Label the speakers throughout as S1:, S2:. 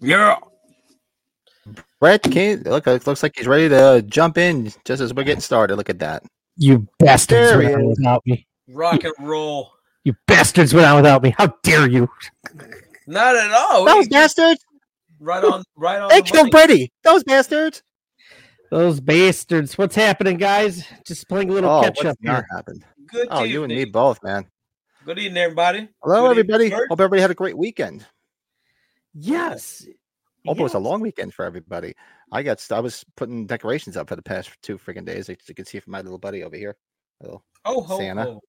S1: Yeah.
S2: Brett can look it looks like he's ready to uh, jump in just as we're getting started. Look at that.
S3: You bastards
S2: There
S3: went
S2: he
S3: on
S2: is.
S3: without me.
S1: Rock and roll.
S3: You bastards went on without me. How dare you?
S1: Not at all.
S2: Those bastards!
S1: right on. Right on. the
S2: They
S1: money.
S2: killed Brady! Those bastards!
S3: Those bastards. What's happening, guys? Just playing a little
S2: oh,
S3: catch up
S2: what's not
S3: here.
S2: happened?
S1: Good
S2: Oh,
S1: evening.
S2: you and me both, man.
S1: Good evening, everybody.
S2: Hello,
S1: Good evening,
S2: everybody.
S1: Bert.
S2: Hope everybody had a great weekend.
S3: Yes.
S2: Hope it was Oh, a
S3: Yes.
S2: long weekend for everybody. I got st- I was putting decorations up for the past two freaking days, as you can see from my little buddy over here. Little-
S1: Oh, ho,
S2: Santa.
S1: ho.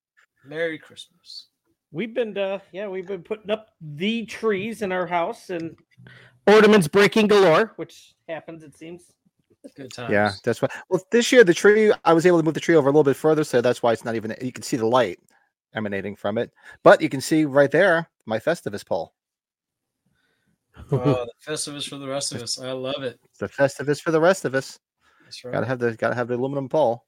S1: Merry Christmas.
S4: We've been, uh, yeah, we've been putting up the trees in our house, and
S3: Ornaments breaking galore.
S4: which happens, it seems.
S1: Good times.
S2: Yeah, that's why. Well, this year the tree I was able to move the tree over a little bit further, so that's why it's not even. You can see the light emanating from it, but you can see right there my Festivus pole.
S3: Uh,
S1: Oh, the Festivus for the rest of us. I love it.
S2: It's the Festivus for the rest of us.
S1: That's right.
S2: Gotta have the gotta have the aluminum pole.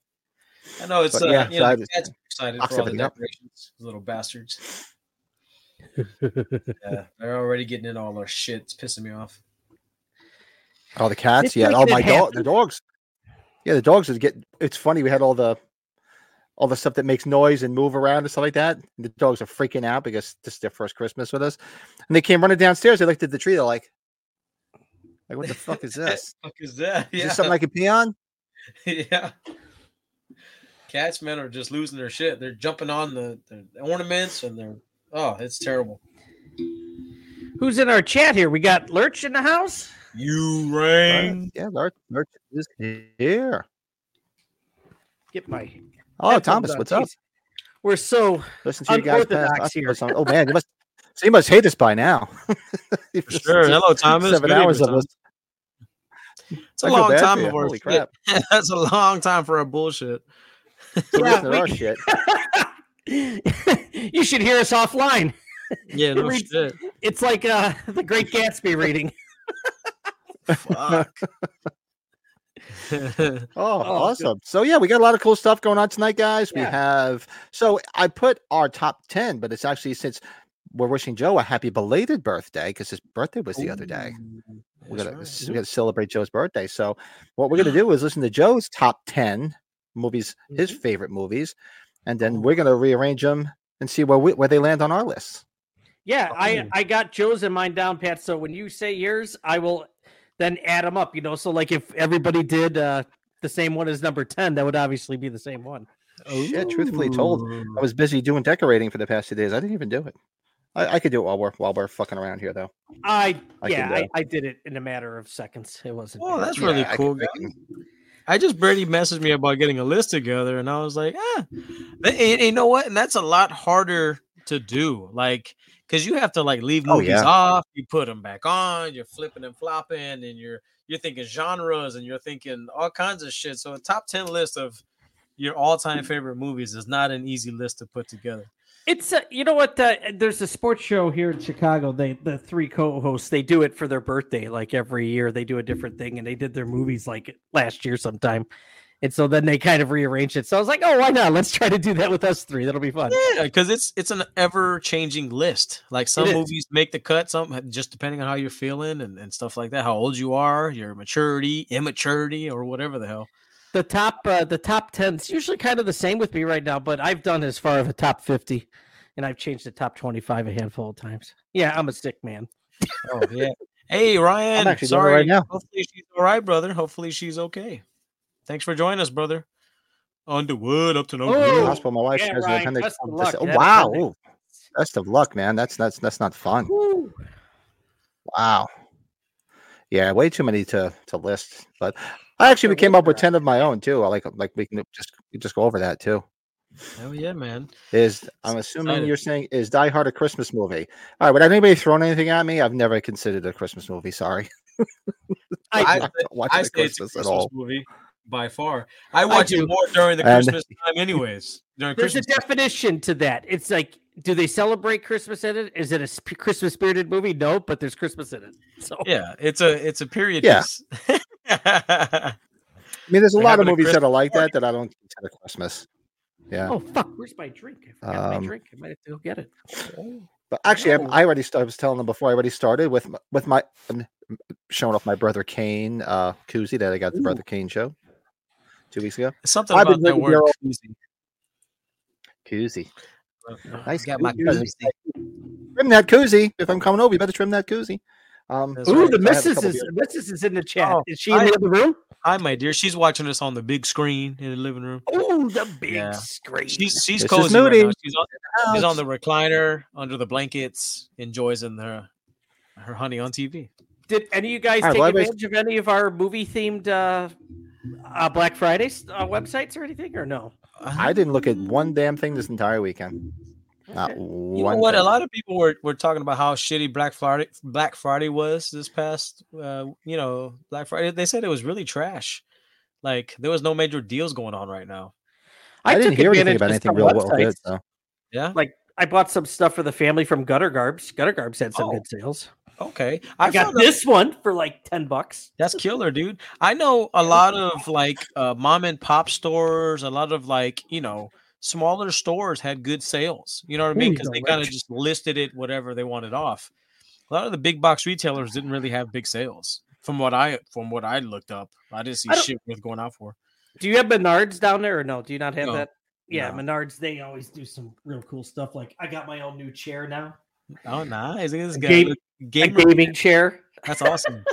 S1: I know it's.
S2: but
S1: uh,
S2: yeah,
S1: you
S2: so
S1: know,
S2: I
S1: the
S2: just-
S1: cats are excited
S2: box
S1: for all the
S2: everything up.
S1: decorations. Little bastards. Yeah, they're already getting in all our shit. It's pissing me off.
S2: Oh, the cats.
S3: It's
S2: Yeah.
S3: like
S2: Oh,
S3: it
S2: my dog. The
S3: happened.
S2: dogs. Yeah, the dogs would get. It's funny. We had all the, all the stuff that makes noise and move around and stuff like that. And the dogs are freaking out because this is their first Christmas with us, and they came running downstairs. They looked at the tree. They're like, like, what the fuck is this?
S1: Fuck is that?
S2: Is
S1: Yeah.
S2: this something I can pee on?
S1: yeah. Cats men are just losing their shit. They're jumping on the, the ornaments and they're oh, it's terrible.
S3: Who's in our chat here? We got Lurch in the house.
S1: You
S2: Right? Yeah, Lurch, Lurch is here.
S3: Get my.
S2: Oh,
S3: headphones
S2: Thomas,
S3: on,
S2: what's up?
S3: please. We're so.
S2: Listen to you guys. pass
S3: Unorthodox
S2: last
S3: here.
S2: episode. Oh man, you must. So you must hate us by now.
S5: For sure. Hello, Thomas.
S2: Seven
S5: Good evening,
S2: hours of
S5: Thomas.
S2: us.
S5: It's a
S2: I feel
S5: long
S2: bad for
S5: time
S2: you.
S5: of our
S2: Holy
S5: shit.
S2: crap.
S5: That's a long time for our bullshit.
S2: So
S3: Yeah,
S2: listen to
S3: we- Oh,
S2: our shit.
S3: you should hear us offline.
S5: Yeah, no
S3: Read-
S5: shit.
S3: It's like uh, the Great Gatsby reading.
S5: Fuck.
S2: Oh,
S3: good.
S2: awesome. So yeah, we got a lot of cool stuff going on tonight, guys. We
S3: Yeah.
S2: have so I put our top 10, but it's actually since we're wishing Joe a happy belated birthday because his birthday was the other day. We're
S5: That's
S2: gonna,
S5: right.
S2: s- we're gonna celebrate Joe's birthday. So what we're gonna do is listen to Joe's top 10 movies, his
S3: Mm-hmm.
S2: favorite movies, and
S3: Oh.
S2: then we're gonna rearrange them and see where we, where they land on our list.
S3: Yeah, I
S5: Oh.
S3: I got Joe's and mine down, Pat. So when you say yours, I will then add them up. You know, so like if everybody did uh, the same one as number ten, that would obviously be the same one.
S2: Yeah, truthfully told, I was busy doing decorating for the past two days. I didn't even do it. I, I could do it while we're while we're fucking around here though.
S3: I,
S2: I can,
S3: yeah,
S2: uh,
S3: I, I did it in a matter of seconds. It wasn't.
S5: Oh,
S3: bad.
S5: that's really
S2: I
S5: cool,
S2: could- I
S5: guys.
S2: can-
S5: I just Brady messaged me about getting a list together, and I was like, ah, and, and you know what? And that's a lot harder to do, like, because you have to like leave
S2: Oh,
S5: movies
S2: yeah.
S5: off, you put them back on, you're flipping and flopping, and you're you're thinking genres, and you're thinking all kinds of shit. So a top ten list of your all
S2: Mm.
S5: time favorite movies is not an easy list to put together.
S3: It's a, you know what? Uh, there's a sports show here in Chicago. They the three co-hosts they do it for their birthday, like every year they do a different thing, and they did their movies like last year sometime, and so then they kind of rearranged it. So I was like, oh, why not? Let's try to do that with us three. That'll be fun.
S5: Yeah, because it's it's an ever changing list. Like some
S3: is.
S5: movies make the cut, some eh, just depending on how you're feeling and, and stuff like that, how old you are, your maturity, immaturity, or whatever the hell.
S3: The top uh, the top ten's usually kind of the same with me right now, but I've done as far of a top fifty, and I've changed the top twenty five a handful of times. Yeah, I'm a sick man.
S5: Oh yeah. hey Ryan,
S2: actually doing it
S5: sorry.
S2: right now.
S5: Hopefully she's all right, brother. Hopefully she's okay. Thanks for joining us, brother. Underwood up to no
S2: I'm in the
S3: Oh,
S5: good.
S2: hospital. My wife
S3: yeah,
S2: has an
S3: Ryan,
S2: appendix.
S3: best of
S2: compression.
S3: luck.
S2: Oh,
S3: That's
S2: wow,
S3: something.
S2: Ooh, best of luck, man. That's that's that's not fun.
S3: Woo.
S2: Wow. Yeah, way too many to to list. But I actually we came up with ten of my own too. I like like we can just just go over that too.
S5: Hell yeah, man.
S2: Is I'm assuming
S5: excited.
S2: you're saying is Die Hard a Christmas movie? All right, would anybody thrown anything at me? I've never considered a Christmas movie. Sorry,
S5: I,
S2: I'm not watching
S5: I
S2: a
S5: say it's a
S2: Christmas
S5: Christmas
S2: at all.
S5: movie by far. I watch
S3: do.
S5: it more during the
S2: And-
S5: Christmas time, anyways. During
S3: There's
S5: Christmas
S3: a definition to that. It's like, do they celebrate Christmas in it? Is it a sp- Christmas spirited movie? No, but there's Christmas in it. So
S5: Yeah, it's a it's a period
S2: Yeah.
S5: piece. yeah,
S2: I mean, there's a
S5: It
S2: lot of
S5: happened at
S2: movies that
S5: Christmas
S2: are like
S5: party.
S2: that that I don't consider Christmas. Yeah,
S3: Oh fuck! Where's my drink? I forgot
S2: Um,
S3: my drink. I might have to go get it.
S2: But actually, I'm- I already st- I was telling them before I already started with m- with my um, showing off my brother Kane uh koozie that I got at the Brother Kane show two weeks ago.
S5: Something
S2: I've been
S5: about that
S2: drinking
S5: word.
S2: beer all-
S5: koozie.
S2: Koozie.
S5: Nice. Got my
S2: koozie.
S5: koozie.
S2: Trim that koozie. If I'm coming over, you better trim that koozie. Um,
S5: That's
S3: Ooh,
S5: right.
S2: I have a
S3: the missus
S2: couple
S3: is
S2: beers.
S3: missus is in the chat.
S5: Oh,
S3: is she in
S5: I-
S3: the other room?
S5: Hi, my dear. She's watching us on the big screen in the living room.
S3: Oh, the big
S5: Yeah.
S3: screen.
S5: She's she's
S2: This is
S5: cozy right now.
S2: Moody.
S5: She's on, she's on the recliner under the blankets, enjoys in her her honey on TV.
S3: Did any of you guys
S2: All right,
S3: take
S2: well, everybody's-
S3: advantage of any of our movie themed uh, uh, Black Friday uh, websites or anything, or no?
S5: Uh-huh.
S2: I didn't look at one damn thing this entire weekend. Not
S3: Okay.
S2: one.
S5: You know what? A
S2: thing.
S5: lot of people were, were talking about how shitty Black Friday Black Friday was this past uh, you know Black Friday. They said it was really trash. Like there was no major deals going on right now.
S2: I, didn't
S3: took
S2: hear anything about
S3: advantage of
S2: anything
S3: some
S2: real well
S3: websites.
S2: good. So.
S5: Yeah.
S3: I bought some stuff for the family from Gutter Garbs. Gutter Garbs had some
S5: Oh.
S3: good sales.
S5: Okay.
S3: I, got
S5: found out-
S3: this one for like ten bucks.
S5: That's killer, dude. I know a lot of like uh, mom and pop stores, a lot of like, you know, smaller stores had good sales. You know what I
S3: There
S5: mean?
S3: you
S5: Because
S3: go,
S5: they kind of
S3: Rich.
S5: just listed it whatever they wanted off. A lot of the big box retailers didn't really have big sales. From what I from what I looked up, I didn't see
S3: I don't-
S5: shit worth going out for.
S3: Do you have Menards down there or no? Do you not have
S5: No.
S3: that? Yeah,
S5: No.
S3: Menards. They always do some real cool stuff. Like I got my own new chair now,
S5: Oh nice. Look at this guy.
S3: Game-
S5: Look-
S3: a
S5: gamer.
S3: gaming chair.
S5: That's awesome.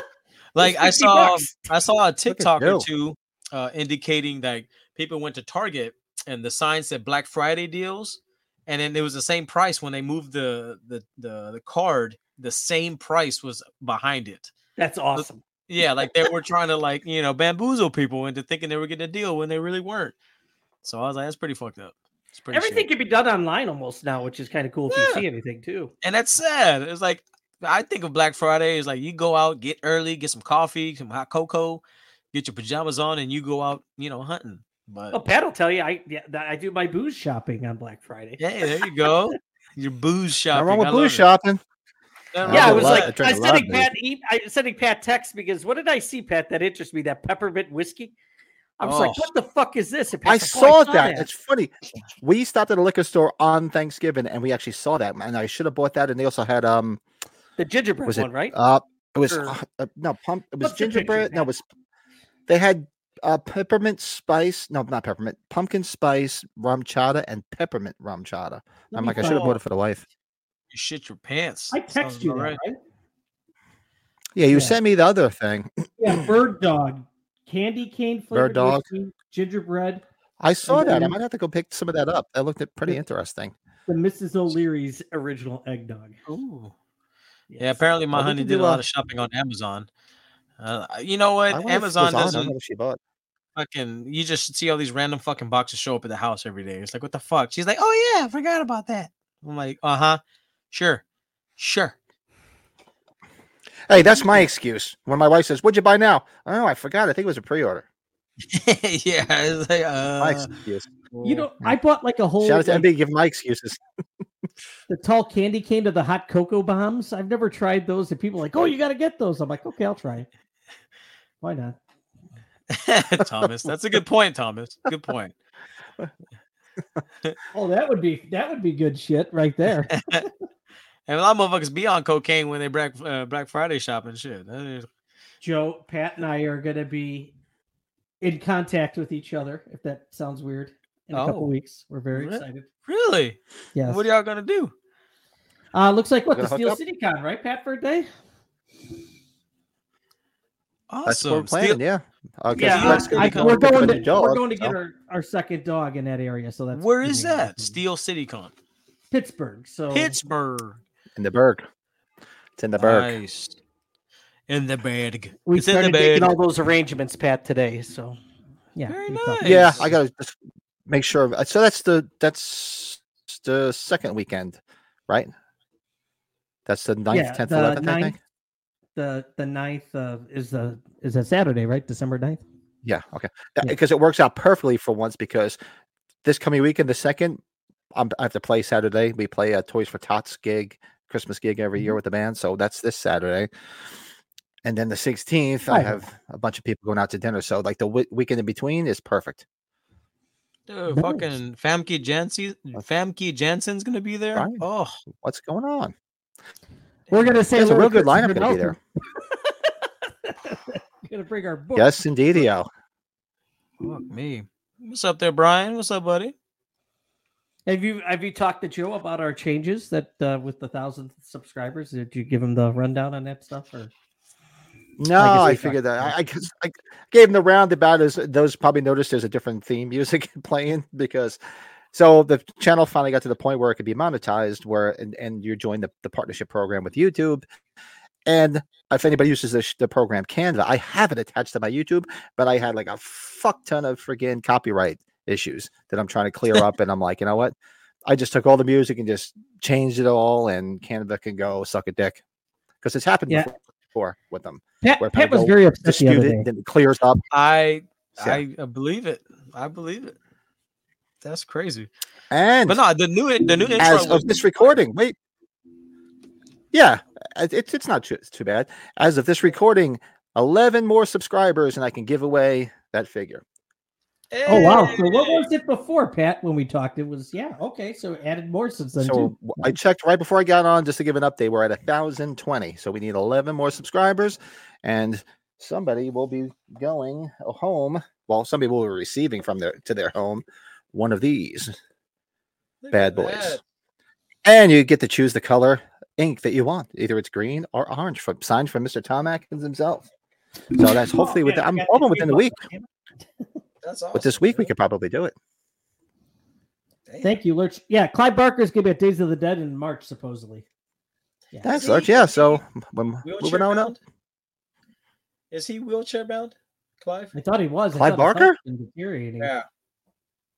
S5: like I
S3: 50
S5: saw um,
S3: bucks.
S5: I saw a TikTok
S2: you.
S5: or two uh, indicating that people went to Target and the sign said Black Friday deals, and then it was the same price when they moved the the the, the card. The same price was behind it.
S3: That's awesome.
S5: Yeah, like they were trying to like you know bamboozle people into thinking they were getting a deal when they really weren't. So I was like, that's pretty fucked up. It's pretty shitty.
S3: Everything can be done online almost now, which is kind of cool if
S5: Yeah.
S3: you see anything too.
S5: and that's sad. It's like I think of Black Friday is like you go out, get early, get some coffee, some hot cocoa, get your pajamas on, and you go out, you know, hunting. But
S3: Oh, Pat will tell you, I yeah, that- I do my booze shopping on Black Friday.
S5: hey, there you go. Your booze
S2: Not
S5: shopping.
S2: wrong with
S5: I
S2: blue
S5: love it.
S2: shopping.
S5: Nothing
S2: I
S3: yeah,
S5: wrong
S2: did
S3: I
S5: with
S3: was
S2: a lot-
S5: that.
S2: I
S3: like,
S2: drank
S3: I
S2: a
S3: was
S2: lot
S3: sending
S2: of
S3: Pat, e- I was sending Pat text because what did I see, Pat? That interests me. That peppermint whiskey. I was like,
S5: Oh.
S3: what the fuck is this? And
S2: I
S3: Pat's like, "Oh,
S2: saw that. It's funny. We stopped at a liquor store on Thanksgiving and we actually saw that. And I should have bought that. And they also had um
S3: The gingerbread
S2: was it-
S3: one, right?
S2: uh it was
S3: Or-
S2: uh, uh, no pump it was
S3: What's the picture,
S2: gingerbread. No, it
S3: Pat?
S2: was they had uh peppermint spice. No, not peppermint, pumpkin spice rum chata and peppermint rum chata.
S3: Let
S2: I'm
S3: me
S2: like, I
S3: find-
S2: should have bought
S5: follow.
S2: it for the wife.
S5: You shit your pants.
S4: I
S5: Sounds
S4: text you
S5: about
S4: that,
S5: right.
S4: right?
S2: Yeah, you
S4: Yeah.
S2: sent me the other thing.
S4: Yeah, bird dog, candy cane flavored
S2: dog.
S4: whiskey, gingerbread.
S2: I saw that. I
S4: then-
S2: might have to go pick some of that up. That looked pretty interesting.
S4: The Mrs. O'Leary's original eggnog.
S5: Ooh. Yeah, apparently my
S2: Oh, we
S5: honey
S2: can
S5: did
S2: do
S5: a lot
S2: a-
S5: of shopping on Amazon. Uh, you know what?
S2: I wonder if
S5: Amazon
S2: Lozano- I
S5: doesn't
S2: wonder if she bought.
S5: fucking you just see all these random fucking boxes show up at the house every day. It's like, what the fuck? She's like, oh yeah, I forgot about that. I'm like, uh huh, sure, sure.
S2: Hey, that's my excuse. When my wife says, "What'd you buy now?" Oh, I forgot. I think it was a pre-order.
S5: yeah, it's like,
S2: My
S5: uh,
S2: excuse.
S4: You know, I bought like a whole
S2: Shout out to
S4: like,
S2: MB. Give my excuses.
S4: the tall candy cane to the hot cocoa bombs. I've never tried those, and people are like, "Oh, you got to get those." I'm like, "Okay, I'll try it. Why not?"
S5: Thomas, that's a good point, Thomas. Good point.
S4: Oh, that would be that would be good shit right there.
S5: And a lot of motherfuckers be on cocaine when they Black uh, Black Friday shopping shit. That is-
S4: Joe, Pat, and I are going to be in contact with each other. If that sounds weird, in a
S5: Oh.
S4: couple weeks, we're very
S5: Really?
S4: excited.
S5: Really?
S4: Yes.
S5: What are y'all gonna do?
S4: uh, looks like what the
S2: Gonna hook
S4: Steel
S2: up?
S4: City Con, right, Pat, for a day?
S2: That's
S5: Awesome.
S2: what we're planning.
S5: Still-
S2: yeah. Okay.
S3: Yeah,
S2: so that's gonna
S4: I-
S2: be
S4: we're
S2: going to
S4: going
S2: the
S4: to
S2: dog, oh,
S4: we're going to
S2: so-
S4: get our, our second dog in that area. So that's
S5: where is
S4: gonna be
S5: that?
S4: awesome.
S5: Steel City Con,
S4: Pittsburgh. So
S5: Pittsburgh.
S2: in the Berg. It's in the Berg.
S5: Nice. In the bag.
S3: we
S5: it's in the
S3: started
S5: bag.
S3: making all those arrangements, Pat, today. So
S4: yeah,
S5: Very
S4: we thought-
S5: nice.
S2: Yeah,
S5: Nice.
S2: I gotta just make sure. uh, So that's the that's the second weekend, right? That's the 9th,
S4: Yeah,
S2: tenth,
S4: the
S2: eleventh. I
S4: 9th.
S2: think.
S4: the the ninth uh, is the is that Saturday, right? December 9th?
S2: Yeah. Okay.
S4: Yeah.
S2: Because it works out perfectly for once. Because this coming weekend, the second, I'm, I have to play Saturday. We play a Toys for Tots gig, Christmas gig every
S4: Mm-hmm.
S2: year with the band. So that's this Saturday. And then the 16th, I
S4: Right.
S2: have a bunch of people going out to dinner. So like the w- weekend in between is perfect.
S5: Dude,
S4: Nice.
S5: fucking Famke Jansen, Famke Jansen's gonna be there.
S2: Right.
S5: Oh,
S2: What's going on?
S4: We're gonna say
S2: There's a
S4: hello
S2: real
S4: to
S2: good
S4: Christopher
S2: lineup going to be there.
S4: Nelson. bring our book.
S2: Yes, indeed, yo.
S5: Fuck me. What's up there, Brian? What's up, buddy?
S4: Have you have you talked to Joe about our changes that uh, with the thousand subscribers? Did you give him the rundown on that stuff? Or
S2: No,
S4: I guess
S2: I,
S4: we
S2: figured
S4: talked
S2: that. I, I, guess- I gave him the roundabout. Is those probably noticed there's a different theme music playing because so the channel finally got to the point where it could be monetized, where and, and you join the, the partnership program with YouTube. And if anybody uses the, the program Canva, I have it attached to my YouTube, but I had like a fuck ton of friggin' copyright issues that I'm trying to clear up. And I'm like, you know what? I just took all the music and just changed it all, and Canva can go suck a dick because it's happened
S4: Yeah.
S2: before, before with them
S4: Pat,
S2: Where
S4: Pat
S2: people
S4: was very upset the
S2: dispute
S4: other
S2: it,
S4: day.
S2: then it clears up.
S5: I
S2: Yeah.
S5: I uh, believe it. I believe it. That's crazy.
S2: And
S5: But no, the new the new intro.
S2: as
S5: was-
S2: of this recording, wait, yeah, it- it's it's not too, too bad. As of this recording, eleven more subscribers, and I can give away that figure.
S4: Oh wow!
S5: Hey!
S4: So what was it before, Pat? When we talked, it was yeah okay. So added more since then
S2: So
S4: too.
S2: w- I checked right before I got on just to give an update. We're at thousand twenty, so we need eleven more subscribers, and somebody will be going home. Well, somebody will be receiving from their to their home one of these
S5: Look at
S2: bad
S5: that.
S2: boys. And you get to choose the color ink that you want. Either it's green or orange, from, signed from Mr. Tom Atkins himself. So that's hopefully
S4: Oh,
S2: with I'm hoping within the week.
S5: That's awesome.
S2: But this week we could probably do it.
S4: Thank you, Lurch. Yeah, Clyde Barker's gonna be at Days of the Dead in March supposedly.
S2: That's large, yeah. So when, moving on up.
S5: Is he wheelchair bound, Clive?
S4: I thought he was. I thought his
S2: Clive Barker?
S4: health's been deteriorating.
S5: Yeah.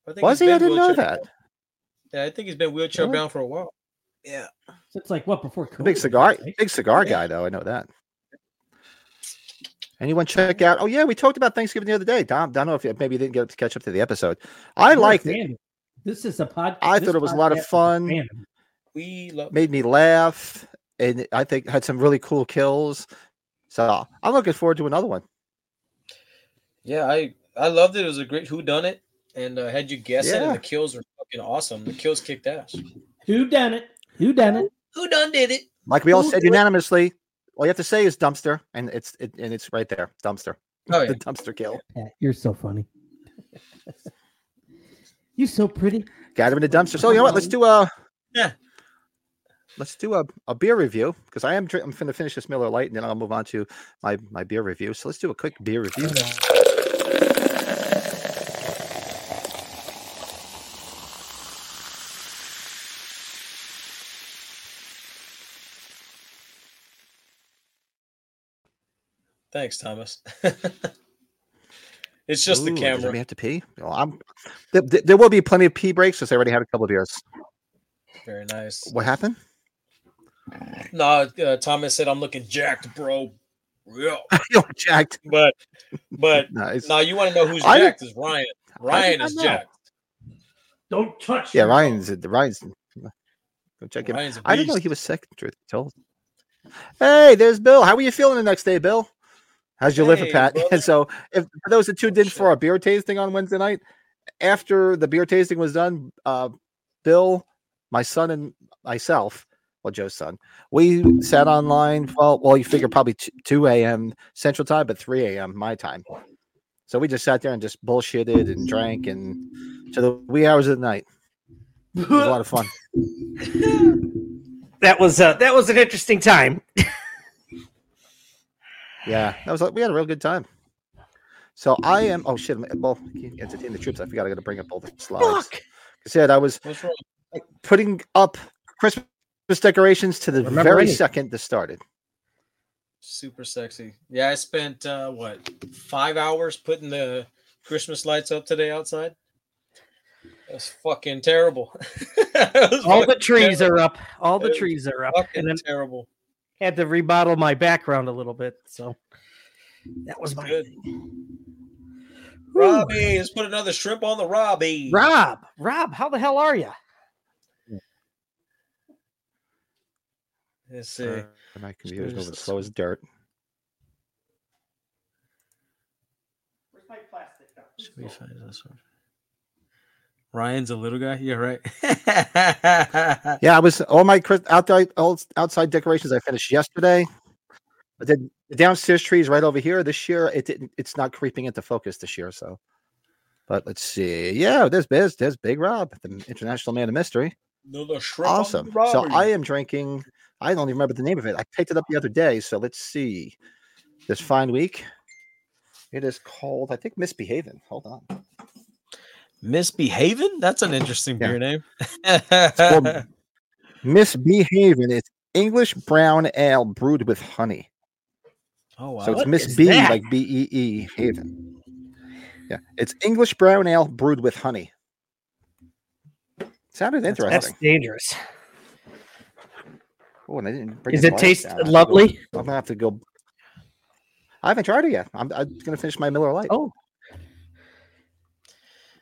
S5: I think
S2: Was
S5: he's
S2: he? I
S5: been
S2: didn't know
S5: wheelchair
S2: that.
S5: bound. Yeah, I think he's been wheelchair
S2: Really?
S5: bound for a while. Yeah.
S4: So it's like what before COVID?
S2: Big cigar,
S4: right?
S2: big cigar
S5: Yeah.
S2: guy though. I know that. Anyone check out? Oh yeah, we talked about Thanksgiving the other day. Tom, I don't know if you, maybe you didn't get up to catch up to the episode. I
S4: We're a
S2: liked it.
S4: fan. This is a podcast.
S2: I thought it was a lot of fun.
S5: We love
S2: made me laugh and I think had some really cool kills. So I'm looking forward to another one.
S5: Yeah, I I loved it. It was a great who done it and uh, had you guess it
S2: Yeah.
S5: and the kills were fucking awesome. The kills kicked ass.
S4: Who done it? Who done it?
S5: Who done did it?
S2: Like we all
S5: Who
S2: said
S5: do it?
S2: unanimously, all you have to say is dumpster, and it's it, and it's right there, dumpster,
S5: Oh yeah.
S2: the dumpster kill.
S4: Pat, you're so funny. you so pretty.
S2: Got him in the dumpster. So you know what? Let's do a
S5: Um, Yeah.
S2: Let's do a, a beer review because I am dri- I'm going to finish this Miller Light and then I'll move on to my my beer review. So let's do a quick beer review.
S5: Thanks, Thomas. it's just
S2: Ooh,
S5: the
S2: does
S5: camera.
S2: anybody have to pee. Well, I'm, th- th- there will be plenty of pee breaks because I already had a couple of beers.
S5: Very nice.
S2: What happened?
S5: No, uh, Thomas said I'm looking jacked, bro. Yeah.
S2: You're jacked.
S5: But but
S2: Nice.
S5: now you want to know who's
S2: I
S5: jacked is Ryan. Ryan
S2: not
S5: is
S2: know.
S5: jacked.
S4: Don't touch.
S2: Yeah, Ryan's Ryan's. Go check him.
S5: Ryan's a
S2: I didn't know
S5: beast.
S2: he was sick. Truth be told. Hey, there's Bill. How are you feeling the next day, Bill? How's your liver,
S5: Hey,
S2: Pat?
S5: brother.
S2: And so, if for those that tuned in
S5: shit.
S2: for our beer tasting on Wednesday night, after the beer tasting was done, uh, Bill, my son, and myself, well, Joe's son, we sat online. Well, well, you figure probably t- two a.m. Central Time, but three a.m. my time. So we just sat there and just bullshitted and drank and to the wee hours of the night. It was a lot of fun.
S3: That was uh, that was an interesting time.
S2: Yeah, that was we had a real good time. So I am. Oh shit! I'm- Well, you entertain the troops. I forgot I got to bring up all the slides.
S3: Fuck.
S2: I said I was
S5: What's wrong?
S2: putting up Christmas decorations to the
S4: Remember
S2: very
S4: any.
S2: second this started.
S5: Super sexy. Yeah, I spent uh what five hours putting the Christmas lights up today outside. That's fucking terrible. It was
S3: All the
S5: fucking
S3: trees
S5: terrible.
S3: are up. All the
S5: Dude.
S3: trees are up.
S5: fucking
S3: And then
S5: terrible.
S3: had to remodel my background a little bit. So that was my
S5: Good.
S3: Whew.
S5: Robbie, let's put another shrimp on the Robbie.
S3: Rob. Rob, how the hell are you?
S5: Let's see.
S2: And my computer's
S5: There's-
S2: moving slow as dirt.
S5: Should we find this one? Ryan's a little guy. Yeah, right.
S2: Yeah, I was all my Chris- outdoor all outside decorations I finished yesterday. But the, the downstairs tree is right over here. This year, it didn't. It's not creeping into focus this year. So, but let's see. Yeah, there's Biz. There's Big Rob, the international man of mystery.
S1: Another shrimp on
S2: Awesome.
S1: the
S2: So
S1: robbery.
S2: I am drinking. I don't even remember the name of it. I picked it up the other day. So let's see. This fine week. It is called, I think, Misbehaving. Hold on.
S5: Misbehaving? That's an interesting
S2: Yeah.
S5: beer name.
S2: called- Misbehaving. It's English brown ale brewed with honey.
S5: oh wow.
S2: So it's
S3: What
S2: Miss
S3: is
S2: B,
S3: that?
S2: like B E E Haven. Yeah, it's English brown ale brewed with honey. Sounded
S3: That's
S2: interesting.
S3: dangerous.
S2: Oh, and I didn't bring
S3: Is
S2: the
S3: it
S2: lights
S3: taste
S2: down. I have to go-
S3: lovely?
S2: I'm gonna have to go. I haven't tried it yet. I'm, I'm gonna finish my Miller Lite.
S3: Oh, Did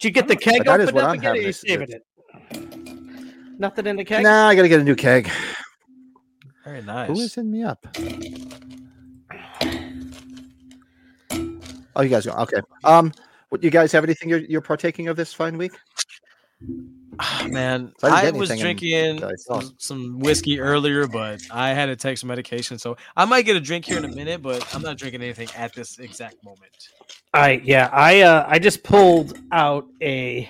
S3: you get the keg
S2: that is
S3: opened
S2: what
S3: up
S2: I'm
S3: again? Or
S2: having
S3: you
S2: is-
S3: saving it? Nothing in the keg.
S2: nah, I gotta get a new keg.
S5: Very nice.
S2: Who is hitting me up? Oh, you guys go. Okay. Um, what you guys have anything you're, you're partaking of this fine week?
S5: Ah, Man,
S2: So
S5: I,
S2: I didn't get
S5: was
S2: anything in-
S5: drinking
S2: that I saw.
S5: some, some whiskey earlier, but I had to take some medication, so I might get a drink here in a minute. But I'm not drinking anything at this exact moment.
S3: I yeah, I uh, I just pulled out a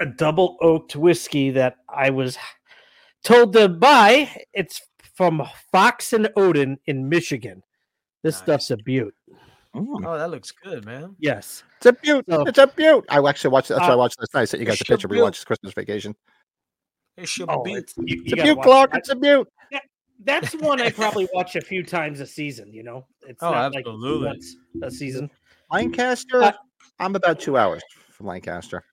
S3: a double oaked whiskey that I was told to buy. It's from Fox and Odin in Michigan. This
S5: Nice.
S3: stuff's a beaut.
S2: Mm.
S5: Oh, that looks good, man.
S3: Yes.
S2: It's a beaut.
S3: So-
S2: it's a beaut. I actually watched. That's what I
S3: Uh,
S2: watched last night. I sent you guys
S5: it's
S2: a
S5: a
S2: picture. We
S5: beaut.
S2: watched Christmas Vacation.
S5: It should
S3: Oh,
S5: be.
S3: it's, you,
S2: It's
S3: you
S2: a
S3: gotta
S2: beaut,
S3: watch
S2: Clark.
S3: that.
S2: It's a beaut.
S3: That's one I probably watch a few times a season. You know, it's
S5: Oh,
S3: not like
S5: absolutely.
S3: once a season.
S2: Lancaster.
S3: Uh,
S2: I'm about two hours from Lancaster.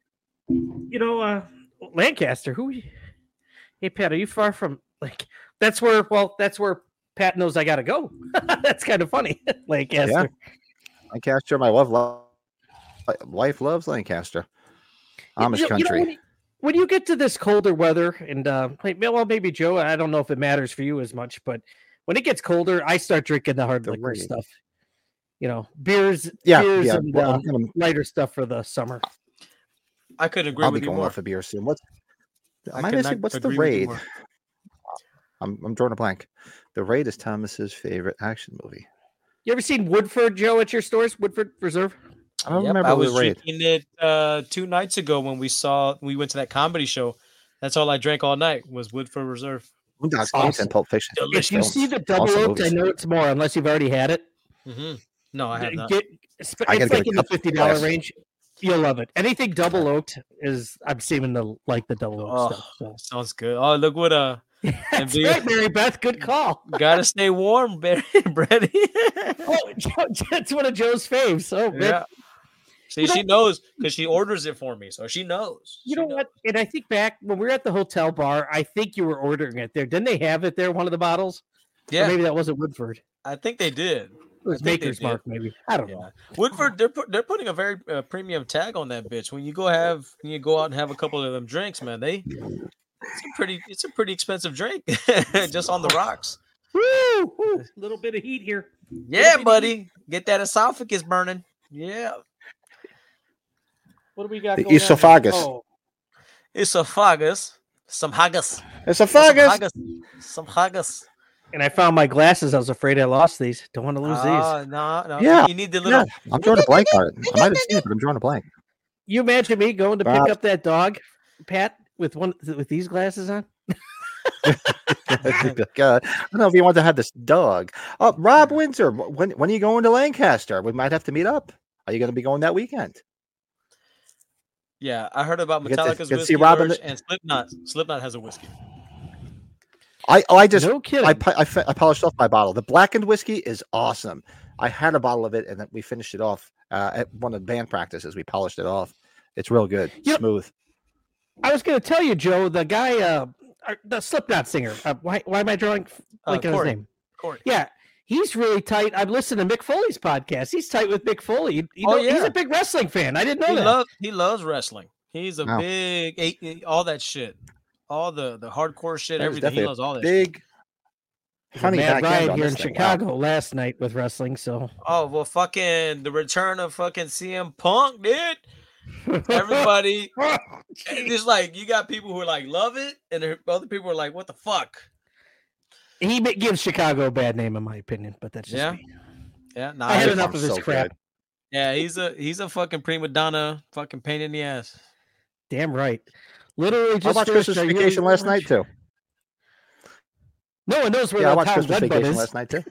S3: You know, uh, Lancaster. Who? we- Hey, Pat, are you far from like? That's where. Well, that's where Pat knows I gotta go. that's kind of funny, Lancaster.
S2: Lancaster. My love, love life loves Lancaster.
S3: You-
S2: Amish
S3: you- you know,
S2: country.
S3: when, you, when you get to this colder weather, and uh, like, well, maybe Joe, I don't know if it matters for you as much, but when it gets colder, I start drinking the hard
S2: The
S3: liquor
S2: rain.
S3: stuff. You know, beers,
S2: yeah,
S3: beers,
S2: yeah.
S3: and
S2: well, um,
S3: uh,
S2: I'm gonna,
S3: lighter stuff for the summer.
S5: I could agree
S2: I'll be
S5: with you
S2: going
S5: more.
S2: off a beer soon. What's am I,
S5: could
S2: missing?
S5: not
S2: What's the
S5: agree with you
S2: raid?
S5: more.
S2: I'm, I'm drawing a blank. The raid is Thomas's favorite action movie.
S3: You ever seen Woodford Joe at your stores? Woodford Reserve.
S2: I don't
S5: Yep,
S2: remember
S5: I was
S2: the raid.
S5: drinking it uh, two nights ago when we saw we went to that comedy show. That's all I drank all night was Woodford Reserve.
S2: Boondock Saints
S3: awesome.
S2: and Pulp Fiction.
S3: If you
S2: Films.
S3: see the double
S2: Awesome
S3: oaked, I
S2: movies.
S3: know it's more unless you've already had it.
S5: hmm No, I have not.
S3: Get, it's
S2: I gotta
S3: it's
S2: get a
S3: like in the
S2: couple
S3: fifty dollar
S2: glasses.
S3: range. You'll love it. Anything double oaked is I'm seeing the like the double
S5: Oh,
S3: oaked stuff. So.
S5: sounds good. Oh, look what uh,
S3: That's
S5: do-
S3: right, Mary Beth. Good call.
S5: gotta stay warm, Barry, Brady.
S3: Oh, Joe, that's one of Joe's faves. Oh, man.
S5: yeah. See,
S3: You
S5: she knows because she orders it for me, so she knows.
S3: You
S5: She
S3: know
S5: knows.
S3: what? And I think back when we were at the hotel bar, I think you were ordering it there. Didn't they have it there, one of the bottles? Or
S5: Yeah,
S3: maybe that wasn't Woodford. It
S5: I think they did.
S3: was
S5: I think they
S3: Maker's
S5: did.
S3: Mark, maybe. I don't know.
S5: Yeah, Woodford, they're put, they're putting a very uh, premium tag on that bitch. When you go have, when you go out and have a couple of them drinks, man. They, it's a pretty, it's a pretty expensive drink, just on the rocks.
S3: Woo! woo, Little bit of heat here.
S5: Yeah, buddy, get that esophagus burning. Yeah,
S3: What do we got?
S2: The
S3: going on here?
S2: esophagus.
S3: Oh,
S5: esophagus, some haggis,
S2: It's
S5: some
S2: a Fagus.
S5: haggis, some haggis.
S3: and I found my glasses. I was afraid I lost these. Don't want to lose these.
S5: Ah, no, no,
S2: Yeah,
S5: you need the
S2: Yeah,
S5: little.
S2: I'm drawing a blank on it. I might have seen it, but I'm drawing a blank.
S3: You imagine me going to pick
S2: Bob.
S3: up that dog, Pat, with one with these glasses on?
S2: Like, uh, I don't know if you want to have this dog. Uh, Rob Windsor, wh- when when are you going to Lancaster? We might have to meet up. Are you going to be going that weekend?
S5: Yeah, I heard about
S2: You get to-
S5: Metallica's
S2: get to
S5: whiskey
S2: see Robin
S5: merch
S2: the-
S5: and Slipknot. Slipknot has a whiskey.
S2: I oh, I just
S3: no kidding.
S2: I, po- I, fi- I polished off my bottle. The blackened whiskey is awesome. I had a bottle of it and then we finished it off uh, at one of the band practices. We polished it off. It's real good,
S3: You know-
S2: smooth.
S3: I was going to tell you, Joe, the guy, uh, uh, the Slipknot singer. Uh, why, why am I drawing f-
S5: Uh,
S3: blank on his
S5: Corey,
S3: name?
S5: Corey.
S3: Yeah, he's really tight. I've listened to Mick Foley's podcast. He's tight with Mick Foley. You- you
S5: Oh,
S3: know, he's
S5: yeah.
S3: a big wrestling fan. I didn't know
S5: He
S3: that.
S5: loves he loves wrestling. He's a
S2: Wow.
S5: big eight, all that shit, all the the hardcore shit,
S2: That is
S5: everything. He
S2: definitely a
S5: loves all that. Shit.
S2: Big
S3: There's a
S2: honey
S3: mad
S2: back end
S3: riot
S2: on
S3: here in
S2: this thing. Wow.
S3: Chicago last night with wrestling. So
S5: Oh well, fucking the return of fucking CM Punk, dude. Everybody, it's like you got people who are like love it, and there- other people are like, what the fuck.
S3: He ma- gives Chicago a bad name, in my opinion, but that's just
S5: Yeah.
S3: me.
S5: Yeah,
S3: I had
S5: nah,
S2: Those
S3: enough
S2: are
S3: of his
S2: so
S3: crap.
S2: good.
S5: yeah, he's a he's a fucking prima donna, fucking pain in the ass.
S3: Damn right. Literally
S2: I
S3: just
S2: watched
S3: for
S2: Christmas
S3: extra, you
S2: Vacation
S3: really
S2: last
S3: want-
S2: night too.
S3: No one knows where
S2: Yeah, I
S3: the
S2: watched
S3: town
S2: Christmas
S3: Glenbud
S2: Vacation
S3: is.
S2: last night too.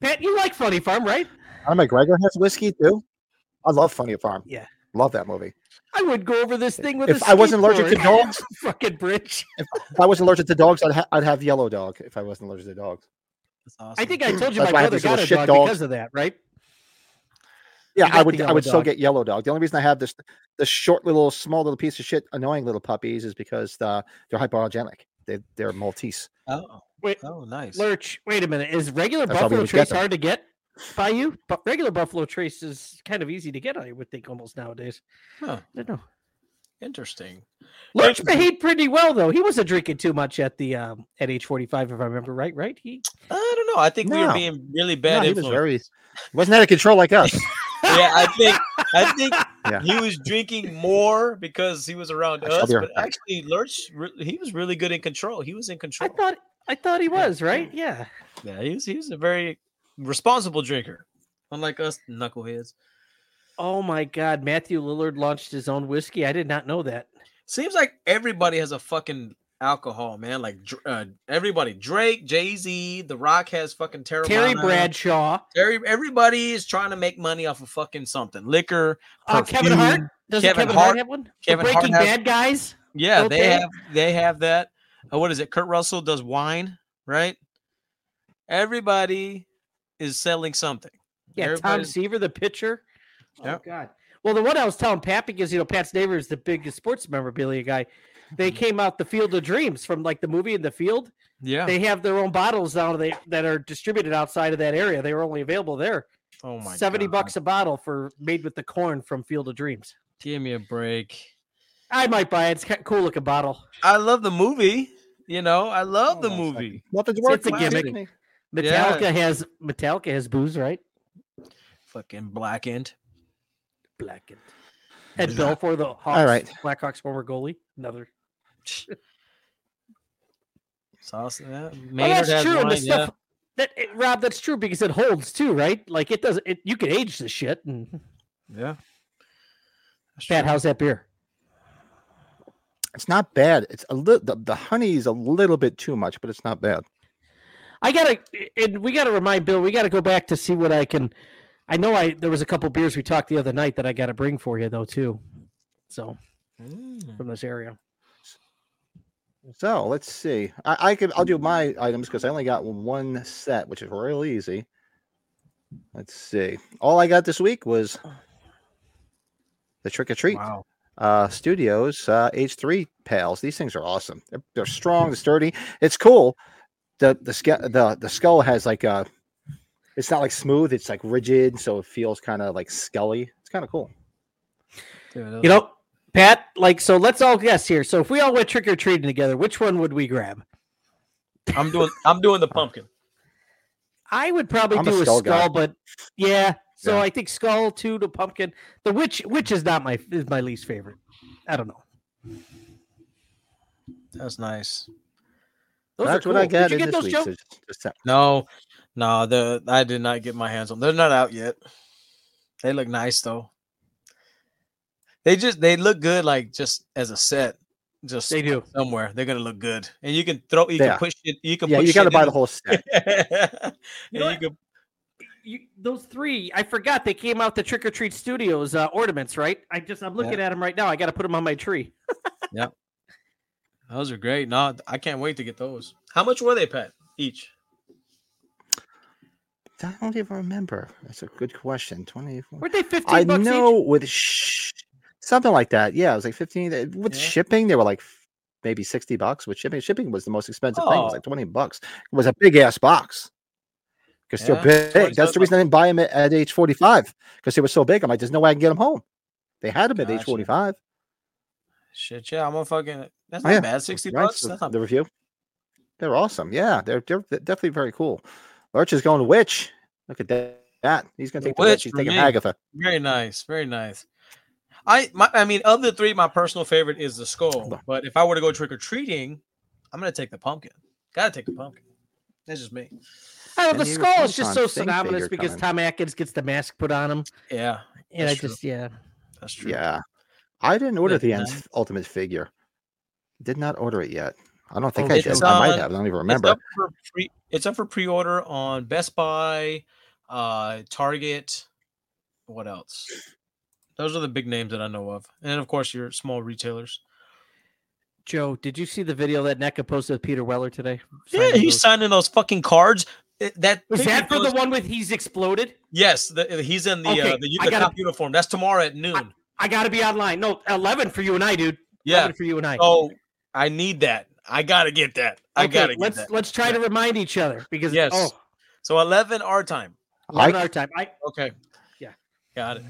S3: Pat, you like Funny Farm, right?
S2: Conor McGregor has whiskey too. I love Funny Farm.
S3: Yeah.
S2: love that movie.
S3: I would go over this thing with.
S2: If
S3: a
S2: I wasn't allergic to
S3: skateboard.
S2: dogs,
S3: fucking bridge.
S2: if I wasn't allergic to dogs, I'd, ha- I'd have yellow dog. If I wasn't allergic to dogs,
S5: That's awesome.
S3: I think I told you
S2: That's
S3: my
S2: why I have
S3: brother
S2: these
S3: got
S2: little
S3: a
S2: shit
S3: dog
S2: dogs.
S3: because of that, right?
S2: yeah,
S3: You
S2: I
S3: got
S2: would.
S3: the
S2: I would
S3: yellow
S2: still
S3: dog.
S2: get yellow dog. The only reason I have this this short little small little piece of shit annoying little puppies is because uh, they're hypoallergenic. They they're Maltese.
S5: Oh,
S3: Wait,
S5: oh, nice.
S3: Lurch, wait a minute. Is regular
S2: That's how we
S3: buffalo
S2: would get
S3: trace
S2: them.
S3: hard to get by you? But regular buffalo trace is kind of easy to get, I would think, almost nowadays.
S5: Huh.
S3: I don't know.
S5: Interesting.
S3: Lurch behaved pretty well though. He wasn't drinking too much at the um, at age forty five, if I remember right. Right? He
S5: I don't know. I think we were
S2: No.
S5: being really
S2: No,
S5: bad
S2: he was
S5: influence.
S2: very wasn't out of control like us.
S5: yeah, I think I think
S2: Yeah.
S5: he was drinking more because he was around
S2: I shall
S5: us.
S2: be
S5: But
S2: right back.
S5: actually, Lurch, re- he was really good in control. He was in
S3: I
S5: control.
S3: thought I thought he was, right? Yeah.
S5: yeah, he was. He was a very responsible drinker, unlike us knuckleheads.
S3: Oh my god, Matthew Lillard launched his own whiskey. I did not know that.
S5: Seems like everybody has a fucking alcohol, man. Like Dr- uh, everybody, Drake, Jay Z, The Rock has fucking Terramana.
S3: Terry Bradshaw.
S5: Terry, everybody is trying to make money off of fucking something. Liquor,
S3: Uh, Kevin Hart. Doesn't Kevin,
S5: Kevin
S3: Hart,
S5: Hart-
S3: have one? The
S5: Kevin Hart
S3: Breaking
S5: has-
S3: Bad guys.
S5: Yeah,
S3: Don't
S5: they
S3: they?
S5: have they have that. Uh, what is it? Kurt Russell does wine, right? Everybody is selling something.
S3: Yeah, Tom
S5: Everybody's-
S3: Seaver, the pitcher.
S5: Yep.
S3: Oh God. Well, the one I was telling Pat because you know Pat's neighbor is the biggest sports memorabilia guy. They
S5: Mm-hmm.
S3: came out the Field of Dreams from like the movie in the field.
S5: Yeah.
S3: They have their own bottles now they, that are distributed outside of that area. They were only available there.
S5: oh my
S3: 70
S5: God.
S3: bucks a bottle for made with the corn from Field of Dreams.
S5: Give me a break.
S3: I might buy it. It's kind of cool looking bottle.
S5: I love the movie. You know, I love the
S2: Hold on a
S5: movie.
S2: Nothing's
S3: It's- it's a
S2: working.
S3: gimmick.
S5: Yeah.
S3: Metallica has Metallica has booze, right?
S5: Fucking blackened.
S3: Blackened. And Belfour the Hawks,
S2: right.
S3: Blackhawks former goalie. Another
S5: Sauce. Yeah.
S3: Oh,
S5: Maynard has
S3: that's true. and the
S5: wine, yeah.
S3: stuff that eh, Rob, that's true because it holds too, right? Like it does. It, you can age the shit. And
S5: Yeah. That's
S3: Pat,
S5: true.
S3: how's that beer?
S2: It's not bad. It's a little the, the honey is a little bit too much, but it's not bad.
S3: I gotta, and we gotta remind Bill. We gotta go back to see what I can. I know I there was a couple beers we talked the other night that I gotta bring for you though too. So
S5: Mm.
S3: from this area,
S2: So let's see. I, I could I'll do my items because I only got one set, which is real easy. Let's see. All I got this week was
S5: Oh.
S2: the Trick or Treat
S5: Wow.
S2: uh, Studios uh, H3 pals. These things are awesome. They're, they're strong, they're sturdy. It's cool. The the ske- the the skull has like a. It's not like smooth. It's like rigid, so it feels kind of like skelly. It's kind of cool.
S5: Dude, those-
S3: you know, Pat. Like so, let's all guess here. So if we all went trick or treating together, which one would we grab?
S5: I'm doing I'm doing the pumpkin.
S3: I would probably
S2: I'm a
S3: do a skull,
S2: skull guy.
S3: but yeah. So
S2: Yeah.
S3: I think skull two to pumpkin. The witch, which is not my is my least favorite. I don't know.
S5: That's nice.
S3: Those
S2: That's
S3: are
S2: what I
S3: cool. Did
S2: got
S3: you
S2: in
S3: get
S2: this
S3: those,
S2: week's
S3: Joe?
S2: ag- agenda.
S5: No, no, the I did not get my hands on. They're not out yet. They look nice though. They just they look good like just as a set. Just
S3: They do.
S5: somewhere. They're gonna look good, and you can throw. You
S2: Yeah.
S5: can push it. You can.
S2: Yeah,
S5: push
S2: you got to
S5: shit
S2: buy
S5: in
S2: the whole set.
S5: and
S3: You know
S5: you can,
S3: You, those three, I forgot they came out the Trick or Treat Studios uh, ornaments, right? I just I'm looking at them right now. I got to put them on my tree.
S5: those are great. No, I can't wait to get those. How much were they, Pat? Each.
S2: I don't even remember. That's a good question. 24.
S3: Weren't they fifteen
S2: I
S3: bucks each?
S2: know with sh- something like that. Yeah, it was like 15. They- With
S5: Yeah.
S2: shipping, they were like f- maybe 60 bucks with shipping. Shipping was the most expensive thing. It
S5: Oh.
S2: was like 20 bucks. It was a big ass box because
S5: Yeah,
S2: they're big.
S5: 20
S2: That's the reason I didn't buy them at, at age 45 because they were so big. I'm like, there's no way I can get them home. They had them at age
S5: Gotcha.
S2: 45.
S5: Shit, yeah, I'm a fucking. That's
S2: Oh,
S5: not
S2: yeah.
S5: bad. Sixty
S2: Right?
S5: bucks.
S2: So
S5: That's not
S2: the review. They're awesome. Yeah, they're, they're definitely very cool. Lurch is going to Witch. Look at that. That he's going to
S5: The
S2: take the witch.
S5: Witch
S2: He's
S5: for
S2: taking
S5: me.
S2: Agatha.
S5: Very nice, very nice. I my I mean, of the three, my personal favorite is the skull.
S2: Hold on.
S5: But if I were to go trick or treating, I'm gonna take the pumpkin Gotta take the pumpkin. That's just me.
S3: I know,
S2: And
S3: the
S2: the
S3: skull is just so
S2: Renaissance thing
S3: synonymous
S2: figure
S3: because
S2: coming.
S3: Tom Atkins gets the mask put on him,
S5: Yeah,
S3: and
S5: That's
S3: I
S5: true.
S3: just yeah.
S5: that's true.
S2: Yeah. I didn't order
S5: Look,
S2: the
S5: man.
S2: End's ultimate figure. Did not order it yet. I don't think
S3: Oh,
S2: I
S5: it's
S2: did. I might
S5: on-
S2: have. I don't even
S5: It's
S2: remember.
S5: up for pre. It's up for pre-order on Best Buy, uh, Target. What else? Those are the big names that I know of, and of course your small retailers.
S3: Joe, did you see the video that NECA posted of Peter Weller today?
S5: Yeah,
S3: Signing
S5: he's
S3: those-
S5: signing those fucking cards. It- That
S3: Was
S5: figure
S3: that for the
S5: goes-
S3: one with he's exploded?
S5: Yes, the, he's in the
S3: Okay,
S5: uh, the, u-
S3: I
S5: the
S3: gotta-
S5: cop uniform. That's tomorrow at noon.
S3: I gotta be online. No, eleven for you and I, dude.
S5: yeah.
S3: 11 for you and I.
S5: Oh, I need that. I gotta get that. I
S3: Okay,
S5: gotta get
S3: let's
S5: that.
S3: let's try to remind each other because
S5: Yes.
S3: oh,
S5: So eleven our time.
S2: I,
S3: eleven our time. I
S5: Okay. Mm.
S3: Yeah.
S5: Got it.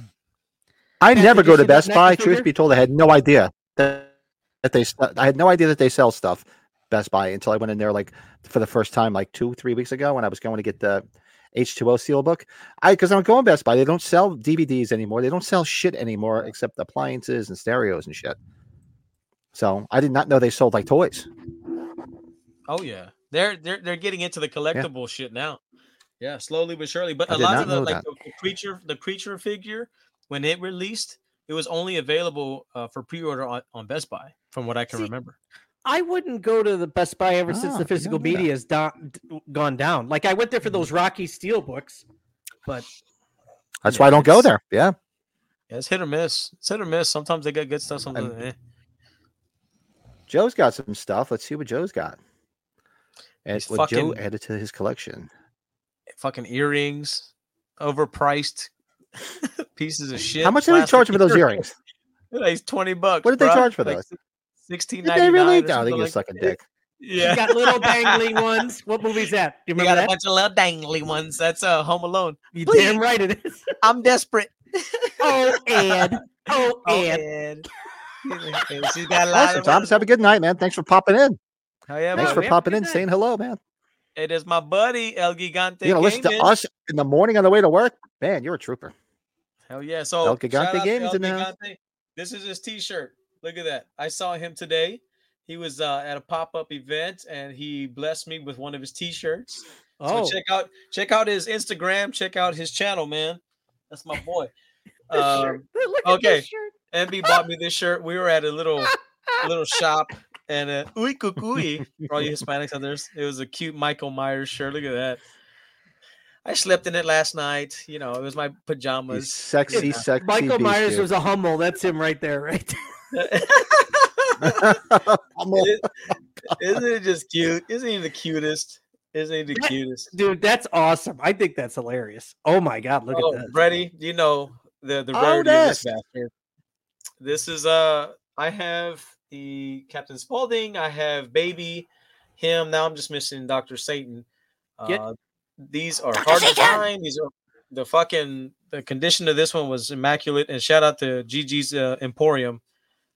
S2: I
S3: Matt,
S2: never
S3: did you
S2: go to
S3: see that
S2: Best
S3: NECA
S2: Buy.
S3: figure?
S2: Truth be told, I had no idea that, that they. s- I had no idea that they sell stuff Best Buy until I went in there like for the first time like two, three weeks ago when I was going to get the H2O seal book. I because I'm going Best Buy. They don't sell DVDs anymore. They don't sell shit anymore except appliances and stereos and shit. So I did not know they sold like toys.
S5: Oh yeah. They're they're they're getting into the collectible shit now. Yeah, slowly but surely. But
S2: I
S5: a
S2: did
S5: lot
S2: not
S5: of the
S2: know
S5: like
S2: that.
S5: the, the creature the creature figure when it released, it was only available uh, for pre-order on, on Best Buy, from what I can
S3: See,
S5: remember.
S3: I wouldn't go to the Best Buy ever since
S2: Ah,
S3: the
S2: I didn't
S3: physical
S2: know that. Mm.
S3: media has don- d- gone down. Like I went there for those Rocky Steel books.
S2: That's why I don't go there. Yeah.
S5: Yeah, it's hit or miss. It's hit or miss. Sometimes they get good stuff, sometimes
S2: I'm-
S5: eh.
S2: Joe's got some stuff. Let's see what Joe's got. And
S5: These
S2: what Joe
S5: fucking-
S2: added to his collection.
S5: fucking earrings, overpriced pieces of shit.
S2: How much did they charge him for those earrings?
S5: Like twenty bucks.
S2: What did they
S5: bruh.
S2: charge for
S5: Like
S2: those?
S5: Sixteen
S2: Did they
S5: ninety
S2: really?
S5: nine.
S2: No, they give suck a dick.
S5: Yeah,
S3: You got little dangling ones. What movie's that? Do you
S5: You
S3: remember
S5: got a
S3: that?
S5: bunch of little dangly ones. That's uh, Home Alone.
S3: You
S5: please.
S3: damn right it is.
S5: I'm desperate.
S3: Oh, and oh,
S5: Oh,
S3: and
S5: and- She's got a lot
S2: Awesome,
S5: of.
S2: Thomas. Have a good night, man. Thanks for popping in.
S5: Oh, yeah,
S2: Thanks for
S3: man, we
S5: buddy.
S3: have a
S2: popping
S3: good
S2: in,
S3: night.
S2: saying hello, man.
S5: It is my buddy El Gigante.
S2: You're gonna listen to
S5: Gaming.
S2: us in the morning on the way to work, man. You're a trooper.
S5: Hell yeah! So
S2: El Gigante
S5: shout out to
S2: Gaming's
S5: El
S2: in the house.
S5: Gigante. This is his T-shirt. Look at that! I saw him today. He was uh, at a pop-up event, and he blessed me with one of his T-shirts.
S3: oh.
S5: So check out check out his Instagram, check out his channel, man. That's my boy.
S3: This
S5: um,
S3: shirt. Look at
S5: okay.
S3: this shirt.
S5: MB bought me this shirt. We were at a little little shop and uh uy cucuy for all you Hispanics out there. It was a cute Michael Myers shirt. Look at that. I slept in it last night. You know, it was my
S2: You
S5: pajamas.
S2: sexy, sexy.
S3: Michael
S2: beast,
S3: Myers
S2: you.
S3: was a Hummel. That's him right there, right? there.
S2: I'm all-
S5: It- Isn't it just cute? Isn't he the cutest? Isn't he the
S3: Yeah.
S5: cutest?
S3: Dude, that's awesome. I think that's hilarious. Oh my god, look
S5: oh,
S3: at that.
S5: Brady, you know the the
S2: Oh,
S5: rarity of this
S2: this.
S5: bastard. This is uh, I have the Captain Spaulding. I have baby, him. Now I'm just missing Doctor Satan. Uh,
S3: Get-
S5: These are hard to find. These are the fucking the condition of this one was immaculate. And shout out to Gigi's uh, Emporium,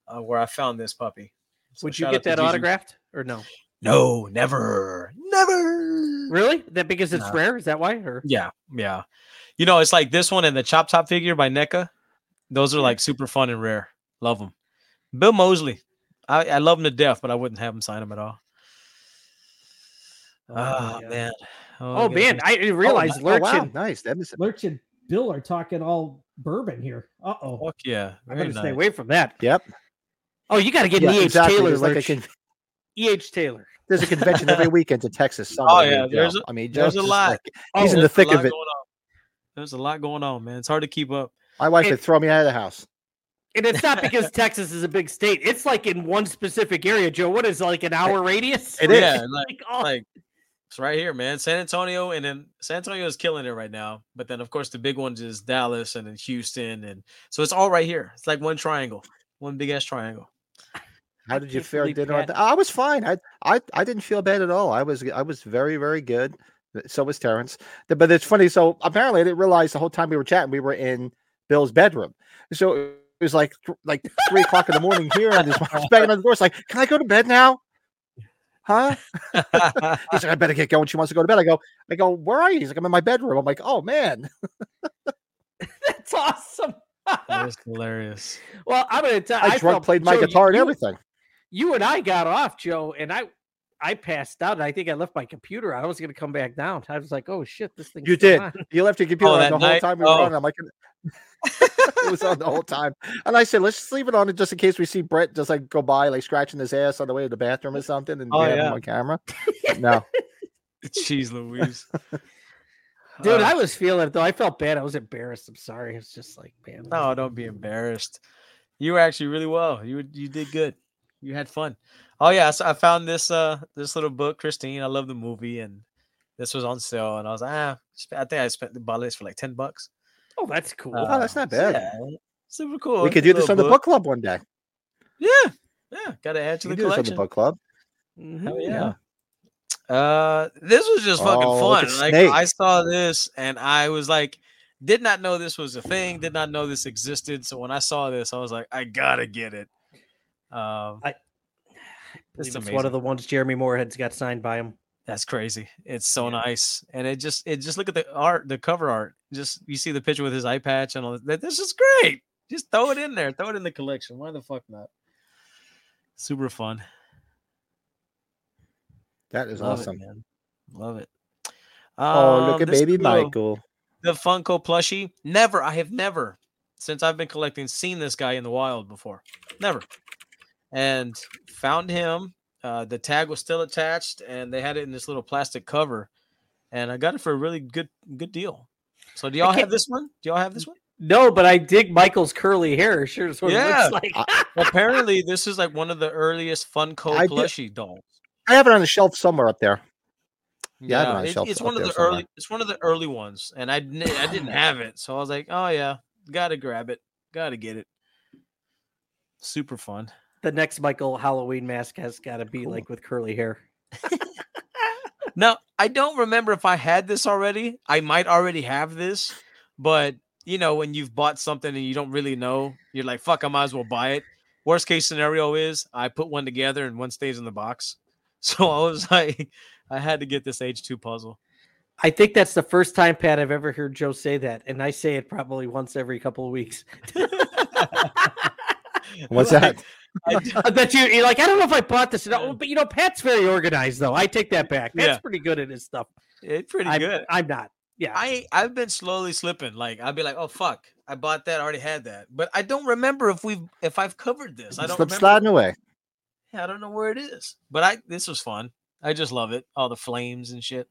S5: uh, where I found this puppy. So
S3: Would you
S5: shout
S3: get
S5: out to
S3: that
S5: Gigi's.
S3: autographed or no?
S5: No, never, never.
S3: Really? That because it's
S5: No.
S3: rare? Is that why? Or
S5: Yeah, yeah. You know, it's like this one and the Chop Top figure by NECA. Those are like super fun and rare. Love them. Bill Mosley. I, I love him to death, but I wouldn't have him sign him at all.
S3: Oh,
S2: Ah,
S5: Oh,
S3: yeah.
S5: man.
S3: Oh,
S5: I guess
S3: man, I didn't realize
S2: oh,
S3: Lurchin.
S2: wow, nice. That is,
S4: Lurch and Bill are talking all bourbon here. Uh
S5: it's-
S4: oh.
S5: Fuck yeah.
S3: I
S5: Very
S3: better stay
S5: nice.
S3: away from that.
S2: yep.
S3: Oh, you got to get
S2: Yeah,
S3: E.H.
S2: exactly.
S3: Taylor.
S2: There's, like a
S3: Lurch.
S2: con-
S3: E.H. Taylor.
S2: there's a convention every weekend in Texas. Somewhere.
S5: Oh,
S2: I mean,
S5: yeah, there's
S2: Joe.
S5: a-
S2: I mean,
S5: there's
S2: Joe's
S5: a
S2: just
S5: lot.
S2: like- he's
S3: Oh,
S2: in
S5: There's
S2: the
S5: a
S2: thick
S5: lot
S2: of it.
S5: going on. There's a lot going on, man. It's hard to keep up.
S2: My wife
S3: It-
S2: would throw me out of the house.
S3: And it's not because Texas is a big state. It's like in one specific area, Joe. What is it, like an hour radius?
S2: It is.
S5: yeah, and, like,
S3: Like, oh,
S5: like it's right here, man. San Antonio, and then San Antonio is killing it right now. But then, of course, the big ones is Dallas and then Houston, and so it's all right here. It's like one triangle, one big ass triangle.
S2: How did you
S3: can't
S2: fare
S3: believe
S2: dinner? on
S3: Pat-
S2: th- I was fine. I, I I didn't feel bad at all. I was I was very very good. Uh, So was Terrence. Th- But it's funny. So apparently, I didn't realize the whole time we were chatting, we were in Bill's bedroom. So it was like th- like three o'clock in the morning here, and his wife's banging on the door. It's like, can I go to bed now? Huh? He's like, I better get going. She wants to go to bed. I go, I go, where are you? He's like, I'm in my bedroom. I'm like, oh man.
S3: that's awesome.
S5: That's hilarious.
S3: well, I'm gonna tell.
S2: I, drunk
S3: felt-
S2: played my
S3: Joe,
S2: guitar and
S3: you-
S2: everything.
S3: You and I got off, Joe, and I I passed out. And I think I left my computer. on. I was going to come back down. I was like, oh shit, this thing.
S2: You did. You left your computer
S5: Oh,
S2: on
S5: that
S2: the whole
S5: night?
S2: time we were
S5: Oh.
S2: on. I'm like, it was on the whole time. And I said, let's just leave it on just in case we see Brett just like go by, like scratching his ass on the way to the bathroom or something, and
S5: Oh,
S2: we have
S5: yeah.
S2: him on camera. But no,
S5: Jeez Louise.
S3: Dude,
S5: Uh,
S3: I was feeling it though. I felt bad. I was embarrassed. I'm sorry. It's just like, man.
S5: No, Oh, don't be embarrassed. You were actually really well. You were- you did good. You had fun. Oh yeah, so I found this uh this little book, Christine. I love the movie, and this was on sale, and I was like, ah, sp- I think I spent the bought this for like ten bucks.
S3: Oh, that's cool.
S5: uh,
S2: oh, that's not bad.
S5: Yeah, super cool.
S2: we could do
S5: Good
S2: this
S5: little
S2: on the book club one day.
S5: Yeah, yeah. Got to add to
S2: We
S5: the
S2: could do this on the
S5: collection.
S2: book club.
S3: Mhm.
S5: Hell
S2: yeah.
S5: yeah. Uh, this was just fucking
S2: Oh, look
S5: fun.
S2: at
S5: Like
S2: Snake.
S5: I saw this and I was like, did not know this was a thing. Did not know this existed. So when I saw this, I was like, I gotta get it. Um,
S3: I-
S5: it's
S3: It's
S5: amazing.
S3: one of the ones Jeremy Moorhead's got signed by him.
S5: That's crazy. It's so nice, and it just it just look at the art, the cover art. Just you see the picture with his eye patch and all that. that- This is great. Just throw it in there. Throw it in the collection. Why the fuck not? Super fun.
S2: That is
S5: Love
S2: awesome.
S5: It, man. Love it.
S2: oh, look
S5: Um,
S2: at
S5: this
S2: baby
S5: little-
S2: Michael.
S5: The Funko plushie. Never. I have never, since I've been collecting, seen this guy in the wild before. Never. And found him. Uh, the tag was still attached, and they had it in this little plastic cover. And I got it for a really good good deal. So do y'all have
S3: can't-
S5: this one? Do y'all have this one?
S3: No, but I dig Michael's curly hair. Sure, is what
S5: Yeah.
S3: it looks like.
S5: Apparently, this is like one of the earliest Funko
S2: I do-
S5: plushie dolls.
S2: I have it on the shelf somewhere up there. Yeah, I have it on
S5: it-
S2: shelves
S5: it's
S2: up
S5: one of
S2: there
S5: the
S2: somewhere.
S5: early. It's one of the early ones, and I didn't. I didn't have it, so I was like, "Oh yeah, gotta grab it, gotta get it." Super fun.
S3: The next Michael Halloween mask has got to be like with curly hair.
S5: Now I don't remember if I had this already. I might already have this, but you know when you've bought something and you don't really know, you're like, "Fuck, I might as well buy it." Worst case scenario is I put one together and one stays in the box. So I was like, I had to get this H two puzzle.
S3: I think that's the first time, Pat, I've ever heard Joe say that, and I say it probably once every couple of weeks.
S2: What's
S5: Like,
S2: that?
S5: I
S3: I bet you, you're like, I don't know if I bought this, or not. but you know, Pat's very organized, though. I take that back. Pat's
S5: Yeah.
S3: pretty good at his stuff.
S5: It's pretty
S3: I'm,
S5: good.
S3: I'm not. Yeah,
S5: I I've been slowly slipping. Like I'd be like, oh fuck, I bought that, I already had that, but I don't remember if we've if I've covered this. I don't
S2: Slip
S5: remember.
S2: sliding away.
S5: Yeah, I don't know where it is. But I this was fun. I just love it. All the flames and shit.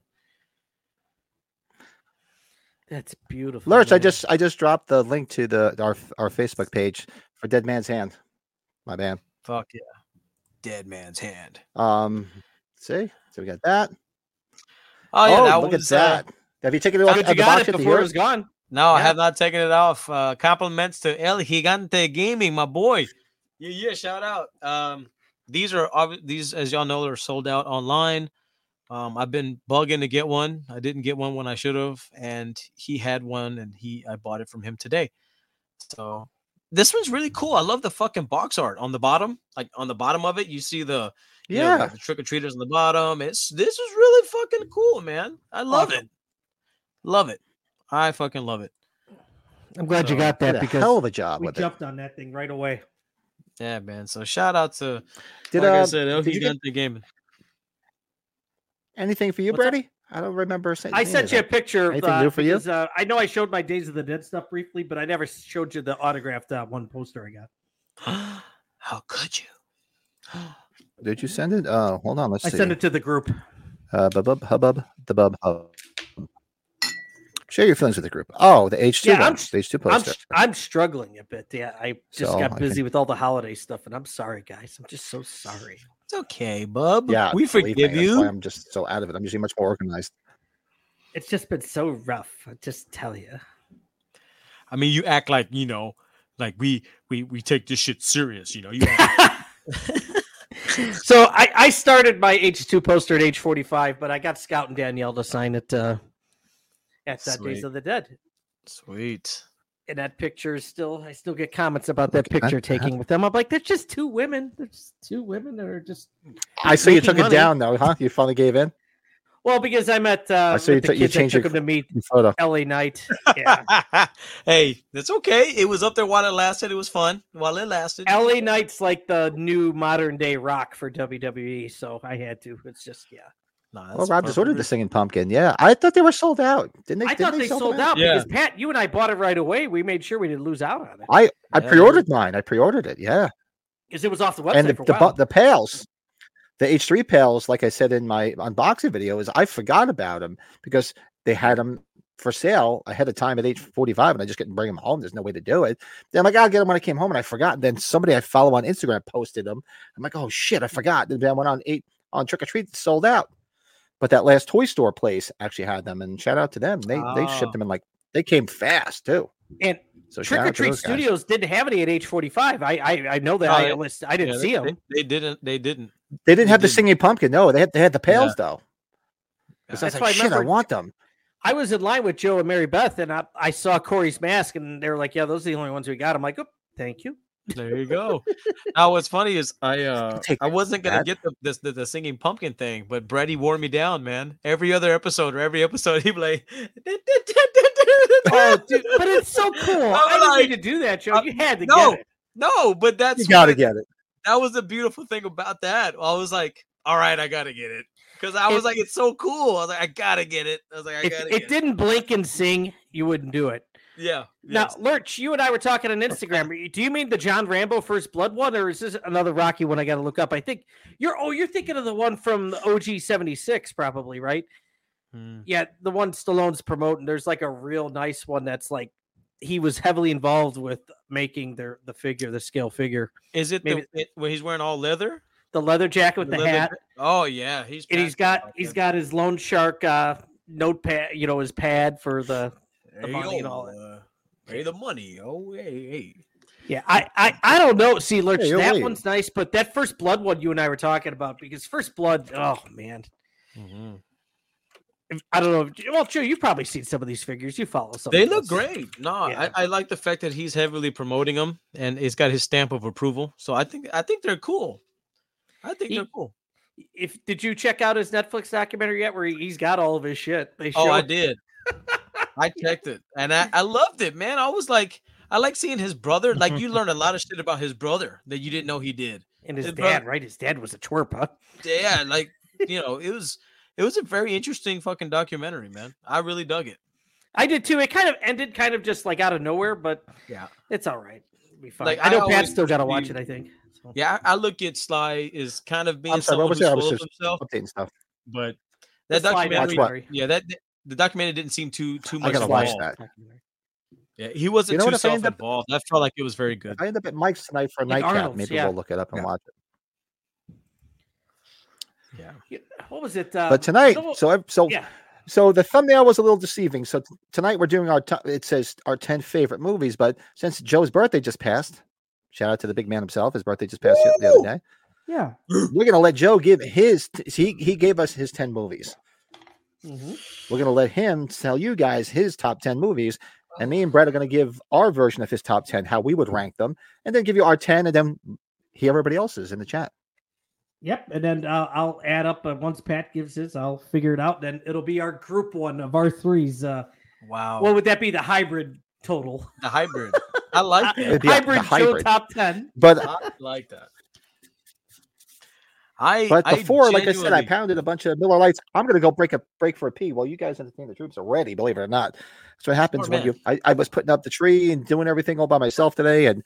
S3: that's beautiful.
S2: Lurch, I
S3: man.
S2: just I just dropped the link to the our our Facebook page for Dead Man's Hand. My man.
S5: Fuck yeah. Dead man's hand.
S2: Um, see, so we got that.
S5: Oh yeah, that
S2: look
S5: was,
S2: at
S5: uh,
S2: that. Have you taken it
S3: Oh,
S2: off
S3: but
S2: of the
S3: you got
S2: box
S3: it
S2: at the
S3: before it
S2: year?
S3: was gone.
S5: no, I
S3: Yeah.
S5: have not taken it off. Uh, compliments to El Gigante Gaming, my boy. Yeah, yeah. Shout out. Um, these are obvi- these, as y'all know, are sold out online. Um, I've been bugging to get one. I didn't get one when I should have, and he had one, and he I bought it from him today. So this one's really cool. I love the fucking box art on the bottom. Like on the bottom of it, you see the you know,
S2: Yeah.
S5: the- the trick or treaters on the bottom. It's this is really fucking cool, man. I love it. Love it. I fucking love it.
S3: I'm glad you
S5: So-
S3: got
S2: Did
S3: that
S2: a
S3: because
S2: hell of a job
S4: We
S2: with it.
S4: jumped on that thing right away.
S3: away.
S5: Yeah, man. So shout out to
S2: Did,
S5: like I
S2: uh,
S5: said, El
S2: did you get
S5: Gigante Gaming.
S2: anything for you,
S5: What's up?
S2: Brady? I don't remember saying.
S3: I sent you a picture.
S2: Anything new for you?
S3: because, uh, I know I showed my Days of the Dead stuff briefly, but I never showed you the autographed uh, one poster I got.
S5: How could you?
S2: Did you send it? Uh, hold on. Let's
S3: I
S2: see.
S3: sent it to the group.
S2: Uh, bub, hubbub, the bub, hub. Share your feelings with the group. Oh, the H two.
S3: Yeah, I'm
S2: one,
S3: s-
S2: the H two
S3: I'm
S2: poster.
S3: s- I'm struggling a bit. Yeah, I just
S2: So,
S3: got
S2: I
S3: busy with all the holiday stuff, and I'm sorry, guys. I'm just so sorry.
S5: It's okay, bub.
S2: yeah,
S5: we
S2: believe me,
S5: forgive
S2: that's why
S5: you.
S2: I'm just so out of it. I'm usually much more organized.
S3: It's just been so rough. I just tell you.
S5: I mean, you act like you know, like we we we take this shit serious. You know, you act-
S3: so I, I started my H two poster at age forty five, but I got Scout and Danielle to sign it uh, at uh, Days
S5: Sweet.
S3: of the Dead.
S5: sweet.
S3: and that picture is still I still get comments about that
S2: at
S3: picture
S2: that.
S3: taking with them. I'm like, they're just two women. They're just-
S4: Two women that are just
S2: I see you
S3: making
S2: took it
S3: money.
S2: down though, huh? You finally gave in.
S3: Well, because I met uh,
S2: I see you
S3: with the
S2: took- you
S3: kids, I
S2: changed your
S3: took them to meet
S2: Your photo.
S3: Ellie Knight. Yeah.
S5: hey, that's okay. It was up there while it lasted. It was fun while it lasted.
S3: LA Knight's like the new modern day rock for WWE, so I had to. It's just yeah.
S5: Nah,
S2: Oh,
S5: that's
S2: Rob just
S5: perfect.
S2: ordered the singing pumpkin. Yeah, I thought they were sold out. Didn't they?
S3: I
S2: didn't
S3: thought they
S2: sell them
S3: sold out
S1: Yeah.
S3: because Pat, you and I bought it right away. We made sure we didn't lose out on it
S2: I
S5: Yeah,
S2: pre-ordered mine. I pre-ordered it. Yeah,
S3: because it was off the website
S2: and the
S3: for a
S2: the,
S3: while.
S2: bu- the pails, the H three pails, like I said in my unboxing video, is I forgot about them because they had them for sale ahead of time at age forty five, and I just couldn't bring them home. There's no way to do it. Then I'm like, "Oh, I'll get them when I came home, and I forgot. And then somebody I follow on Instagram posted them. I'm like, oh shit, I forgot. And then I went on eight on trick or treat, sold out. But that last toy store place actually had them, and shout out to them. They they
S5: Ah.
S2: shipped them in like they came fast too.
S3: And
S2: so shout
S3: Trick or
S2: out to
S3: Treat
S2: those guys.
S3: Studios didn't have any at age forty five. I, I I know that
S5: No,
S3: I
S5: they-
S3: list. I
S5: Oh,
S3: didn't
S5: Yeah,
S3: see
S5: they-
S3: them.
S5: They, they didn't. They didn't.
S2: They didn't
S5: They
S2: have the
S5: didn't.
S2: singing pumpkin. No, they had they had the pails though. 'Cause I was
S3: That's why I
S2: like, shit, I
S3: remember-
S2: want them.
S3: I was in line with Joe and Mary Beth, and I, I saw Corey's mask, and they were like, "Yeah, those are the only ones we got." I'm like, oh, "Thank you."
S5: There you go. now, what's funny is I uh
S2: Take
S5: I wasn't gonna
S2: that.
S5: get the, this the, the singing pumpkin thing, but Brady wore me down, man. Every other episode or every episode, he'd be like,
S3: Oh, dude, but it's so cool.
S5: I'm
S3: I didn't
S5: like,
S3: need to do that, Joe.
S5: uh,
S3: You had to
S5: no,
S3: get it.
S5: no, but that's
S2: You gotta
S5: what-
S2: get it.
S5: that was the beautiful thing about that. I was like, all right, I gotta get it because I was
S3: It-
S5: like, it's so cool. I was like, I gotta get it. I was like, I
S3: If
S5: gotta
S3: it
S5: get it.
S3: didn't blink and sing, you wouldn't do it.
S5: Yeah, yes.
S3: Now, Lurch, you and I were talking on Instagram. Do you mean the John Rambo First Blood one, or is this another Rocky one? I got to look up. I think you're. Oh, you're thinking of the one from the OG '76, probably right?
S5: Hmm.
S3: Yeah, the one Stallone's promoting. There's like a real nice one that's like he was heavily involved with making their the figure, the scale figure,
S5: is it
S3: maybe-
S5: the it, when he's wearing all leather
S3: the leather jacket with the,
S5: leather
S3: hat,
S5: dra- Oh yeah, he's
S3: and he's
S5: passionate
S3: got
S5: about
S3: he's
S5: that.
S3: got his Lone Shark uh, notepad, you know, his pad for the.
S5: There
S3: the
S5: you
S3: money and
S5: go,
S3: all that.
S5: uh, Pay the money. Oh hey hey.
S3: Yeah, I I, I don't know. See, Lurch,
S2: you're
S3: that
S2: right.
S3: one's nice, but that first blood one you and I were talking about because first blood, oh man, Mm-hmm. If- I don't know. if- Well, Joe, you've probably seen some of these figures. You follow some.
S5: They
S3: of
S5: look
S3: those.
S5: great. No,
S3: Yeah.
S5: I, I like the fact that he's heavily promoting them and it's got his stamp of approval. So I think I think they're cool. I think
S3: He-
S5: they're cool.
S3: If did you check out his Netflix documentary yet, where he- he's got all of his shit? They
S5: Oh, I
S3: showed-
S5: did. I checked it and I, I loved it, man. I was like, I like seeing his brother. Like you learn a lot of shit about his brother that you didn't know he did.
S3: and his
S5: his
S3: dad,
S5: brother-
S3: right? His dad was a twerp, huh?
S5: Yeah, like you know, it was it was a very interesting fucking documentary, man. I really dug it.
S3: I did too. It kind of ended kind of just like out of nowhere, but
S5: Yeah.
S3: it's all right. It'll be fine.
S5: Like,
S3: I know
S5: I
S3: Pat's
S5: always
S3: still got to
S5: see-
S3: watch it. I think. So.
S5: Yeah, I, I look at Sly is kind of being
S2: sorry,
S5: someone
S2: what was
S5: who's
S2: that? I was
S5: full of
S2: just-
S5: himself,
S2: Updating stuff.
S5: but
S3: The
S5: that
S3: Sly
S5: documentary
S2: Watch what?
S5: Yeah, that the documentary didn't seem too too
S2: I
S5: much.
S2: gotta
S5: involved.
S2: watch that.
S3: documentary.
S5: Yeah, he wasn't
S2: You know what
S5: too
S2: if I end up-
S5: self-involved. I felt like it was very good.
S2: If I end up at Mike's tonight for a
S3: Like
S2: nightcap,
S3: Arnold's,
S2: maybe
S3: yeah.
S2: we'll look it up and
S5: Yeah.
S2: watch it.
S5: Yeah,
S3: Yeah, What was it? Uh,
S2: But tonight,
S3: no-
S2: so I, so
S3: yeah,
S2: so the thumbnail was a little deceiving. So t- tonight we're doing our t- it says our ten favorite movies, but since Joe's birthday just passed, shout out to the big man himself. His birthday just passed the- the other
S5: Woo!
S2: day.
S4: Yeah.
S2: We're gonna let Joe give his. T- he he gave us his ten movies.
S3: mhm.
S2: We're gonna let him tell you guys his top ten movies, and me and Brett are gonna give our version of his top ten, how we would rank them, and then give you our ten, and then hear everybody else's in the chat.
S4: Yep. And then uh, I'll add up. Uh, once Pat gives his, I'll figure it out. Then it'll be our group one of our threes. Uh,
S5: wow,
S3: What would that be? The hybrid total.
S5: the hybrid. I like
S3: Hy-
S5: that.
S2: It'd be a- the
S3: hybrid, Joe
S2: hybrid.
S3: top ten.
S2: But
S5: I like that. I
S2: but before, like I said, I
S5: genuinely-
S2: pounded a bunch of Miller Lights. I'm gonna go break a break for a pee while you guys entertain the troops are ready. Believe it or not, that's what happens
S5: Poor
S2: when
S5: man.
S2: you. I, I was putting up the tree and doing everything all by myself today, and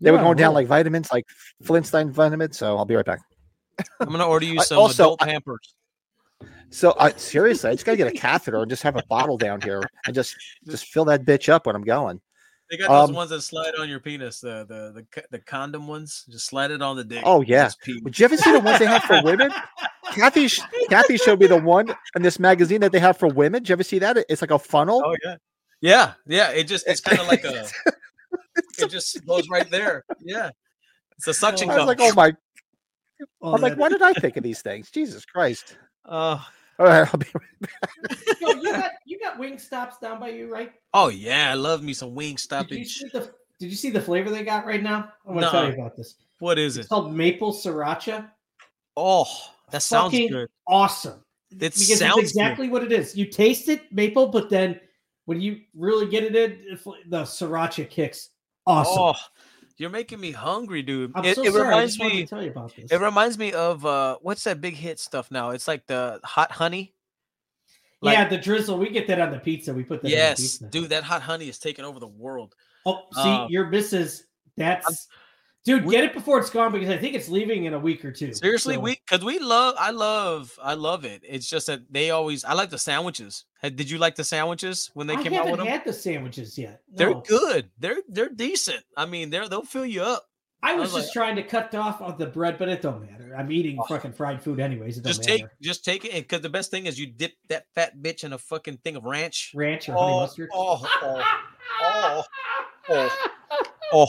S2: they were
S4: Yeah,
S2: going down
S4: really.
S2: like vitamins, like Flintstein vitamins. So I'll be right back.
S5: I'm gonna order you
S2: I
S5: some
S2: also-
S5: adult
S2: I-
S5: Pampers.
S2: So I seriously, I just gotta get a catheter and just have a bottle down here and just just fill that bitch up when I'm going.
S5: They got those
S2: um,
S5: ones that slide on your penis, the the the, co- the condom ones. Just slide it on the dick.
S2: Oh,
S5: and
S2: yeah.
S5: just pee.
S2: Would you ever see the ones they have for women? Kathy sh- Kathy showed me the one in this magazine that they have for women. Did you ever see that? It- It's like a funnel.
S5: Oh yeah, yeah, yeah. It just it's kind of like a. it just goes right there. Yeah, it's a suction
S2: I was
S5: cup.
S2: like, oh my!
S4: oh,
S2: I'm like,
S4: that-
S2: why did I think of these things? Jesus Christ! oh,
S5: Uh,
S2: All right, I'll be
S4: Yo, you got you got wing stops down by you, right?
S5: oh yeah, I love me some wing
S4: Did you
S5: stoppage.
S4: see the Did you see the flavor they got right now? I want to tell
S5: Nuh-uh.
S4: you about this.
S5: What is
S4: It's
S5: it?
S4: called maple sriracha.
S5: Oh, that sounds
S4: Fucking-
S5: good.
S4: Awesome.
S5: It
S3: because it's
S5: sounds
S3: exactly what it is. You taste it maple, but then when you really get it in, it's like- the sriracha kicks. Awesome.
S5: Oh, you're making me hungry, dude.
S3: I'm
S5: it
S3: so
S5: it
S3: sorry. I
S5: reminds
S3: just wanted
S5: me.
S3: to tell you about this.
S5: It reminds me of uh, what's that big hit stuff now? It's like the hot honey. like-
S3: yeah, the drizzle. We get that on the pizza. We put that on the
S5: yes,
S3: pizza.
S5: dude, that hot honey is taking over the world.
S3: Oh, see,
S5: Uh,
S3: your missus. That's dude.
S5: we-
S3: get it before it's gone because I think it's leaving in a week or two.
S5: Seriously,
S3: So-
S5: we because we love, I love, I love it. It's just that they always. I like the sandwiches. Had- Did you like the sandwiches when they
S3: I
S5: came out
S3: haven't
S5: with them?
S3: had the sandwiches yet.
S5: They're
S3: No.
S5: good. They're they're decent. I mean, they're they'll fill you up.
S3: I was
S5: was like-
S3: just trying to cut off of the bread, but it don't matter. I'm eating
S5: Oh.
S3: fucking fried food anyways. It don't
S5: Just
S3: matter.
S5: take just take it because the best thing is you dip that fat bitch in a fucking thing of ranch.
S3: ranch or honey
S5: Oh,
S3: mustard.
S5: oh, oh, oh, oh, oh.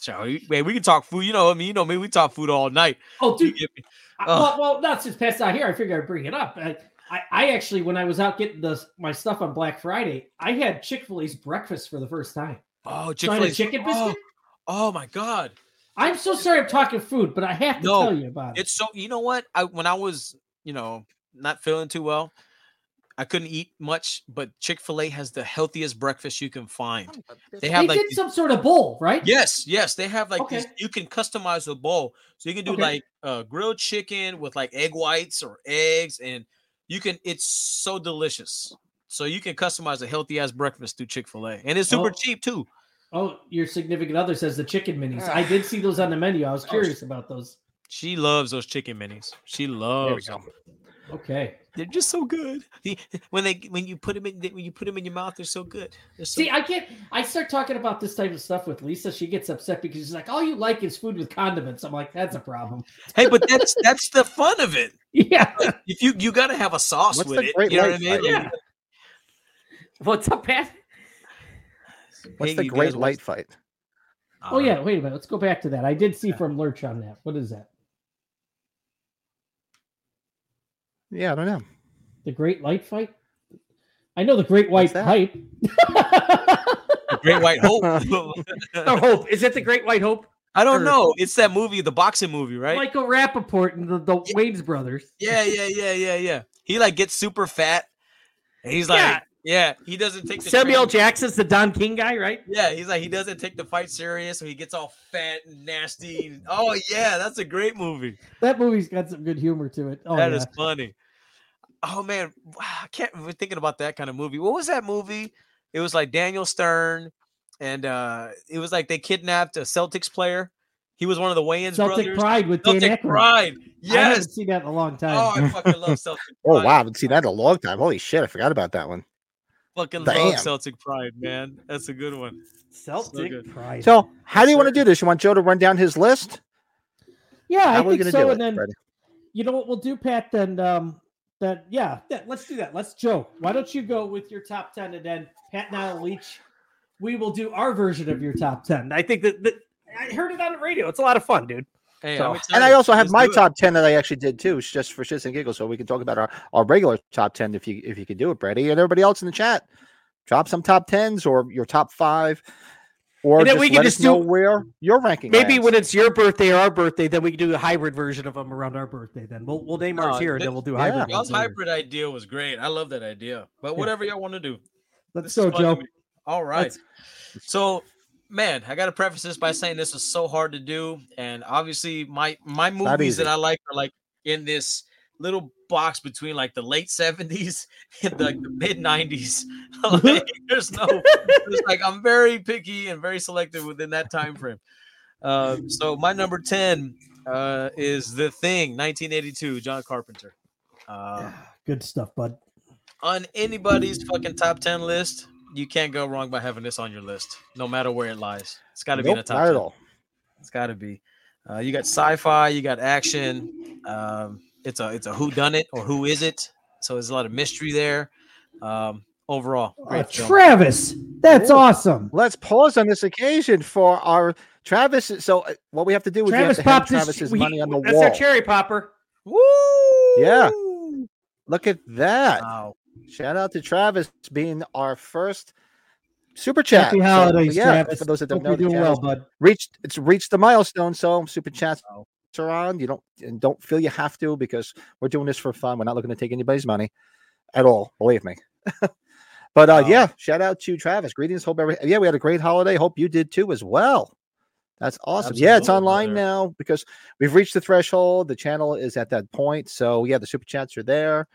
S5: So, man, we can talk food. You know, I mean, you know me. We talk food all night.
S3: Oh,
S5: You
S3: dude.
S5: get me?
S3: I-
S5: Oh.
S3: Well, well, not since past out here. I figured I'd bring it up. I, I, I actually, when I was out getting the, my stuff on Black Friday, I had Chick Fil A's breakfast for the first time.
S5: Oh,
S3: So I had
S5: Chick-fil-A
S3: a chicken biscuit.
S5: Oh my God.
S3: I'm so sorry. I'm talking food, but I have to
S5: No,
S3: tell you about it.
S5: It's so you know what? I when I was, you know, not feeling too well, I couldn't eat much, but Chick-fil-A has the healthiest breakfast you can find. They have
S3: they
S5: like
S3: did
S5: these-
S3: some sort of bowl, right?
S5: yes, yes, they have like these
S3: Okay.
S5: you can customize the bowl. So you can do
S3: Okay.
S5: like uh grilled chicken with like egg whites or eggs, and you can it's so delicious. So you can customize a healthy ass breakfast through Chick-fil-A. And it's super
S3: Oh.
S5: cheap too.
S3: Oh, your significant other says the chicken minis. I did see those on the menu. I was
S5: Oh,
S3: curious about those.
S5: She loves those chicken minis. She
S2: There we
S5: loves
S2: go.
S3: Okay.
S5: They're just so good. The- When they when you put them in when you put 'em in your mouth, they're so good. They're so
S3: See, I can't. I start talking about this type of stuff with Lisa. She gets upset because she's like, "All you like is food with condiments." I'm like, "That's a problem."
S5: hey, but that's that's the fun of it.
S3: Yeah.
S5: If you you gotta have a sauce
S2: What's
S5: with
S2: the
S5: it,
S2: great
S5: you know what I
S2: life,
S5: mean?
S2: right?
S5: Like,
S6: What's up, Pat?
S2: What's
S5: hey,
S2: the
S5: you guys
S2: great
S5: want-
S2: light fight?
S3: Oh
S5: Uh,
S3: yeah. Wait a minute. Let's go back to that. I did see from Lurch on that. What is that?
S2: Yeah, I don't know.
S3: The Great Light Fight. I know the Great White
S2: What's that?
S3: Pipe.
S5: the Great White Hope.
S6: The Hope. Is it the Great White Hope?
S5: I don't
S6: Or-
S5: know. It's that movie, the boxing movie, right?
S6: Michael Rappaport and the, the Wayne's brothers.
S5: yeah, yeah, yeah, yeah, yeah. He like gets super fat, and he's like,
S6: Yeah.
S5: yeah, he doesn't take the
S6: Samuel
S5: training-
S6: Jackson's the Don King guy, right?
S5: Yeah, he's like he doesn't take the fight serious, so he gets all fat and nasty. and- oh yeah, that's a great movie.
S3: that movie's got some good humor to it. Oh,
S5: That
S3: yeah.
S5: is funny. Oh man, I can't remember thinking about that kind of movie. What was that movie? It was like Daniel Stern, and uh it was like they kidnapped a Celtics player. He was one of the Wayans
S3: Celtic
S5: brothers.
S3: Pride with Dan
S5: Celtic
S3: Aykroyd.
S5: Pride.
S3: I haven't
S5: Yes.
S3: seen that in a long time.
S5: Oh, I fucking love Celtic.
S2: Oh
S5: Pride.
S2: wow, I haven't seen that in a long time. Holy shit, I forgot about that one.
S5: Fucking
S2: Damn.
S5: love Celtic Pride, man. That's a good one.
S6: Celtic
S5: good.
S6: Pride.
S2: So, how do you want to do this? You want Joe to run down his list?
S3: yeah,
S2: How
S3: I
S2: are we
S3: think
S2: going to
S3: so.
S2: do
S3: And
S2: it?
S3: then
S2: Freddie?
S3: you know what we'll do, Pat? Then um, that yeah, that, let's do that. Let's Joe. Why don't you go with your top ten, and then Pat and I will each we will do our version of your top ten.
S6: I think that, that I heard it on the radio. It's a lot of fun, dude.
S5: Hey,
S6: So-
S5: I'm
S2: And I
S5: excited.
S2: also have
S5: Let's
S2: my
S5: do it.
S2: top ten that I actually did too, s- just for shits and giggles, so we can talk about our, our regular top ten if you if you could do it, Brady, and everybody else in the chat. Drop some top tens or your top five, or
S6: And then
S2: just
S6: we can
S2: let
S6: just
S2: us know
S6: do-
S2: where your ranking.
S6: Maybe
S2: lands.
S6: when it's your birthday or our birthday, then we can do a hybrid version of them around our birthday. Then we'll we'll name ours
S5: No,
S6: here, and
S5: th-
S6: then we'll do
S2: yeah.
S6: hybrid. ones
S5: Y'all's
S6: later.
S5: hybrid idea was great. I love that idea. But whatever y'all want to do,
S3: Let's
S5: This
S3: go,
S5: is fun to
S3: Joe.
S5: me. All right. So, man, I got to preface this by saying this is so hard to do, and obviously my my movies that
S2: easy.
S5: I like are like in this little box between like the late seventies and like the mid nineties. like, there's no, there's like I'm very picky and very selective within that time frame. Uh, so my number ten uh, is The Thing, 1982, John Carpenter. Uh,
S3: Good stuff, bud.
S5: on anybody's fucking top 10 list, you can't go wrong by having this on your list, no matter where it lies. It's got to be in the
S2: Nope,
S5: top
S2: not
S5: 10.
S2: at all.
S5: It's got to be. Uh, you got sci-fi, you got action. Um, it's a it's a who done it or who is it? So there's a lot of mystery there. Um, overall,
S3: Uh,
S5: great film.
S3: Travis, that's
S2: Ooh.
S3: awesome.
S2: Let's pause on this occasion for our Travis. So, uh, what we have to do is
S3: Travis
S2: we have
S3: popped
S2: to
S3: his-
S2: have Travis's
S6: We-
S2: money on the
S6: that's
S2: wall.
S6: our cherry popper.
S5: Woo!
S2: Yeah. Look at that!
S5: Wow.
S2: Shout out to Travis being our first super chat.
S3: Happy
S2: So,
S3: holidays,
S2: yeah,
S3: Travis.
S2: for those that don't
S3: Hope
S2: know,
S3: you're
S2: the
S3: doing
S2: channel's
S3: well, bud.
S2: reached it's reached the milestone. So super chats are on. You don't and don't feel you have to because we're doing this for fun. We're not looking to take anybody's money at all. Believe me. but uh,
S5: Wow.
S2: yeah, shout out to Travis. Greetings. Hope every yeah we had a great holiday. Hope you did too as well. That's awesome. yeah, it's
S5: Absolutely,
S2: online
S5: brother.
S2: now because we've reached the threshold. The channel is at that point. So yeah, the super chats are there.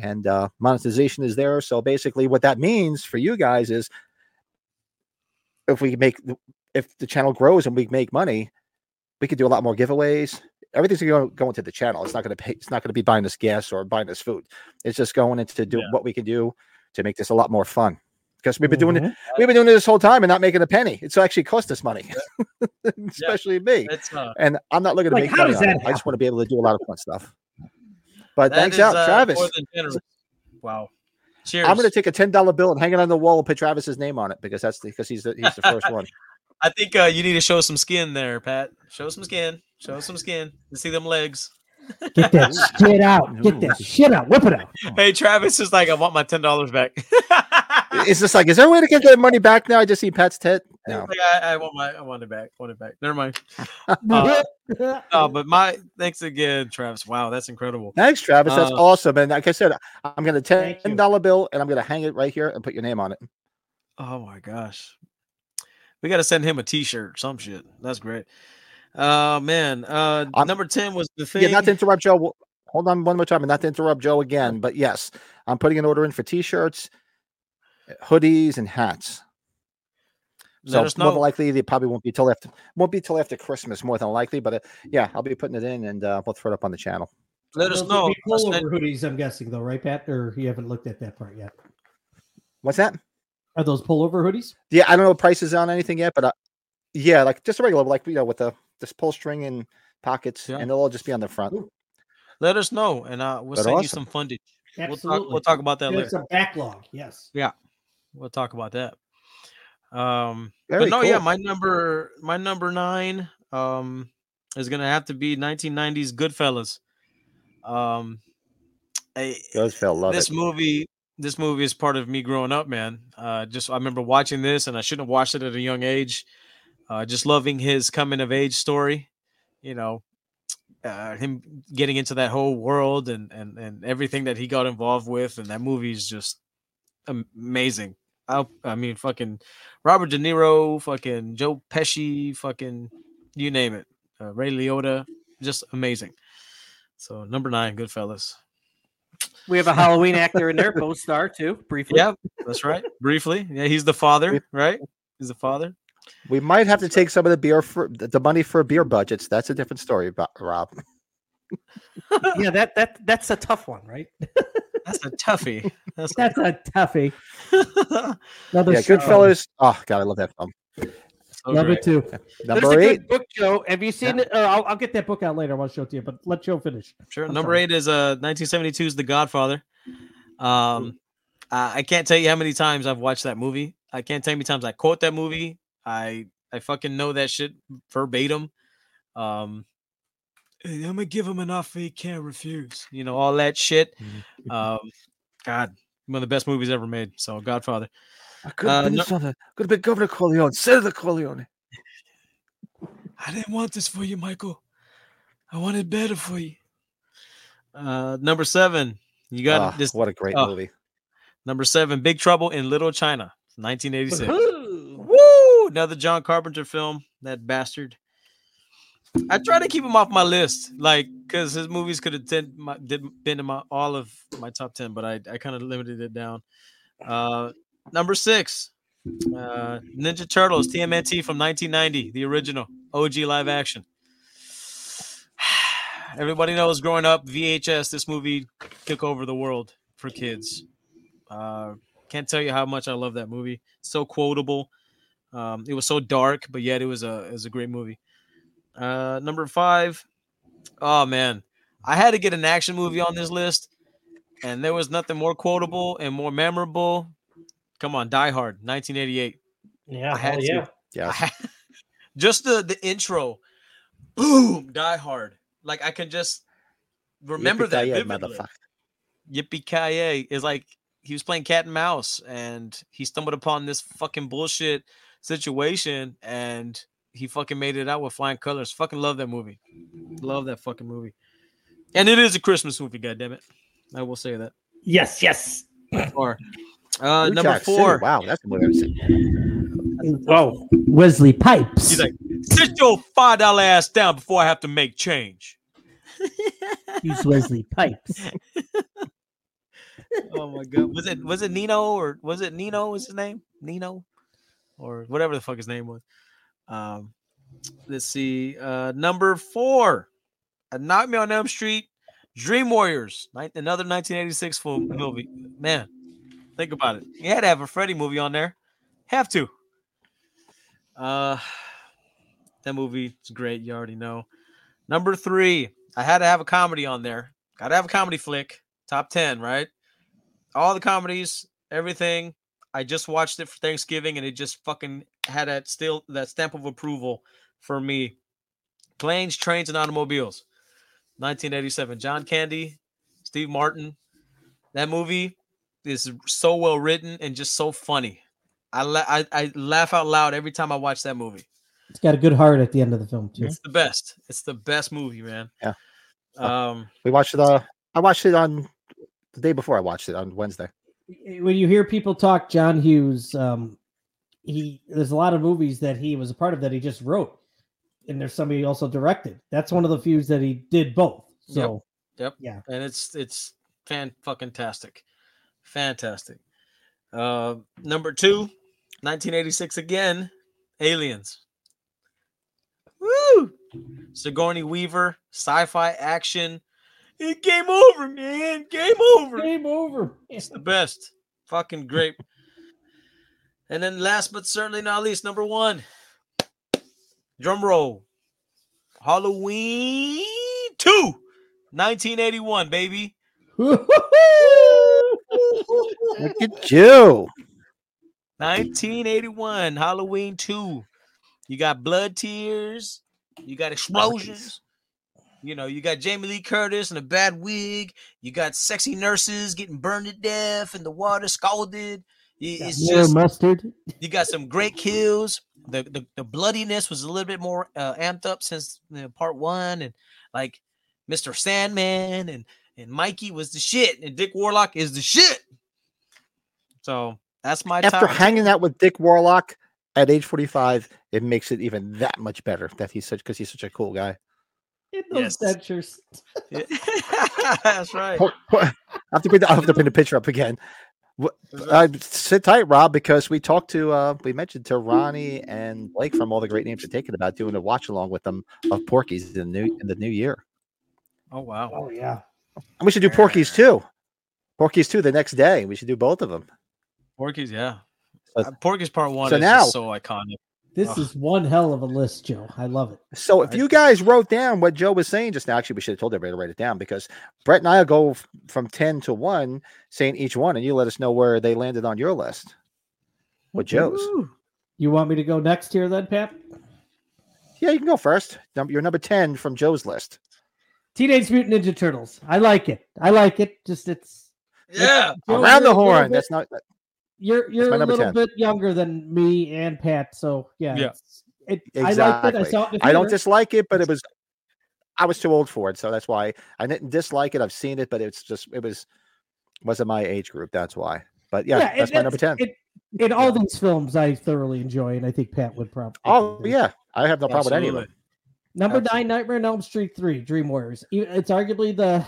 S2: And uh, monetization is there. So basically, what that means for you guys is if we make if the channel grows and we make money, we could do a lot more giveaways. Everything's going to go into the channel. It's not going to pay. It's not going to be buying us gas or buying us food. It's just going into do what we can do to make this a lot more fun. Because we've been doing it,
S3: Mm-hmm.
S2: we've been doing it this whole time and not making a penny. It's actually cost us money, especially me.
S5: That's uh,
S2: And I'm not looking to
S3: Like,
S2: make
S3: how
S2: money.
S3: does
S2: on
S3: that
S2: it. I just want to be able to do a lot of fun stuff. But
S5: that
S2: thanks
S5: is,
S2: out,
S5: uh,
S2: Travis.
S5: More than generous. Wow. Cheers.
S2: I'm going to take a ten dollar bill and hang it on the wall and put Travis's name on it because that's the, because he's the, he's the first one.
S5: I think uh, you need to show some skin there, Pat. Show some skin. Show some skin. You see them legs.
S4: Get that shit out. Get that shit out. Whip it out.
S5: Hey, Travis is like, I want my ten dollars back.
S2: It's just like, is there a way to get that money back now? I just see Pat's tit. No.
S5: Like, I, I want my, I want it back. Want it back. Never mind. Uh, No, but my thanks again, Travis. Wow, that's incredible.
S2: Thanks, Travis. That's
S5: Uh,
S2: awesome. And like I said, I'm going to
S4: Thank you.
S2: ten dollar bill and I'm going to hang it right here and put your name on it.
S5: Oh my gosh, we got to send him a T-shirt, some shit. That's great. Uh man, uh
S2: I'm-
S5: number ten was the thing.
S2: Yeah, not to interrupt Joe. Well, Hold on one more time, and not to interrupt Joe again. But yes, I'm putting an order in for t-shirts, hoodies, and hats. So
S5: Let us
S2: more than
S5: know.
S2: likely, they probably won't be till after won't be till after Christmas. More than likely, but uh, yeah, I'll be putting it in and uh, we'll throw it up on the channel.
S5: Let us
S4: Those would
S5: know.
S4: be Pullover hoodies, I'm guessing, though, right, Pat? Or you haven't looked at that part yet?
S2: What's that?
S4: Are those pullover hoodies?
S2: Yeah, I don't know prices on anything yet, but uh, yeah, like just a regular, like you know, with the this pull string and pockets,
S5: Yeah.
S2: and it'll all just be on the front.
S5: Let us know, and uh, we'll
S2: But
S5: send you
S2: awesome.
S5: some fundage. We'll
S4: Absolutely.
S5: talk. We'll talk about that later.
S4: It's a backlog. Yes.
S5: We'll talk about that. Um,
S2: Very
S5: but no, yeah,
S2: cool.
S5: my number, my number nine, um, is gonna have to be 1990s Goodfellas. Um, I,
S2: Goodfellas, love
S5: this
S2: it.
S5: movie, this movie is part of me growing up, man. Uh, just I remember watching this, and I shouldn't have watched it at a young age. Uh, just loving his coming of age story, you know, uh, him getting into that whole world and and and everything that he got involved with, and that movie is just am- amazing. I I mean, fucking Robert De Niro, fucking Joe Pesci, fucking you name it, uh, Ray Liotta, just amazing. So number nine, Goodfellas.
S3: We have a Halloween actor in there, Bo Star too. Briefly,
S5: Yeah, that's right. Briefly, yeah, he's the father, right? He's the father.
S2: We might have to take some of the beer for the the money for beer budgets. That's a different story, Bo- Rob.
S3: yeah, that that that's a tough one, right?
S5: That's a toughie. That's,
S4: That's a toughie.
S5: so
S4: Another
S2: yeah,
S4: show.
S2: Goodfellas. Oh God, I love that film.
S4: Love
S5: great.
S4: it too.
S2: Number
S3: There's a
S2: eight.
S3: good book, Joe. Have you seen it?
S4: Uh, I'll, I'll get that book out later. I want to show it to you, but let Joe finish.
S5: Sure.
S4: I'm
S5: Number
S4: sorry.
S5: eight is uh 1972's The Godfather. Um, I, I can't tell you how many times I've watched that movie. I can't tell you how many times I quote that movie. I I fucking know that shit verbatim. Um, I'm gonna give him an offer he can't refuse. You know all that shit.
S4: Mm-hmm.
S5: Um, God, one of the best movies ever made. So Godfather.
S2: Could
S5: Uh,
S2: have been
S5: no-
S2: something. Could have been Governor Corleone, Senator Corleone.
S5: I didn't want this for you, Michael. I wanted better for you. Uh, number seven, you got
S2: Ah,
S5: this.
S2: what a great
S5: oh.
S2: movie.
S5: Number seven, Big Trouble in Little China, 1986.
S3: Ooh.
S5: Woo! Another John Carpenter film. That bastard. I try to keep him off my list, like because his movies could have ten, my, did, been in my all of my top ten, but I, I kind of limited it down. Uh, number six, uh, Ninja Turtles TMNT from 1990, the original OG live action. Everybody knows growing up VHS, this movie took over the world for kids. Uh, can't tell you how much I love that movie. So quotable. Um, it was so dark, but yet it was a it was a great movie. Uh, number five. Oh man, I had to get an action movie on this list, and there was nothing more quotable and more memorable. Come on, Die Hard, 1988.
S3: Yeah,
S5: I had
S3: hell
S5: to.
S3: yeah.
S5: I
S2: Yes.
S5: ha- just the the intro, boom, Die Hard. Like I can just remember that
S2: Yippee-ki-yay,
S5: vividly.
S2: motherfucker.
S5: Yippee ki yay is like he was playing cat and mouse, and he stumbled upon this fucking bullshit situation, and he fucking made it out with flying colors. Fucking love that movie. Love that fucking movie. And it is a Christmas movie, goddammit. I will say that.
S7: Yes, yes.
S5: Or uh,
S2: Blue
S5: number
S2: Jack City.
S5: four.
S2: Wow, that's the movie I've seen.
S7: Oh, Wesley Pipes.
S5: He's like, sit your five dollar ass down before I have to make change.
S7: He's Wesley Pipes.
S5: Oh my god. Was it was it Nino or was it Nino was his name? Nino? Or whatever the fuck his name was. Um let's see. Uh number four. A Nightmare on Elm Street, Dream Warriors. Ni- Another 1986 full movie. Man, think about it. You had to have a Freddy movie on there. Have to. Uh that movie is great. You already know. Number three. I had to have a comedy on there. Gotta have a comedy flick. Top 10, right? all the comedies, everything. I just watched it for Thanksgiving and it just fucking had that still that stamp of approval for me. Planes, Trains, and Automobiles, 1987. John Candy, Steve Martin. That movie is so well written and just so funny. I, la- I I laugh out loud every time I watch that movie.
S3: It's got a good heart at the end of the film too.
S5: It's the best. It's the best movie, man.
S2: Yeah.
S5: Um.
S2: We watched it. Uh, I watched it on the day before. I watched it on Wednesday.
S3: When you hear people talk John Hughes, um, he there's a lot of movies that he was a part of that he just wrote, and there's somebody he also directed. That's one of the few that he did both. So
S5: and it's it's fan fucking tastic, fantastic. Uh, number two, 1986 again, Aliens. Woo! Sigourney Weaver, sci-fi action. It game over, man. Game over.
S3: game over.
S5: It's the best. Fucking great. and then last but certainly not least, number one. Drum roll. Halloween 2, 1981, baby.
S2: Look at you.
S5: 1981, Halloween 2. You got blood tears. You got explosions. You know, you got Jamie Lee Curtis in a bad wig. You got sexy nurses getting burned to death and the water scalded. It- It's
S3: More
S5: just
S3: mustard.
S5: You got some great kills. The, the the bloodiness was a little bit more uh, amped up since you know, part one, and like Mr. Sandman and and Mikey was the shit, and Dick Warlock is the shit. So that's my
S2: After
S5: top.
S2: hanging out with Dick Warlock at age 45, it makes it even that much better that he's such because he's such a cool guy.
S3: In those
S5: Yes.
S3: dentures.
S5: that's right.
S2: Ho- ho- I have to bring, I have to bring the picture up again. Uh, sit tight, Rob, because we talked to uh, we mentioned to Ronnie and Blake from all the great names you're taking about doing a watch along with them of Porky's in the new in the new year.
S5: Oh wow.
S3: Oh yeah.
S2: And we should do Porky's too. Porky's too the next day. We should do both of them.
S5: Porky's, yeah.
S2: So-
S5: Uh, Porky's part one
S2: so
S5: is just
S2: now-
S5: so iconic.
S3: This
S5: Ugh.
S3: is one hell of a list, Joe. I love it.
S2: So if you guys wrote down what Joe was saying just now, actually, we should have told everybody to write it down because Brett and I will go f- from 10 to 1 saying each one, and you let us know where they landed on your list. What Joe's?
S3: You want me to go next here then, Pat?
S2: Yeah, you can go first. Number, you're number 10 from Joe's list.
S3: Teenage Mutant Ninja Turtles. I like it. I like it. Just it's
S5: Yeah.
S3: Joe, you're a
S2: Around the
S3: little
S2: horn.
S3: bit-
S2: That's not that-
S3: you're you're
S2: my
S3: a
S2: number
S3: little
S2: 10.
S3: bit younger than me and Pat, so yeah.
S5: Yeah.
S3: it's- It, I liked it. I
S2: exactly.
S3: saw it. in the
S2: I don't
S3: theater.
S2: dislike it, but it was I was too old for it, so that's why I didn't dislike it. I've seen it, but it's just it was wasn't my age group. That's why. But yeah,
S3: Yeah, and
S2: that's my number 10.
S3: that's- in all these films, I thoroughly enjoy, and I think Pat would probably.
S2: oh,
S3: agree.
S2: yeah. I have no problem with any of
S5: Absolutely.
S2: them.
S3: Number
S5: Absolutely.
S3: nine, Nightmare on Elm Street three, Dream Warriors. E- It's arguably the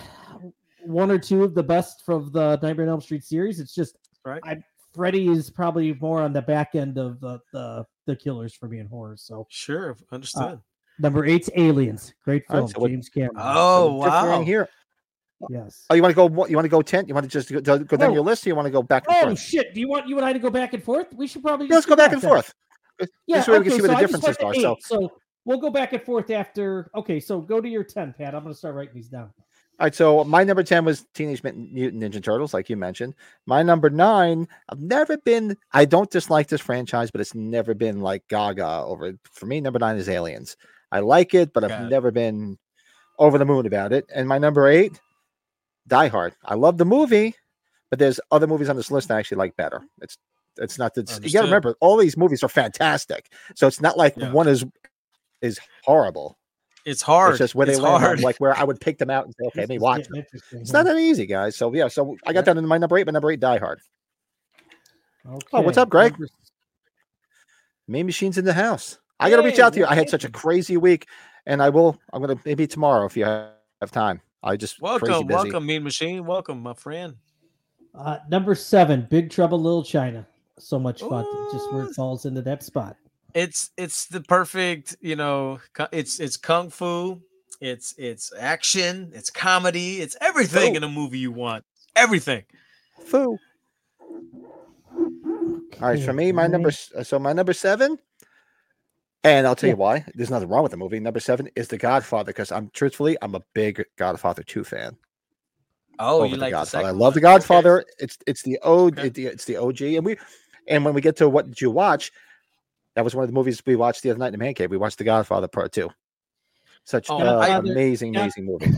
S3: one or two of the best from the Nightmare on Elm Street series. It's just
S5: Right.
S3: I, Freddy is probably more on the back end of the the, the killers for me in horror. So
S5: Sure. Understood.
S3: number eight's Aliens, great
S2: All right,
S3: film,
S2: so what-
S3: James Cameron.
S5: oh
S2: So differing
S5: wow.
S2: Here,
S3: yes.
S2: Oh, you want to go? mo- You want to go ten? You want to just go, go down
S3: Oh.
S2: your list, or you want to go back and
S3: Oh
S2: forth?
S3: shit! Do you want you and I to go back and forth? We should probably
S2: Yeah, let's
S3: just
S2: go
S3: do
S2: back
S3: that
S2: and
S3: then.
S2: forth.
S3: Yeah,
S2: This way we can
S3: okay,
S2: see what the
S3: so I just
S2: differences
S3: went
S2: are,
S3: to
S2: so-
S3: eight, so we'll go back and forth after. Okay, so go to your ten, Pat. I'm going to start writing these down.
S2: All right. So my number ten was Teenage Mut- Mutant Ninja Turtles, like you mentioned. My number nine, I've never been. I don't dislike this franchise, but it's never been like Gaga over. For me, number nine is Aliens. I like it, but I've
S5: Got it.
S2: never been over the moon about it. And my number eight, Die Hard. I love the movie, but there's other movies on this list I actually like better. It's it's not that you got
S5: Understood.
S2: to remember all these movies are fantastic. So it's not like
S5: Yeah.
S2: one is is horrible.
S5: It's hard.
S2: It's just where
S5: It's
S2: they land,
S5: hard.
S2: on, like where I would pick them out and say, okay, let me watch. them. It's
S3: It's
S2: not that easy, guys. So yeah, so I got that in my number eight. My number eight, Die Hard. Oh, what's up, Greg? Main Machine's in the house. I got to reach
S3: Hey,
S2: out to you. I had
S3: hey.
S2: such a crazy week, and I will. I'm gonna maybe tomorrow if you have have time. I just crazy
S5: Welcome,
S2: busy.
S5: welcome, Mean Machine. Welcome, my friend.
S3: Uh, number seven, Big Trouble in Little China. So much fun.
S5: Ooh.
S3: Just
S2: Oh.
S3: where it falls into that spot.
S5: It's it's the perfect, you know. cu- It's it's kung fu. It's it's action. It's comedy. It's everything in a movie you want. Everything.
S2: Foo. All right, for me, my number s- uh, so my number seven, and I'll tell you why. There's nothing wrong with the movie. Number seven is The Godfather because I'm truthfully I'm a big Godfather two fan.
S5: Oh,
S2: over
S5: you
S2: The
S5: like the
S2: Godfather.
S5: second
S2: I love The
S5: one? Okay.
S2: Godfather. It's it's the OG.
S5: Okay.
S2: It's, the, it's the OG, and we and when we get to what did you watch, that was one of the movies we watched the other night in the man cave. We watched The Godfather Part Two. Such
S5: Oh,
S2: uh,
S5: I-
S2: amazing,
S3: Yeah.
S2: amazing movie.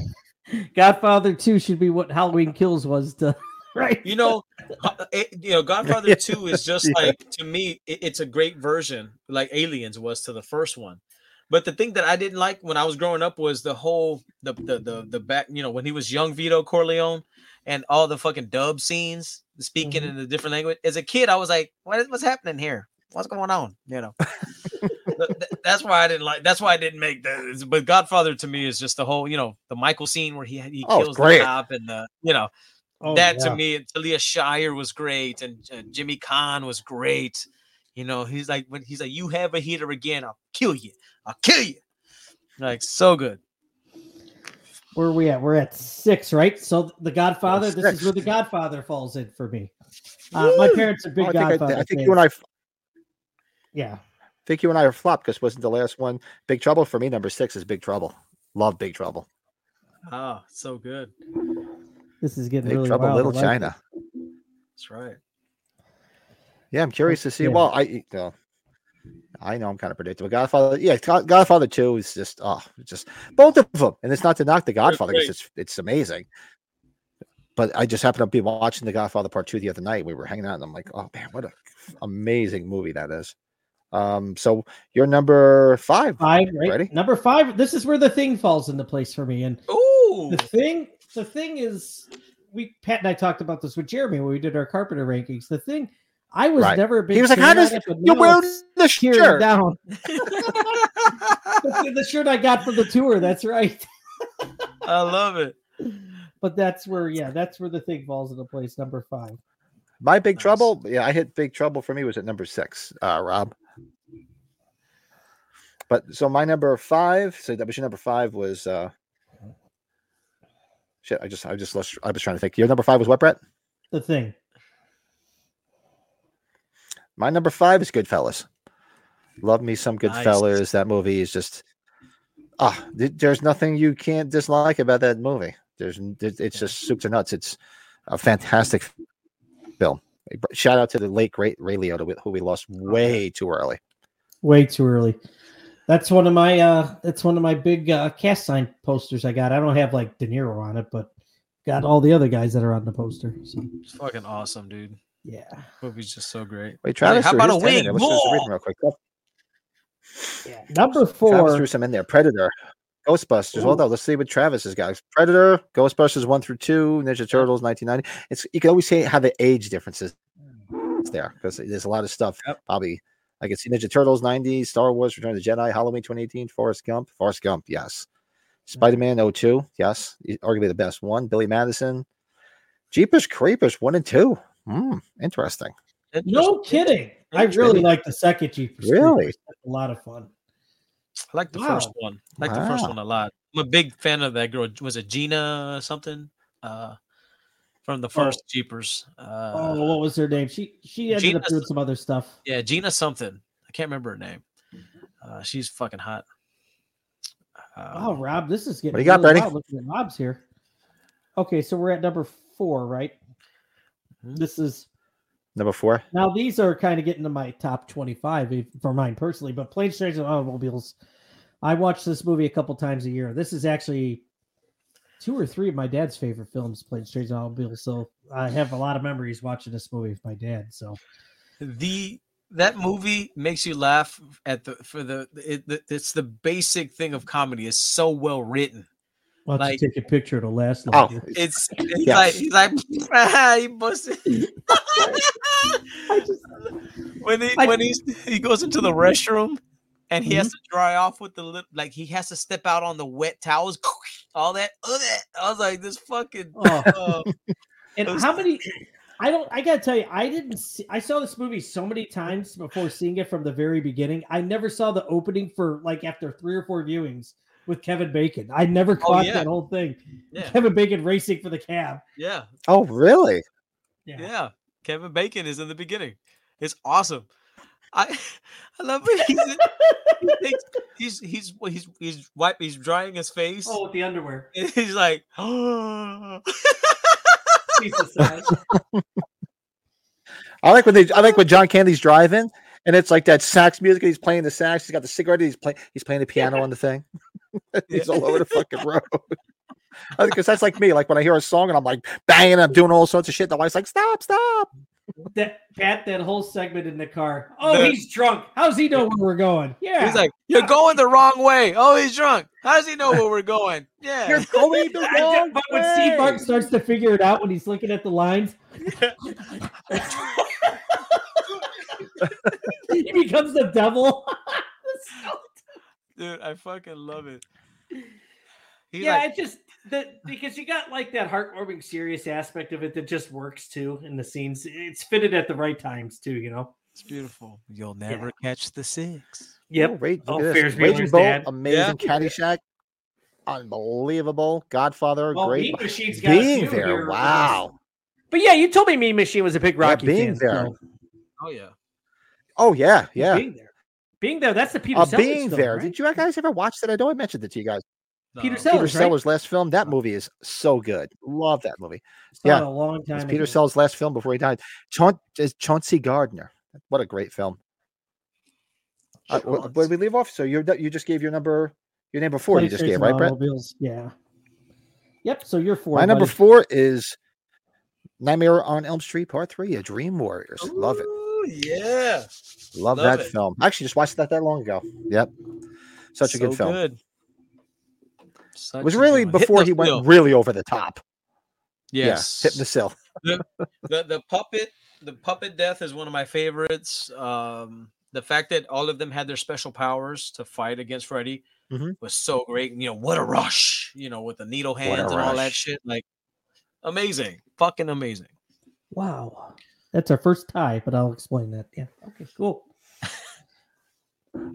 S3: Godfather 2 should be what Halloween Kills was to right.
S5: You know, uh, it, you know, Godfather
S2: Yeah.
S5: Two is just
S2: Yeah.
S5: like to me, it, it's a great version, like Aliens was to the first one. But the thing that I didn't like when I was growing up was the whole the the the, the back, you know, when he was young Vito Corleone and all the fucking dub scenes, speaking
S2: Mm-hmm.
S5: in a different language. As a kid, I was like, what is, what's happening here? What's going on? You know. Th- th- that's why I didn't like. That's why I didn't make that. But Godfather to me is just the whole, you know, the Michael scene where he he
S2: Oh, it's
S5: kills
S2: great.
S5: the cop and the, you know,
S3: Oh,
S5: that
S3: yeah.
S5: to me, Talia Shire was great, and uh, Jimmy Kahn was great. You know, he's like when he's like, "You have a hitter again, I'll kill you. I'll kill you." Like so good.
S3: Where are we at? We're at six, right? So The Godfather, this
S2: six.
S3: is where The Godfather falls in for me. Uh, my parents are
S2: Oh,
S3: big
S2: I think,
S3: Godfather.
S2: I, I think
S3: fans.
S2: you and I
S3: Yeah.
S2: think you and I are flopped because wasn't the last one Big Trouble for me? Number six is Big Trouble. Love Big Trouble.
S5: Ah, so good.
S3: This is getting
S2: Big
S3: really
S2: Trouble,
S3: wild. I
S2: Little
S3: like it.
S2: China.
S5: That's right.
S2: Yeah, I'm curious to see.
S3: Yeah.
S2: Well, I you know, I know I'm kind of predictable. Godfather, yeah, God- Godfather Two is just oh, it's just both of them, and it's not to knock the Godfather because
S5: great.
S2: it's it's amazing. But I just happened to be watching the Godfather Part Two the other night. We were hanging out, and I'm like, oh man, what an amazing movie that is. Um, so you're number five.
S3: Five, right?
S2: Ready?
S3: Number five. This is where the thing falls into place for me. And
S5: Ooh,
S3: the thing the thing is we pat and i talked about this with jeremy when we did our carpenter rankings the thing i was
S2: Right.
S3: never a big
S2: He was like, how
S3: fan
S2: does
S3: of it, but
S2: you're
S3: now
S2: wearing
S3: it's
S2: the
S3: tearing
S2: shirt?
S3: down the the shirt i got from the tour that's right
S5: I love it.
S3: but that's where yeah that's where the thing falls into place number five
S2: My Big
S5: Nice.
S2: Trouble. Yeah, I hit Big Trouble for me was at number six, uh, Rob. But so my number five, so that was your number five was uh shit. I just I just lost I was trying to think. Your number five was what, Brett?
S3: the thing
S2: My number five is Goodfellas. Love me some
S5: Nice.
S2: Goodfellas. That movie is just ah, th- there's nothing you can't dislike about that movie. There's n- it- it's just soup to nuts. It's a fantastic film. Shout out to the late great Ray Liotta, wh- who we lost
S5: Oh,
S2: way too early.
S3: way too early that's one of my uh that's one of my big uh cast sign posters i got i don't have like de niro on it but got all the other guys that are on the poster so
S5: It's fucking awesome, dude.
S3: yeah
S5: Movie's just so great.
S2: Wait, Travis,
S5: how
S2: threw
S5: about
S2: his
S5: a
S2: ten in
S5: wing?
S2: there. Let's just read
S5: More!
S2: them real quick.
S3: yeah number
S2: Travis
S3: four
S2: threw some in there. Predator, Ghostbusters. Well,
S3: Ooh.
S2: no, let's see what Travis has got. Predator, Ghostbusters one through two, Ninja Turtles, nineteen ninety. It's you can always see how the age differences there because there's a lot of stuff.
S5: Yep.
S2: Probably I can see Ninja Turtles ninety, Star Wars Return of the Jedi, Halloween twenty eighteen, Forrest Gump, Forrest Gump, yes. Spider Man 02, yes, i- arguably the best one. Billy Madison, Jeepers Creepers one and two. Hmm, interesting.
S3: No kidding. I really like the second Jeepers. Creepers.
S2: Really?
S3: That's a lot of fun.
S5: I like the
S3: Wow.
S5: first one. I like the first
S2: Wow.
S5: one a lot. I'm a big fan of that girl. Was it Gina or something? Uh, from the first Jeepers. Uh,
S3: Oh, what was her name? She she ended up
S5: Gina's-
S3: doing some other stuff.
S5: Yeah, Gina something. I can't remember her name. Uh, she's fucking hot. Uh,
S3: Oh, Rob, this is getting
S2: What do you got,
S3: really
S2: Bernie?
S3: wild looking at Rob's here. Okay, so we're at number four, right?
S2: Mm-hmm.
S5: Mhm.
S3: This is
S2: Number four.
S3: now these are kind of getting to my top twenty-five if- for mine personally, but Planes, Trains, and Automobiles. I watch this movie a couple times a year. This is actually two or three of my dad's favorite films, Planes, Trains, and Automobiles. So I have a lot of memories watching this movie with my dad. So
S5: the that movie makes you laugh at the for the it, the- it's the basic thing of comedy. It's so well written.
S3: Why don't
S5: Like-
S3: you take a picture? It'll last
S2: Oh,
S3: longer.
S5: It's, it's
S2: Yeah.
S5: like he's like ah, he busted. when he
S3: I-
S5: when he's, he goes into the restroom and he has to dry off with the lip, like he has to step out on the wet towels, all that. all that. I was like, this fucking.
S3: Oh.
S5: uh,
S3: And
S5: Those-
S3: how many? I don't. I gotta tell you, I didn't. See, I saw this movie so many times before seeing it from the very beginning. I never saw the opening for like after three or four viewings with Kevin Bacon. I never caught
S5: Oh, yeah.
S3: that whole thing.
S5: Yeah.
S3: Kevin Bacon racing for the cab.
S5: yeah,
S2: Oh, really?
S3: Yeah.
S5: Yeah, Kevin Bacon is in the beginning. It's awesome. I I love it. He's in- he takes- he's he's well, he's he's wipe he's drying his face.
S3: Oh, with the underwear.
S5: And he's like, oh.
S3: Jesus. I-
S2: I like when they I like
S3: Oh.
S2: when John Candy's driving and it's like that sax music. and He's playing the sax. He's got the cigarette. and He's playing. He's playing the piano on the thing. he's all over the fucking road. Because that's like me. Like when I hear a song and I'm like banging, I'm doing all sorts of shit. The wife's like, "Stop, stop!"
S3: that Pat, that whole segment in the car. Oh,
S5: The-
S3: he's drunk. How's he know where we're going? Yeah.
S5: he's like, you're going the wrong way. Oh, he's drunk. How does he know where we're going? Yeah.
S2: going the
S3: I don't- but when Steve Martin starts to figure it out when he's looking at the lines, he becomes the devil.
S5: Dude, I fucking love it. He's
S3: yeah,
S5: like,
S3: it just that because you got like that heartwarming, serious aspect of it that just works too in the scenes. It's fitted at the right times too, you know.
S5: it's beautiful. You'll never catch the six.
S2: Oh,
S3: Yep.
S2: Rage,
S3: Oh,
S2: look at this.
S3: Ferris
S2: Raging
S3: Bueller's
S2: Bull,
S3: dad.
S2: amazing Caddyshack, unbelievable. Godfather,
S3: Well,
S2: great.
S3: Mean Machine's got us
S2: Being
S3: too here uh,
S2: there,
S3: with
S2: wow.
S8: But yeah, you told me Mean Machine was a big Rocky
S2: being
S8: fan.
S2: there.
S8: so-
S5: Oh yeah.
S2: Oh yeah, yeah.
S3: Being there. Being there. That's the Peter
S2: Uh,
S3: Sellers
S2: being
S3: film,
S2: there.
S3: right?
S2: Did you guys ever watch that? I know I mentioned it to you guys.
S3: Peter
S5: No.
S3: Sellers,
S2: Peter
S3: right?
S2: Sellers' last film. That movie is so good. Love that movie.
S3: Saw it
S2: yeah.
S3: a long
S2: It's
S3: time.
S2: Peter
S3: ago.
S2: Sellers' last film before he died. Chaun- is Chauncey Gardner. What a great film. Uh, wh- where did we leave off? So you you just gave your number, your number four. You just
S3: Planes,
S2: gave
S3: Trains,
S2: right,
S3: and
S2: Brett.
S3: Automobiles, Yeah. Yep. So you're four.
S2: My number
S3: buddy.
S2: four is Nightmare on Elm Street Part Three: A Dream Warriors. Love it.
S5: Ooh, yeah. love
S2: Love, that
S5: it.
S2: film. I actually just watched that that long ago. Yep. Such a good
S5: So
S2: film.
S5: Good.
S2: It
S5: Such
S2: was
S5: a
S2: really
S5: good one.
S2: before he went
S5: Hypnosil.
S2: really over the top.
S5: Yes.
S2: Yeah, Hypnosil.
S5: the the puppet the puppet death is one of my favorites. Um, the fact that all of them had their special powers to fight against Freddy
S3: Mm-hmm.
S2: Mhm.
S5: was so great. You know what a rush! You know with the needle
S2: a
S5: hands and all that
S2: rush.
S5: shit, like amazing, fucking amazing.
S3: Wow. That's our first tie, but I'll explain that. Yeah. Okay, cool.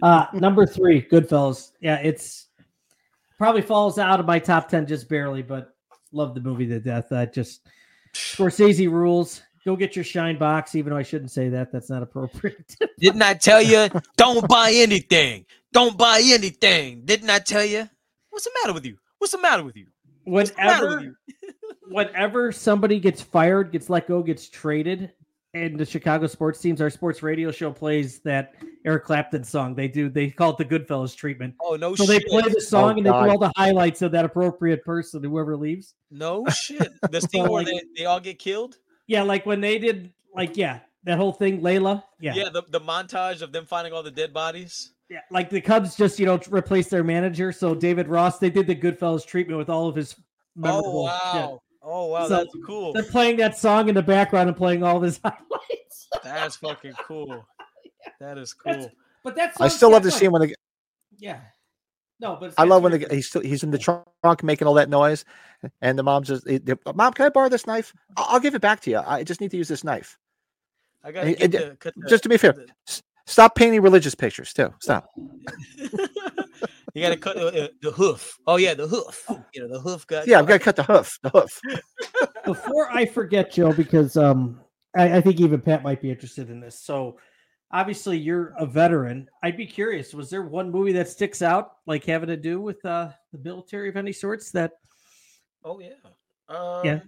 S3: Uh number three, Goodfellas. Yeah, it's probably falls out of my top ten just barely, but love the movie to death. I just Scorsese rules. Go get your shine box, even though I shouldn't say that. That's not appropriate.
S5: Didn't I tell you? Don't buy anything. Don't buy anything. Didn't I tell you? What's the matter with you? What's the matter with you? matter with
S3: whenever whenever somebody gets fired, gets let go, gets traded, and the Chicago sports teams, our sports radio show plays that Eric Clapton song. They do they call it the Goodfellas treatment.
S5: Oh no
S3: So they
S5: shit!
S3: play the song and they do
S2: God.
S3: all the highlights of that appropriate person, whoever leaves.
S5: no shit. The scene where
S3: like-
S5: they, they all get killed.
S3: Yeah, like when they did, like yeah, that whole thing, Layla. Yeah,
S5: Yeah,
S3: yeah,
S5: the, the montage of them finding all the dead bodies.
S3: Like the Cubs just you know replaced their manager, so David Ross. They did the Goodfellas treatment with all of his.
S5: Oh
S3: Memorable shit.
S5: wow! Oh wow!
S3: So-
S5: that's cool.
S3: They're playing that song in the background and playing all of his highlights.
S5: That's fucking cool. That is
S3: That's-
S5: cool.
S3: But that's
S2: I still love to see him when the
S3: Yeah. No, but
S2: I love when
S3: the
S2: the, he's still, he's in the trunk making all that noise, and the mom's just eh, the- mom. Can I borrow this knife? I'll, I'll give it back to you. I just need to use this knife.
S5: I
S2: I-
S5: gotta
S2: I
S5: get
S2: d-
S5: the, cut the-
S2: Just to be fair,
S5: the-
S2: s- stop painting religious pictures too. Stop.
S5: you gotta cut the, uh, the hoof. Oh yeah, the hoof. You know the hoof got.
S2: Yeah, I've got to cut the hoof. The hoof.
S3: before I forget, Joe, because um, I, I think even Pat might be interested in this. So, obviously, you're a veteran. I'd be curious. Was there one movie that sticks out, like having to do with uh, the military of any sorts? That
S5: Oh yeah. Um,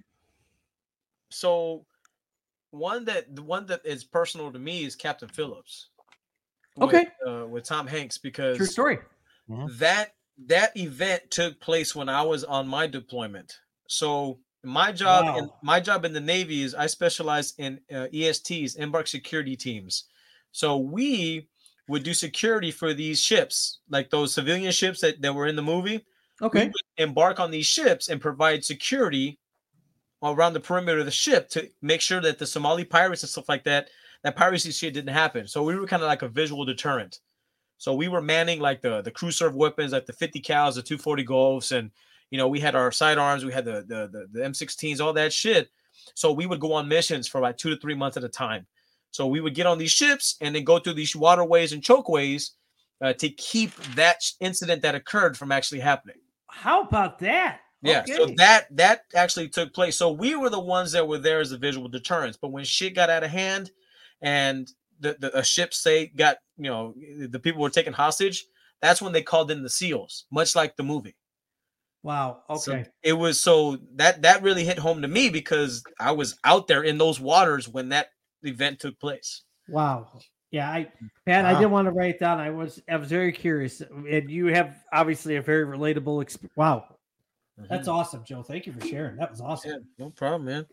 S5: So one that the one that is personal to me is Captain Phillips. with,
S3: Okay.
S5: uh, with Tom Hanks because
S3: true story.
S5: that that event took place when I was on my deployment. So my job in
S3: Wow.
S5: E my job in the Navy is I specialize in uh, ESTs, embark security teams. So we would do security for these ships, like those civilian ships that, that were in the movie.
S3: Okay.
S5: embark on these ships and provide security around the perimeter of the ship to make sure that the Somali pirates and stuff like that, that piracy shit didn't happen. So we were kind of like a visual deterrent. So we were manning like the the crew serve weapons, like the 50 cows, the 240 Golfs, and you know, we had our sidearms, we had the the the, the M16s, all that shit. So we would go on missions for like two to three months at a time. So we would get on these ships and then go through these waterways and chokeways uh, to keep that sh- incident that occurred from actually happening.
S3: How about that?
S5: Yeah, so
S3: Okay.
S5: that that actually took place. So we were the ones that were there as the visual deterrents. But when shit got out of hand, and the, the a ship say got you know the people were taken hostage, that's when they called in the seals, much like the movie.
S3: Wow.
S5: So
S3: Okay.
S5: it was so that that really hit home to me because I was out there in those waters when that event took place.
S4: Wow.
S3: Yeah, I Pat, I
S2: Wow.
S3: did want to write it down. I was I was very curious, and you have obviously a very relatable experience. Wow,
S5: Mm-hmm. Mm.
S4: That's awesome, Joe. Thank you for sharing. That was awesome.
S5: Yeah, no problem, man.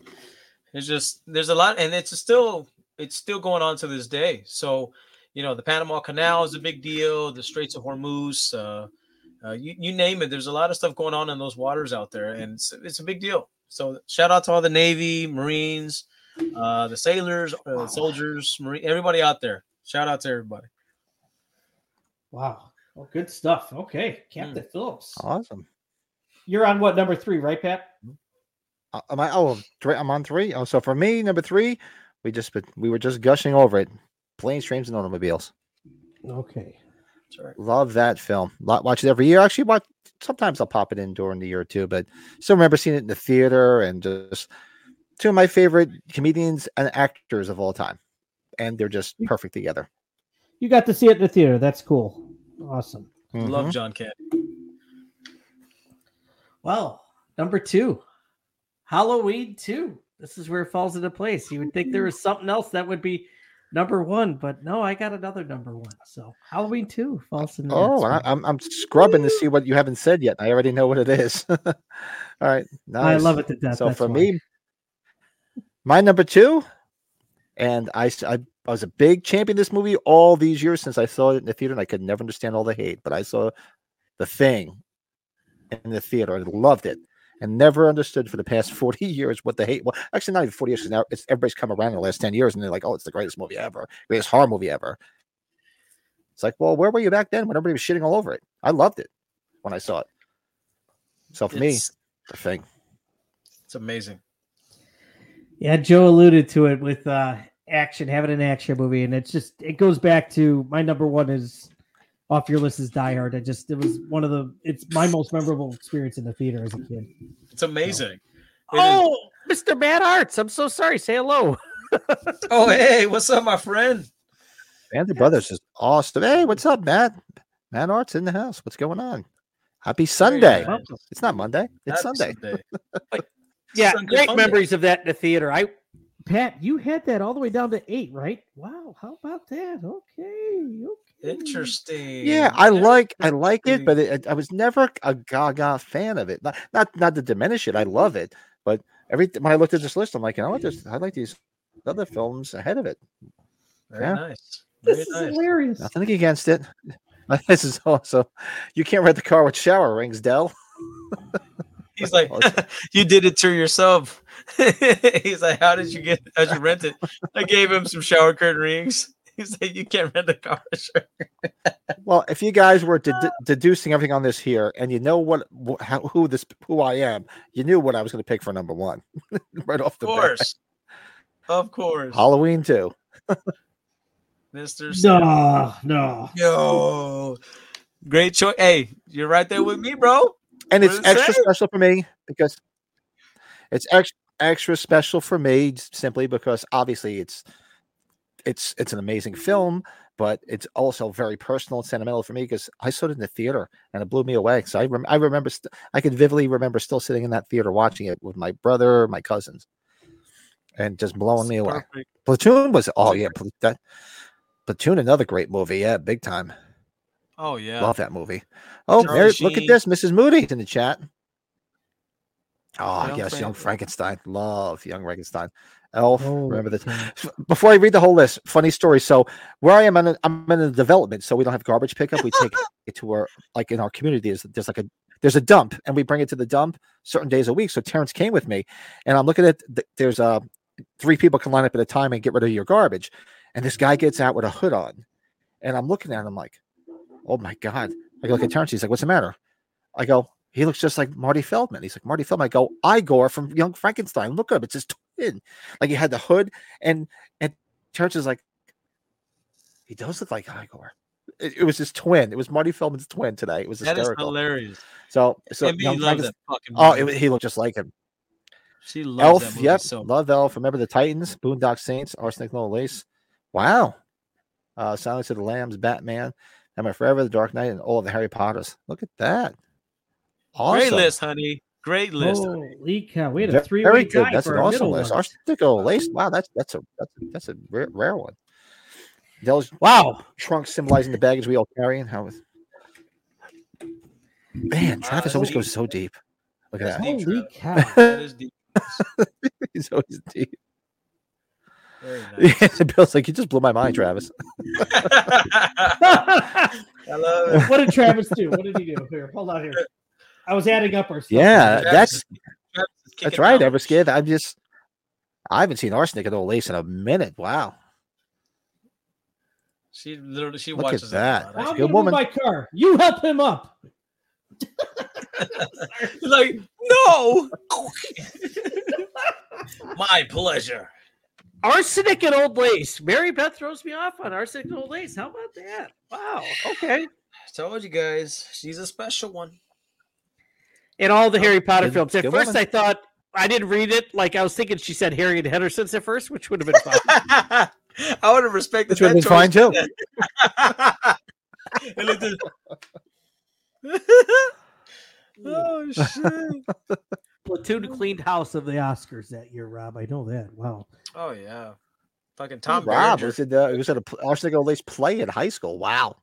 S5: It's just there's a lot, and it's still it's still going on to this day. So, you know, the Panama Canal is a big deal. The Straits of Hormuz, uh, uh, you you name it. There's a lot of stuff going on in those waters out there, and it's, it's a big deal. So, shout out to all the Navy, Marines, uh, the sailors, uh, soldiers, Marine, everybody out there. Shout out to everybody.
S4: Wow. Well, good stuff. Okay.
S3: Hmm.
S4: Captain Phillips.
S2: Awesome.
S4: You're on what number three, right, Pat?
S2: Uh, Am I? Oh, three, I'm on three. Oh, so for me, number three, we just but we were just gushing over it. Planes, trains, and automobiles.
S4: Okay.
S5: That's all right.
S2: Love that film. Lo- Watch it every year. Actually, watch. Sometimes I'll pop it in during the year or two, but still remember seeing it in the theater and just two of my favorite comedians and actors of all time, and they're just perfect together.
S4: You got to see it in the theater. That's cool. Awesome.
S5: Love
S2: Mhm.
S5: John Candy.
S3: Well, number two, Halloween two. This is where it falls into place. You would think there was something else that would be number one, but no, I got another number one. So Halloween two falls into. that
S2: Oh, and I,
S3: spot.
S2: I'm I'm scrubbing to see what you haven't said yet. I already know what it is. all right,
S4: I
S2: nice.
S4: love it to death.
S2: so
S4: that's
S2: for
S4: why.
S2: me, my number two, and I, s- I- I was a big champion of this movie all these years since I saw it in the theater, and I could never understand all the hate, but I saw the thing in the theater and loved it. And never understood for the past 40 years what the hate was. Actually, not even 40 years 'cause now it's everybody's come around in the last 10 years and they're like, oh, it's the greatest movie ever, greatest horror movie ever. It's like, well, where were you back then when everybody was shitting all over it? I loved it when I saw it. So for me,
S5: It's,
S2: the thing.
S5: it's amazing.
S3: Yeah, Joe alluded to it with uh action, having an action movie, and it's just it goes back to my number one is off your list is Die Hard. I just it was one of the it's my most memorable experience in the theater as a kid.
S5: It's amazing. It is-
S3: Oh, Mr. Bad Arts, I'm so sorry. Say hello.
S5: oh, hey, what's up, my friend?
S2: Band of Brothers is awesome. Hey, what's up, Matt? Matt Art's in the house. What's going on? Happy Sunday.
S5: nice.
S2: It's not Monday. It's
S5: Happy
S2: Sunday.
S3: Yeah,
S5: Sunday
S3: great
S5: fun day.
S3: memories of that in the theater. I
S4: Pat, you had that all the way down to eight, right? Wow. How about that? Okay. Okay.
S5: Interesting.
S2: Yeah, I like I like
S5: Mm.
S2: it, but it, I was never a Gaga fan of it. Not not not to diminish it. I love it, but every when I looked at this list, I'm like, you know what? There's, I like these other films ahead of it.
S5: Very
S2: Yeah.
S5: nice. Very
S4: This is
S5: nice.
S4: hilarious.
S2: Nothing against it. This is also you can't rent the car with shower rings, Dell.
S5: He's like, you did it to yourself. He's like, how did you get? How'd you rent it? I gave him some shower curtain rings. He's like, you can't rent a car. Sure.
S2: Well, if you guys were dedu- deducing everything on this here, and you know what, wh- how, who this, who I am, you knew what I was going to pick for number one, right off
S5: Of
S2: the bat.
S5: course, of course,
S2: Halloween too.
S5: Mister.
S4: No, no.
S5: Yo, great choice. Hey, you're right there with me, bro.
S2: and it's
S5: Wouldn't
S2: extra
S5: say.
S2: special for me because it's extra extra special for me s- simply because obviously it's it's it's an amazing film but it's also very personal and sentimental for me because i saw it in the theater and it blew me away so i, rem- I remember st- i could vividly remember still sitting in that theater watching it with my brother my cousins and just blowing me away
S5: Perfect.
S2: platoon was oh yeah Pl- that platoon another great movie yeah big time
S5: Oh yeah.
S2: Love that movie. Oh,
S5: Charlie
S2: there, look at
S5: Sheen.
S2: this. Mrs. Moody's in the chat. Oh,
S5: Young
S2: yes, Young
S5: Frank-
S2: Frankenstein. Love Young Frankenstein. Elf.
S3: Oh.
S2: remember this. F- Before I read the whole list, funny story. So where I am, in, I'm in the development, so we don't have garbage pickup. We take it to our like in our community. Is there's like a there's a dump, and we bring it to the dump certain days a week. So Terrence came with me, and I'm looking at th- there's a three people can line up at a time and get rid of your garbage, and this guy gets out with a hood on, and I'm looking at him like, oh my god. I go look at Terrence. He's like, what's the matter? I go, he looks just like Marty Feldman. He's like Marty Feldman. I go, Igor from Young Frankenstein. Look at him. It's his twin. Like he had the hood and and Church is like, he does look like Igor. It, it was his twin. It was Marty Feldman's twin today. It was
S5: That is
S2: hysterical.
S5: hilarious.
S2: so so
S5: And me
S2: Young
S5: love
S2: Frankens-
S5: that fucking
S2: oh,
S5: movie.
S2: it, wa- he looked just like him.
S5: she loves that
S2: Elf,
S5: movie
S2: yep,
S5: so
S2: love Elf. Remember the Titans, Boondock Saints, Arsenic, No Lace. Wow. Uh, Silence of the Lambs, Batman, Emma Forever, The Dark Knight, and all of the Harry Potters. Look at that. Awesome.
S5: Great list, honey. Great list.
S3: Holy cow! We had a
S2: Very-
S3: three
S2: Very
S3: way
S2: good.
S3: tie
S2: That's
S3: for
S2: an
S3: our
S2: awesome
S3: middle
S2: list.
S3: one.
S2: Article lace. Wow, that's that's a that's a, that's a rare, rare one. Dell's
S9: Wow.
S2: trunk symbolizing the baggage we all carry and how. With... Man, Travis always goes so deep. Look at
S5: That's deep,
S3: Holy
S5: Travis.
S3: cow!
S5: That
S2: that.
S5: is deep.
S2: He's always deep.
S5: Very nice.
S2: Bill's like, you just blew my mind, Travis.
S5: I
S3: what
S5: love it.
S3: did Travis do? What did he do? Here, hold on here. I was adding up our stuff.
S2: Yeah, that's
S5: Travis is kicking
S2: that's right.
S5: down.
S2: Ever scared? I'm just. I haven't seen arsenic and old lace in a minute. Wow.
S5: She literally she
S2: Look at
S5: watches
S2: that.
S5: lot.
S2: That's a
S3: I'm
S2: good
S3: gonna
S2: woman.
S3: move my car. You help him up.
S5: like, no. My pleasure.
S9: Arsenic and old lace. Mary Beth throws me off on arsenic and old lace. How about that? Wow. Okay.
S5: I told you guys, she's a special one.
S9: In all the Harry Potter
S2: Oh, good-
S9: films. At
S2: good
S9: first,
S2: woman.
S9: I thought I didn't read it. Like I was thinking, she said Harriet Henderson's at first, which would have been fun.
S5: I would have respected
S2: Which would have been fine too.
S5: too. oh shit!
S9: Platoon cleaned house.
S3: House of the Oscars that year, Rob. I know that. Wow.
S5: Oh yeah, fucking Tom
S2: Rob
S5: Berenger.
S2: was at uh, was at a pl- arsenic and old lace play in high school. Wow.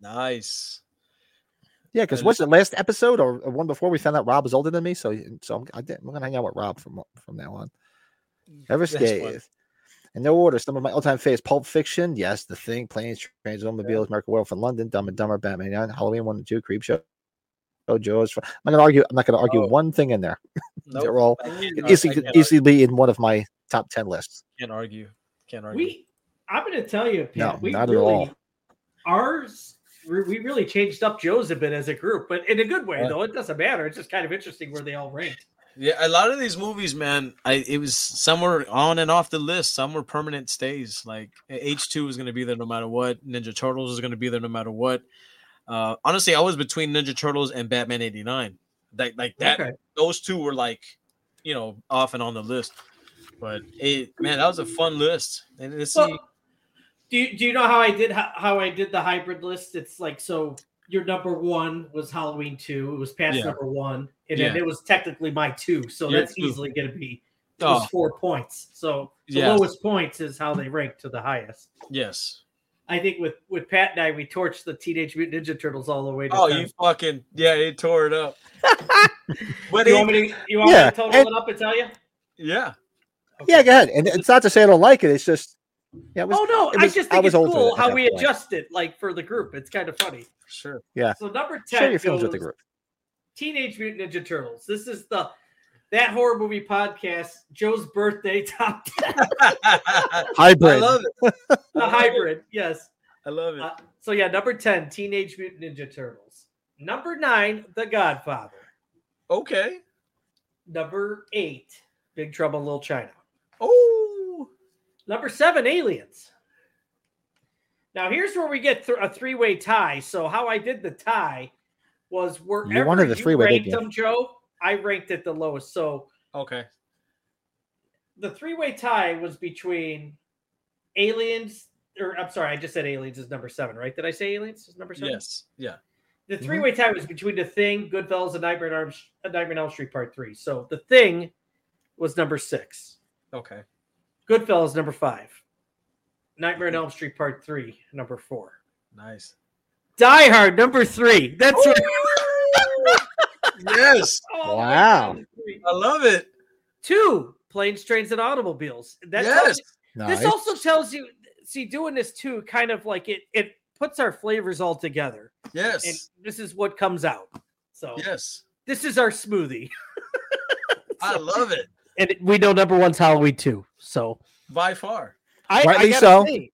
S5: Nice.
S2: Yeah, because
S5: Uh,
S2: what's the last episode or or one before we found out Rob was older than me? So, so I'm, I did, I'm gonna hang out with Rob from from now on. Ever
S5: That's funny.
S2: Scathe. In no order, some of my all-time favorites: Pulp Fiction, yes, The Thing, Planes, Trains, Automobiles, American Werewolf in London, Dumb and Dumber, Batman, 9, Halloween One and Two, Creep Show, Oh Joe's. I'm not gonna argue. I'm not gonna argue
S5: Oh.
S2: one thing in there.
S5: Nope.
S2: They're all
S5: I can't,
S2: could
S5: ar- I
S2: easily
S5: can't
S2: could
S5: argue.
S2: easily be in one of my top ten lists.
S5: Can't argue. Can't argue.
S3: We, I'm going to tell you, Pat,
S2: No,
S3: we
S2: not at
S3: really,
S2: all.
S3: Ours, we we really changed up Joe's a bit as a group, but in a good way,
S5: Yeah.
S3: though. It doesn't matter. It's just kind of interesting where they all ranked.
S5: Yeah, a lot of these movies, man. I it was some were on and off the list. Some were permanent stays. Like H two was going to be there no matter what. Ninja Turtles is going to be there no matter what. Uh, honestly, I was between Ninja Turtles and Batman eighty nine. Like like that.
S3: Okay.
S5: Those two were like, you know, off and on the list. But it, man, that was a fun list. And it's
S3: Well, do you, do you know how I did how, how I did the hybrid list? It's like so your number one was Halloween two, it was past
S5: Yeah.
S3: number one, and then
S5: Yeah.
S3: it was technically my two, so
S5: Your
S3: that's
S5: two.
S3: easily going to be it was
S5: oh,
S3: four points. So the
S5: Yeah.
S3: lowest points is how they rank to the highest.
S5: yes.
S3: I think with with Pat and I, we torched the Teenage Mutant Ninja Turtles all the way. To
S5: Oh,
S3: 10.
S5: you fucking yeah, it tore it up. but it,
S3: You want me to, you want
S2: Yeah,
S3: me to total
S2: and-
S3: it up and tell you?
S5: yeah,
S2: Yeah, go ahead. And it's not to say I don't like it. It's just yeah, it was,
S3: oh no,
S2: it
S3: I
S2: was-
S3: just
S2: I
S3: think
S2: was
S3: it's
S2: older
S3: cool
S2: at
S3: how
S2: that
S3: we
S2: point.
S3: adjust it like for the group. It's kind of funny.
S5: sure.
S3: So number ten,
S2: share your films with the
S3: goes
S2: group.
S3: Teenage Mutant Ninja Turtles. This is the that horror movie podcast. Joe's birthday top ten,
S5: I
S2: Hybrid.
S5: love it.
S3: the hybrid. Yes.
S5: I love it.
S3: Uh, so yeah, number ten, Teenage Mutant Ninja Turtles. Number nine, The Godfather.
S5: Okay.
S3: Number eight, Big Trouble in Little China.
S5: Oh,
S3: Number seven, aliens. Now here's where we get th- a three-way tie. So how I did the tie was wherever
S2: You wanted the three-way, didn't
S3: ranked
S2: you?
S3: them, Joe. I ranked it the lowest. So
S5: okay.
S3: the three-way tie was between aliens, or I'm sorry, I just said aliens is number seven, right? Did I say aliens is number seven?
S5: Yes. Yeah.
S3: The
S2: Mm-hmm.
S3: three-way tie was between the Thing, Goodfellas, and Nightmare on Elm, uh, Nightmare on Elm Street Part Three. So the Thing was number six.
S5: Okay.
S3: Goodfellas number five. Nightmare
S2: Mm-hmm.
S3: on Elm Street Part Three number four.
S5: Nice.
S9: Die Hard number three. That's right.
S5: yes.
S3: Oh my
S2: Wow.
S3: Oh, God.
S5: I love it.
S3: Two, planes, trains, and automobiles. That
S5: Yes.
S3: tells you-
S2: Nice.
S3: this also tells you. See, doing this too, kind of like it it puts our flavors all together,
S5: Yes.
S3: and this is what comes out. So
S5: yes.
S3: this is our smoothie,
S5: I love it
S3: and we know number one's Halloween too. So
S5: by far.
S3: I,
S2: Rightly
S3: I gotta
S2: so.
S3: say,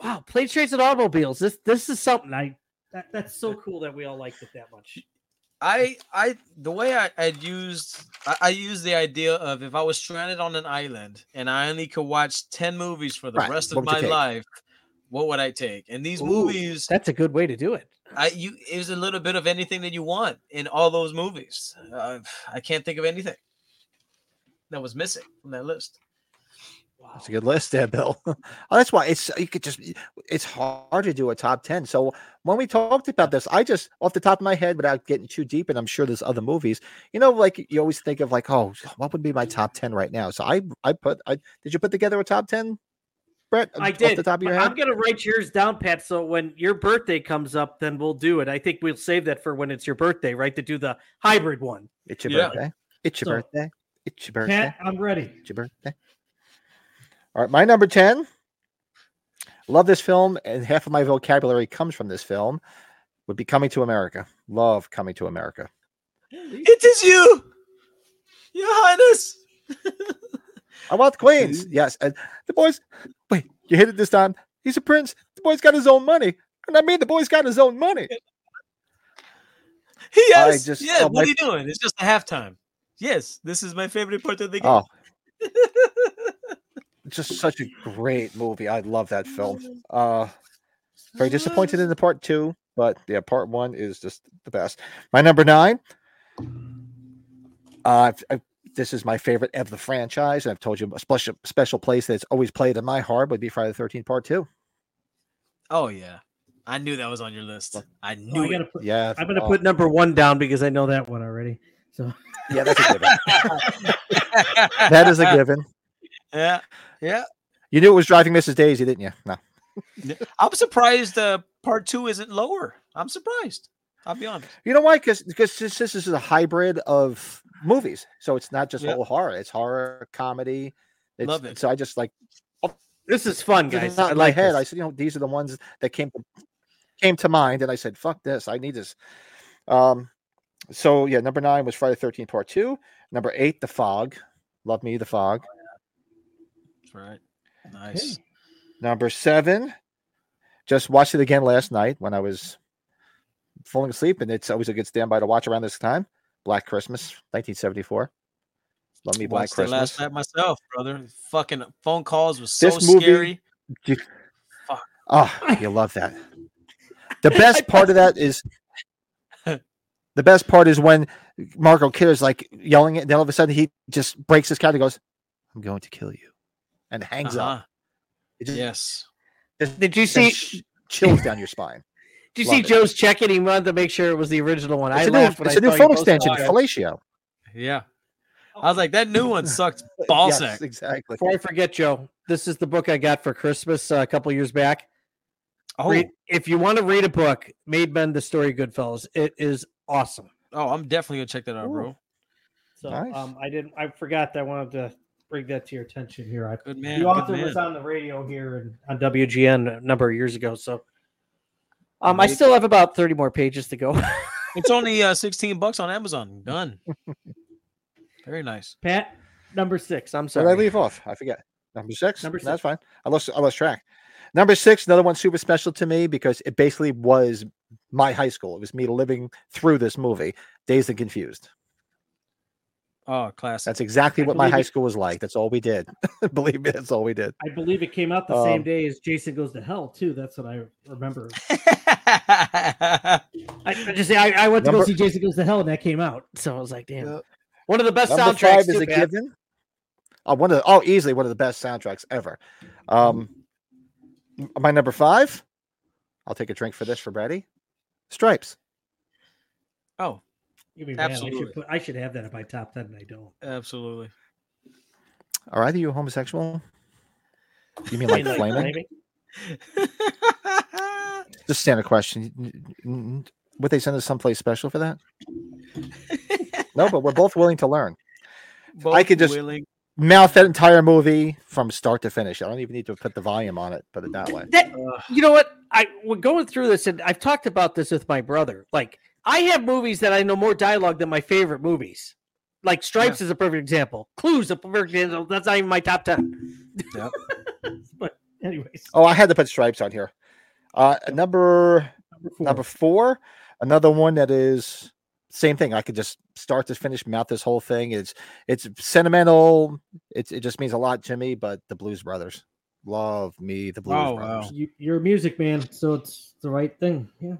S3: wow, planes, trains, and automobiles. This this is something I that, that's so cool that we all liked it that much.
S5: I I the way I I'd used I, I used the idea of if I was stranded on an island and I only could watch ten movies for the
S2: Right,
S5: rest
S2: what
S5: of
S2: would you
S5: my
S2: take?
S5: life, what would I take? And these
S3: Ooh.
S5: movies,
S3: That's a good way to do it.
S5: I you it was a little bit of anything that you want in all those movies. Uh, I can't think of anything that was missing from that list.
S3: Wow.
S2: That's a good list there, Bill. oh, that's why it's you could just it's hard to do a top ten. So when we talked about this, I just off the top of my head, without getting too deep, and I'm sure there's other movies. You know, like you always think of like, oh, what would be my top ten right now? So I I put I did you put together a top ten, Brett?
S3: I
S2: Off
S3: did.
S2: the top of your
S3: but
S2: head.
S3: I'm gonna write yours down, Pat. So when your birthday comes up, then we'll do it. I think we'll save that for when it's your birthday, right? To do the hybrid one.
S2: It's your
S5: Yeah.
S2: birthday. It's your
S4: So-
S2: birthday. It's your birthday.
S4: Cat, I'm ready.
S2: It's your birthday. All right, my number 10. Love this film, and half of my vocabulary comes from this film. Would be Coming to America. Love Coming to America.
S5: It is you, Your Highness.
S2: I want Queens. Yes. And the boys, wait, you hit it this time. He's a prince. The boy's got his own money. And I mean, the boy's got his own money.
S5: Yes.
S2: just-
S5: yeah.
S2: oh,
S5: what
S2: my-
S5: are you doing? It's just a halftime. Yes. This is my favorite part of the game.
S2: Oh. Just such a great movie. I love that film. Uh very disappointed in the part two, but yeah, part one is just the best. My number nine. Uh I've- I've- this is my favorite of the franchise. and I've told you a special special place that's always played in my heart would be Friday the thirteenth part two.
S5: Oh yeah, I knew that was on your list. I
S4: Oh,
S5: knew
S4: I
S5: it.
S4: gotta put,
S2: Yeah.
S3: I'm gonna
S2: oh,
S3: put number one down because I know that one already.
S2: yeah, that's a given. that is a given.
S5: yeah,
S2: You knew it was driving Mrs. Daisy, didn't you? No.
S5: I'm surprised. Uh, part two isn't lower. I'm surprised. I'll be honest.
S2: You know why? Because because this, this is a hybrid of movies, so it's not just
S5: Yeah.
S2: all horror. It's horror comedy. It's,
S5: Love it.
S2: So I just like
S3: This is fun,
S2: guys.
S3: guys.
S2: Out
S3: I
S2: in my
S3: like
S2: head. I
S3: this.
S2: said, you know, these are the ones that came to, came to mind, and I said, fuck this, I need this. Um, so yeah, number nine was Friday Thirteen Part Two. Number eight, The Fog. Love me, The Fog.
S5: Right. Nice.
S2: Number seven, just watched it again last night when I was falling asleep, and it's always a good standby to watch around this time. Black Christmas, 1974. Love me, Black
S5: Watched it
S2: Christmas.
S5: last night myself, brother. Fucking phone calls was so
S2: This movie-
S5: scary.
S2: Oh, you love that. The best part of that is the best part is when Marco Kid is like yelling it, and then all of a sudden he just breaks his cat and goes, I'm going to kill you. And hangs up.
S5: Uh-huh.
S2: It just
S5: Yes.
S3: Did you
S2: sends
S3: see?
S2: sh- chills down your spine.
S3: Did you
S2: Love
S3: see
S2: it.
S3: Joe's checking? He wanted to make sure it was the original one.
S2: It's
S3: I
S2: a new,
S3: laughed when
S2: it's
S3: I
S2: a new
S3: saw you
S2: phone
S3: post it.
S2: extension, Fellatio.
S5: Yeah. I was like, that new one sucked ballsack.
S2: Yes, exactly.
S3: Before I forget, Joe, this is the book I got for Christmas uh, a couple years back.
S5: Oh,
S3: Read- if you want to read a book, Made Men: The Story of Goodfellas. It is awesome.
S5: oh, I'm definitely gonna check that out, bro.
S4: So
S2: Nice.
S4: um, I didn't. I forgot. that I wanted to bring that to your attention here. I,
S5: Good man.
S4: the
S5: good
S4: author
S5: man.
S4: was on the radio here, and
S3: on WGN a number of years ago. So um, I
S5: Made-
S3: still have about 30 more pages to go.
S5: It's only uh, 16 bucks on Amazon. Done. Very nice.
S3: Pat, number six. I'm
S2: So did I
S3: sorry.
S2: leave off? I forget. Number six.
S3: Number
S2: That's fine. I lost. I lost track. Number six. Another one super special to me because it basically was my high school. It was me living through this movie, Dazed and Confused.
S5: Oh, classic.
S2: That's exactly
S4: I
S2: what my
S4: believe
S2: high
S4: it.
S2: school was like. That's all we did. believe me, that's all we did.
S4: I believe it came out the
S2: Um,
S4: same day as Jason Goes to Hell too. That's what I remember.
S3: I, I just I, I went
S2: Number-
S3: to go see Jason Goes to Hell and that came out. So I was like, damn.
S2: Yeah.
S3: One of the best
S2: Number
S3: soundtracks.
S2: five
S3: Too,
S2: is a
S3: Pat.
S2: given. Oh, one of the, oh, easily one of the best soundtracks ever. Um, m- my number five. I'll take a drink for this for Brady. Stripes.
S5: oh,
S4: You'd be mad. I
S5: Absolutely.
S4: should, put, I should have that in my top ten, and I don't.
S5: absolutely.
S2: Are either you homosexual? You mean like
S4: You know,
S2: flaming?
S4: flaming?
S2: Just standard question. N- n- Would they send us someplace special for that? no, but we're both willing to learn.
S5: Both
S2: could just-
S5: willing
S2: mouth that entire movie from start to finish. I don't even need to put the volume on it, put it that way.
S10: That
S3: uh,
S10: you know what I we're going through this, and I've talked about this with my brother. Like I have movies that I know more dialogue than my favorite movies. Like Stripes is a perfect example. Clues a perfect example. That's not even my top ten.
S11: Yep.
S10: but anyways,
S2: Oh, I had to put stripes on here. Uh, number number four, another one that is same thing. I could just start to finish, mouth this whole thing. It's it's sentimental. It's it just means a lot to me. But the Blues Brothers, love me, the Blues
S5: Oh, wow.
S2: Brothers.
S3: You, you're a music man, so it's the right thing. Yeah.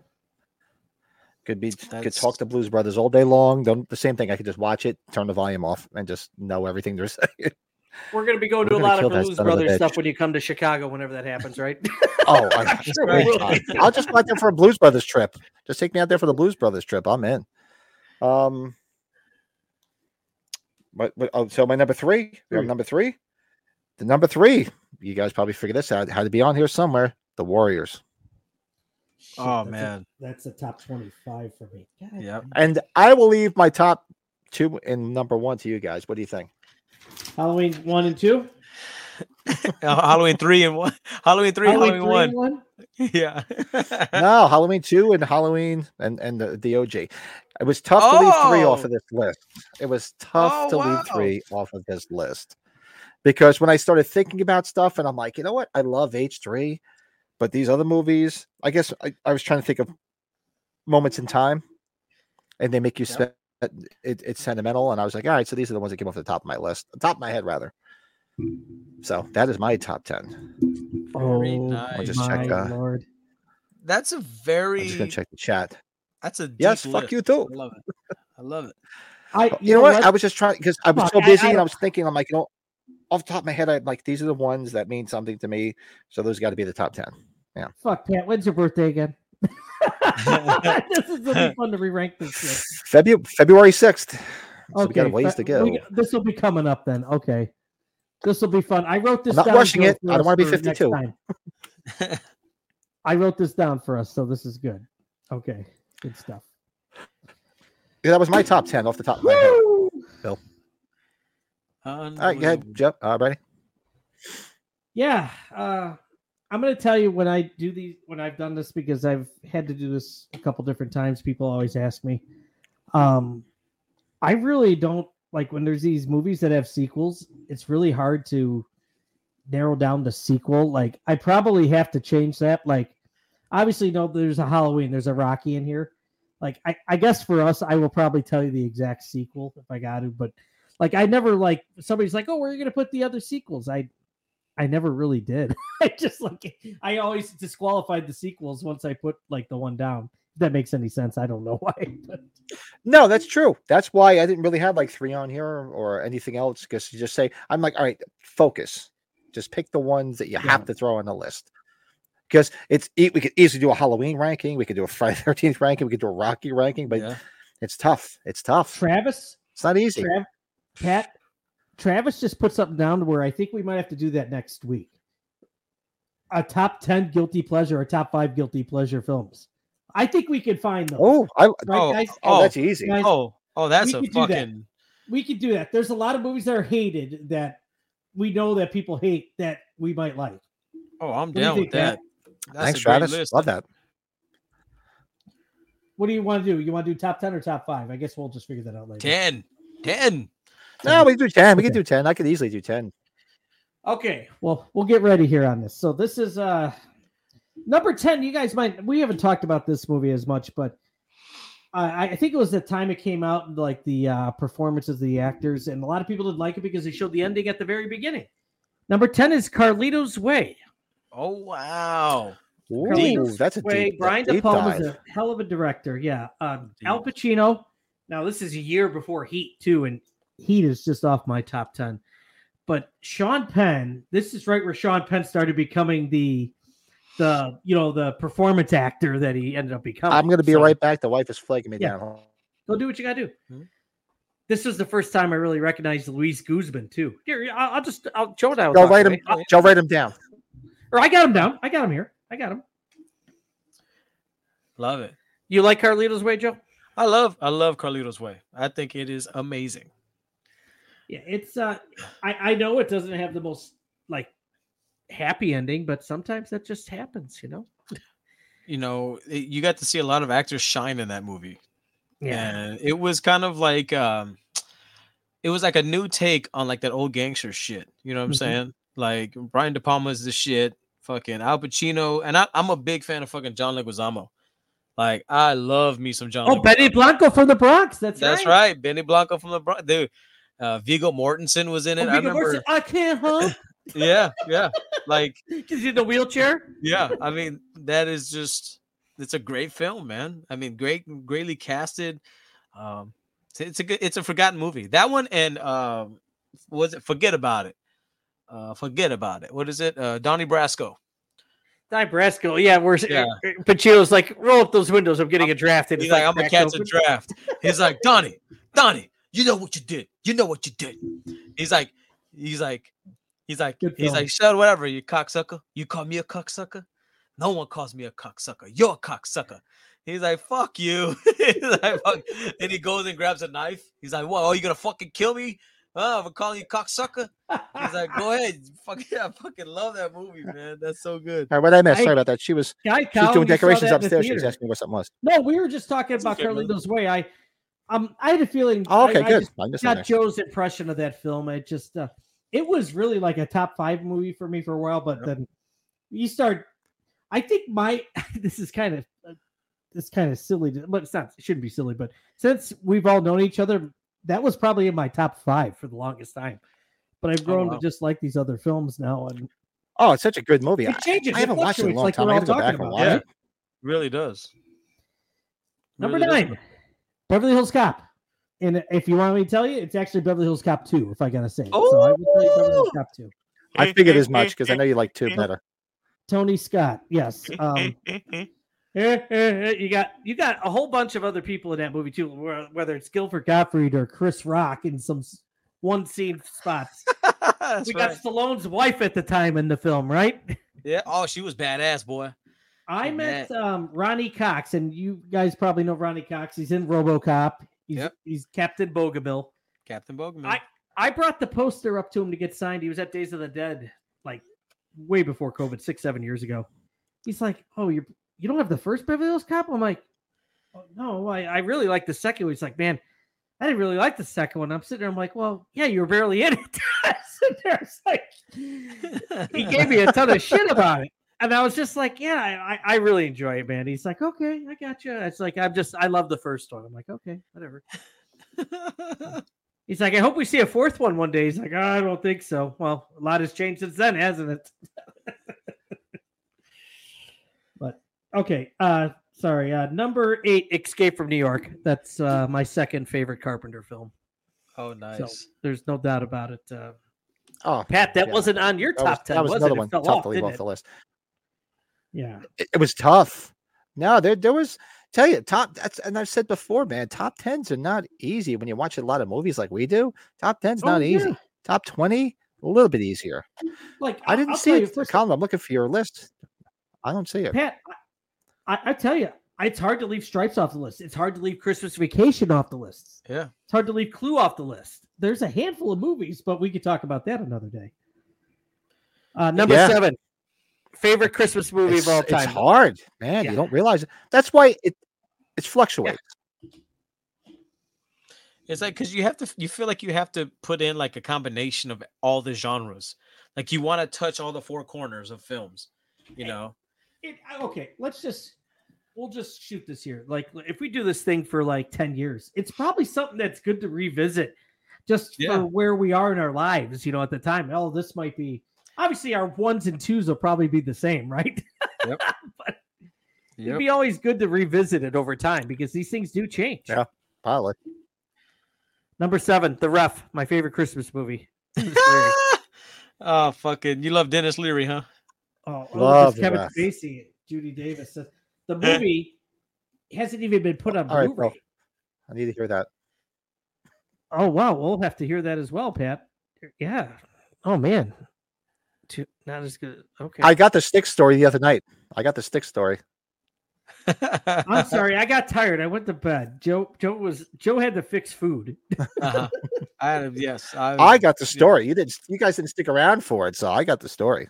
S2: Could be could
S11: That's-
S2: talk to Blues Brothers all day long. The, the same thing. I could just watch it, turn the volume off, and just know everything there's.
S10: we're gonna be going to
S2: We're
S10: a
S2: gonna
S10: lot
S2: kill
S10: of
S2: that
S10: Blues
S2: son of a
S10: Brothers
S2: bitch.
S10: stuff when you come to Chicago, whenever that happens, right?
S2: oh, I,
S10: Sure
S11: Right.
S10: will
S2: Uh,
S10: be.
S2: I'll just go out there for a Blues Brothers trip. Just take me out there for the Blues Brothers trip. I'm in. Um, but, but oh, so my number three, we have number three, the number three. You guys probably figured this out. Had to be on here somewhere. The Warriors,
S3: Shit,
S5: Oh
S3: that's a-
S5: man.
S3: that's a top twenty-five for me. God
S5: Yep.
S2: and I will leave my top two and number one to you guys. What do you think?
S3: Halloween one and two.
S5: Uh, Halloween three and one. Halloween three, Halloween,
S3: three and one.
S5: one. Yeah.
S2: no, Halloween two and Halloween and and the, the OG. It was tough to leave three off
S5: Oh!
S2: of this list. It was tough
S5: Oh,
S2: to
S5: wow.
S2: leave three off of this list because when I started thinking about stuff, and I'm like, you know what? I love H three, but these other movies, I guess I, I was trying to think of moments in time, and they make you spend. It, it's sentimental, and I was like, all right, so these are the ones that came off the top of my list, top of my head rather. So that is my top ten.
S5: Very
S3: Oh,
S5: nice.
S2: I'll just check,
S3: my
S2: uh,
S3: lord.
S5: That's a
S2: I'm just gonna
S5: very.
S2: check the chat.
S5: That's a deep
S2: Yes, fuck
S5: list.
S2: you too.
S5: I love it. I love it.
S3: I
S2: Oh, you, know, what? I
S3: I,
S2: was just trying because I was
S3: Fuck,
S2: so
S3: I-
S2: busy
S3: I
S2: and I
S3: don't-
S2: was thinking, I'm like, you know, off the top of my head, I'm like, these are the ones that mean something to me. So those got to be the top 10.
S3: fuck Pat. When's your birthday again? this is gonna be fun to re-rank this. Shit.
S2: February February 6th. So we got a ways to
S3: fe-
S2: go.
S3: we got- This will be coming up then. Okay. This will be fun. I wrote this
S2: not
S3: down.
S2: rushing
S3: Joe,
S2: it.
S3: for
S2: I don't
S3: us
S2: wanna be
S3: for next
S2: 52.
S3: time. I wrote this down for us, so this is good. Okay. Good stuff.
S2: Yeah, that was my top 10 off the top of my head. All right, go ahead,
S5: Unbelievable.
S2: Jeff. Uh, ready?
S3: Yeah. Uh, I'm going to tell you when I do these, when I've done this, because I've had to do this a couple different times. People always ask me. Um, I really don't like when there's these movies that have sequels, it's really hard to narrow down the sequel. Like, I probably have to change that. Like, obviously, you know, there's a Halloween, there's a Rocky in here. Like, I, I guess for us, I will probably tell you the exact sequel if I got to, but like, I never like somebody's like, oh, where are you going to put the other sequels? I, I never really did. I just like I always disqualified the sequels once I put like the one down. If that makes any sense, I don't know why. But
S2: No, that's true. That's why I didn't really have like three on here or anything else because you just say, I'm like, all right, focus. Just pick the ones that you have to throw on the list. Because it's e- we could easily do a Halloween ranking, we could do a Friday Thirteenth ranking, we could do a Rocky ranking, but
S5: Yeah.
S2: it's tough. It's tough.
S3: Travis,
S2: It's not easy.
S3: Trav, Pat, Travis just put something down to where I think we might have to do that next week. A top ten guilty pleasure or top five guilty pleasure films. I think we could find those.
S2: Oh, I, oh,
S3: right,
S5: oh,
S3: guys?
S5: oh.
S2: that's easy.
S3: Guys,
S5: Oh, oh, that's a
S3: could do that.
S5: fucking.
S3: we could do that. There's a lot of movies that are hated that we know that people hate that we might like.
S5: Oh, I'm
S3: What do you
S5: down
S3: think,
S5: with that. That's
S2: Thanks,
S5: a great
S2: Travis.
S5: list.
S2: Love that.
S3: What do you want to do? You want to do top 10 or top five? I guess we'll just figure that out later.
S5: 10. 10.
S2: No, we can do ten. We can
S3: Okay.
S2: do ten. I could easily do ten.
S3: Okay. Well, we'll get ready here on this. So this is uh number 10. You guys might we haven't talked about this movie as much, but uh, I I think it was the time it came out, like the uh, performances of the actors, and a lot of people didn't like it because they showed the ending at the very beginning. Number 10 is Carlito's Way.
S5: Oh, wow.
S2: Ooh,
S3: Carlito's
S2: that's a
S3: Way.
S2: deep,
S3: Brian De
S2: deep
S3: Palma is
S2: dive.
S3: a hell of a director. Yeah. Um,
S5: Deep.
S3: Al Pacino. Now, this is a year before Heat, too, and Heat is just off my top 10. But Sean Penn, this is right where Sean Penn started becoming the, the you know, the performance actor that he ended up becoming.
S2: I'm gonna be
S3: So-
S2: right back. The wife is flagging me
S3: Yeah.
S2: down. Hold-
S3: Go do what you gotta do.
S5: Hmm.
S3: This was the first time I really recognized Luis Guzman, too. Here, I'll, I'll just, I'll show
S5: Oh,
S3: it out.
S2: Joe, write him. Joe, write him down.
S3: Or I got him down. I got him here. I got him.
S5: Love it.
S10: You like Carlito's Way, Joe?
S5: I love I love Carlito's Way. I think it is amazing.
S3: Yeah, it's uh I, I know it doesn't have the most like happy ending, but sometimes that just happens, you know?
S5: You know, it- you got to see a lot of actors shine in that movie. And it was kind of like um it was like a new take on like that old gangster shit. You know what I'm
S3: Mhm.
S5: saying? Like Brian De Palma's the shit, fucking Al Pacino, and I, I'm a big fan of fucking John Leguizamo. Like I love me some John.
S3: Oh,
S5: Leguizamo.
S3: Benny Blanco from the Bronx. That's,
S5: That's
S3: right.
S5: right. Benny Blanco from the Bronx. Dude, uh, Vigo Mortensen was in it.
S3: Oh,
S5: I
S3: Viggo
S5: remember.
S3: Mortensen, I can't help
S5: Yeah, yeah. like,
S3: because he's in the wheelchair.
S5: yeah. I mean, that is just. It's a great film, man. I mean, great, greatly casted. Um, it's, it's a good. It's a forgotten movie. That one and um, was it? Forget about it. Uh, forget about it. What is it? Uh, Donnie Brasco.
S3: Di Brasco, yeah, we're
S5: Yeah.
S3: Pacino's like, roll up those windows. I'm getting a draft. And
S5: He's
S3: it's
S5: like, I'm gonna
S3: cracked
S5: catch a
S3: open.
S5: draft. He's like, Donnie, Donnie, you know what you did. You know what you did. He's like, he's like, he's like,
S4: Good
S5: he's
S4: film.
S5: like, shut whatever, you cocksucker. You call me a cocksucker? No one calls me a cocksucker. You're a cocksucker. He's like, fuck you. He's like, "Fuck." And he goes and grabs a knife. He's like, what? Are you gonna fucking kill me? Oh, we're calling you cocksucker. He's like, go ahead. Fuck yeah, I fucking love that movie, man. That's so good.
S2: All right, what did I miss?
S3: I-
S2: Sorry about that. She was
S3: Guy
S2: she was
S3: Cowan,
S2: doing
S3: you saw
S2: decorations
S3: that in the
S2: upstairs. She was
S3: theater.
S2: asking me what something was.
S4: No, we were just talking about
S5: okay, brother.
S4: Carlito's Way. I um I had a feeling.
S2: Oh,
S4: I-
S2: okay,
S4: I
S2: good.
S4: just
S2: I missed
S4: got
S2: that.
S4: Joe's impression of that film. It just uh, it was really like a top five movie for me for a while, but then you start. I think my this is kind of uh, it's kind of silly, to- but it's not. It shouldn't be silly, but since we've all known each other, that was probably in my top five for the longest time. But I've grown
S5: wow.
S4: to just like these other films now, and
S2: Oh, it's such a good movie. I,
S4: it changes.
S2: I haven't watched it in a
S4: fluctuates
S2: long
S4: like
S2: time.
S4: we're
S2: I
S4: all
S2: gotta go back
S4: talking
S2: and
S4: about,
S2: watch
S4: right?
S2: it.
S5: Really does.
S4: Number
S5: Really does.
S4: nine, Beverly Hills Cop. And if you want me to tell you, it's actually Beverly Hills Cop 2, if I gotta say. it. So I would tell you Beverly Hills Cop 2.
S2: I figured as much because I know you like two better.
S4: Tony Scott, yes. Um,
S3: Eh, eh, eh, you got you got a whole bunch of other people in that movie too, wh- whether it's Guilford Gottfried or Chris Rock in some s- one scene spots.
S5: That's
S3: we
S5: right.
S3: got Stallone's wife at the time in the film, right?
S5: Yeah. Oh, she was badass, boy.
S4: I
S5: Yeah.
S4: met um, Ronnie Cox, and you guys probably know Ronnie Cox. He's in RoboCop. He's,
S5: Yep.
S4: he's Captain Bogomil.
S5: Captain Bogman.
S3: I brought the poster up to him to get signed. He was at Days of the Dead, like way before COVID, six seven years ago. He's like, "Oh, you you don't have the first Beverly Hills Cop?" I'm like, oh, "No, I, I really like the second one." He's like, "Man, I didn't really like the second one." I'm sitting there, I'm like, "Well, yeah, you were barely in it." I sit there, it's like, he gave me a ton of shit about it. And I was just like, yeah, I, I- I really enjoy it, man. He's like, okay, I got you. It's like, I'm just, I love the first one. I'm like, okay, whatever. He's like, I hope we see a fourth one one day. He's like, I don't think so. Well, a lot has changed since then, hasn't it?
S4: Okay, uh, sorry. Uh,
S3: Number eight, Escape from New York. That's uh, my second favorite Carpenter film.
S5: oh, nice.
S3: So there's no doubt about it. Uh,
S2: Oh,
S3: Pat, that
S2: Yeah.
S3: wasn't on your
S2: that
S3: top
S2: was,
S3: ten.
S2: that was
S3: was
S2: another
S3: it? It
S2: one
S3: fell
S2: tough
S3: off,
S2: to leave
S3: didn't
S2: off
S3: it?
S2: the list.
S4: yeah.
S2: It, it was tough. No, there there was. Tell you, top. That's and I've said before, man. Top tens are not easy when you watch a lot of movies like we do. Top ten's
S4: Oh,
S2: not
S4: yeah.
S2: easy. Top twenty, a little bit easier.
S4: Like
S2: I
S4: I'll-
S2: didn't
S4: I'll
S2: see
S4: tell you
S2: it,
S4: first-
S2: Colin. I'm looking for your list. I don't see it.
S4: Pat, I, I tell you, it's hard to leave Stripes off the list. It's hard to leave Christmas Vacation off the list.
S5: Yeah.
S4: It's hard to leave Clue off the list. There's a handful of movies, but we could talk about that another day.
S3: Uh, number
S2: Yeah.
S3: seven, favorite Christmas movie
S2: It's,
S3: of all
S2: it's
S3: time.
S2: hard, man.
S3: Yeah.
S2: You don't realize it. That's why it it's fluctuates.
S5: It's like because you have to, you feel like you have to put in like a combination of all the genres. Like you want to touch all the four corners of films, you know.
S4: It, okay, let's just
S3: we'll just shoot this here. Like if we do this thing for like 10 years, it's probably something that's good to revisit just
S5: Yeah.
S3: for where we are in our lives, you know, at the time. Oh, this might be obviously our ones and twos will probably be the same, right?
S5: Yep.
S3: but it'd be always good to revisit it over time because these things do change.
S2: Yeah. Probably.
S3: Number seven, The Ref, my favorite Christmas movie.
S5: oh, fucking! You love Dennis Leary, huh?
S4: Oh,
S2: Love
S4: Love
S2: the
S4: Kevin
S2: ref. Eh.
S4: Spacey, Judy Davis. The- The movie hasn't even been put on
S2: All right,
S4: Blu-ray.
S2: well, I need to hear that.
S3: Oh wow, we'll have to hear that as well, Pat. Yeah. Oh man. Too, not as good. Okay.
S2: I got the stick story the other night. I got the stick story.
S3: I'm sorry, I got tired. I went to bed. Joe Joe was Joe had to fix food.
S5: Uh-huh. I, yes, I,
S2: I got the story. You didn't. You guys didn't stick around for it, so I got the story.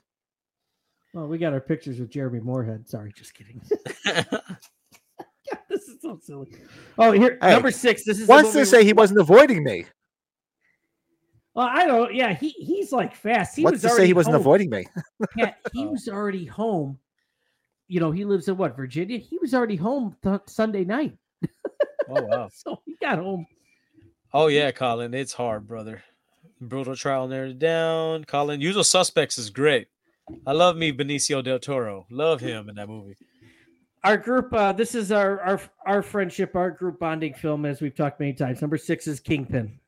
S3: Well, we got our pictures with Jeremy Moorhead. Sorry, just kidding. God, this is so silly. Oh, here
S2: Hey,
S12: Number six. This is the
S2: Wants to
S12: movie-
S2: say he wasn't avoiding me.
S3: Well, I don't. Yeah, he he's like fast. He
S2: What's
S3: was
S2: to
S3: already
S2: say he wasn't Oh.
S3: home.
S2: avoiding me?
S3: Pat, he was already home. You know, he lives in what Virginia. He was already home th- Sunday night,
S5: oh wow.
S3: so he got home.
S5: Oh yeah, Colin, it's hard, brother. Brutal trial narrowed down. Colin, Usual Suspects is great. I love me Benicio del Toro. Love him in that movie.
S3: Our group. Uh, this is our our our friendship, our group bonding film, as we've talked many times. Number six is Kingpin.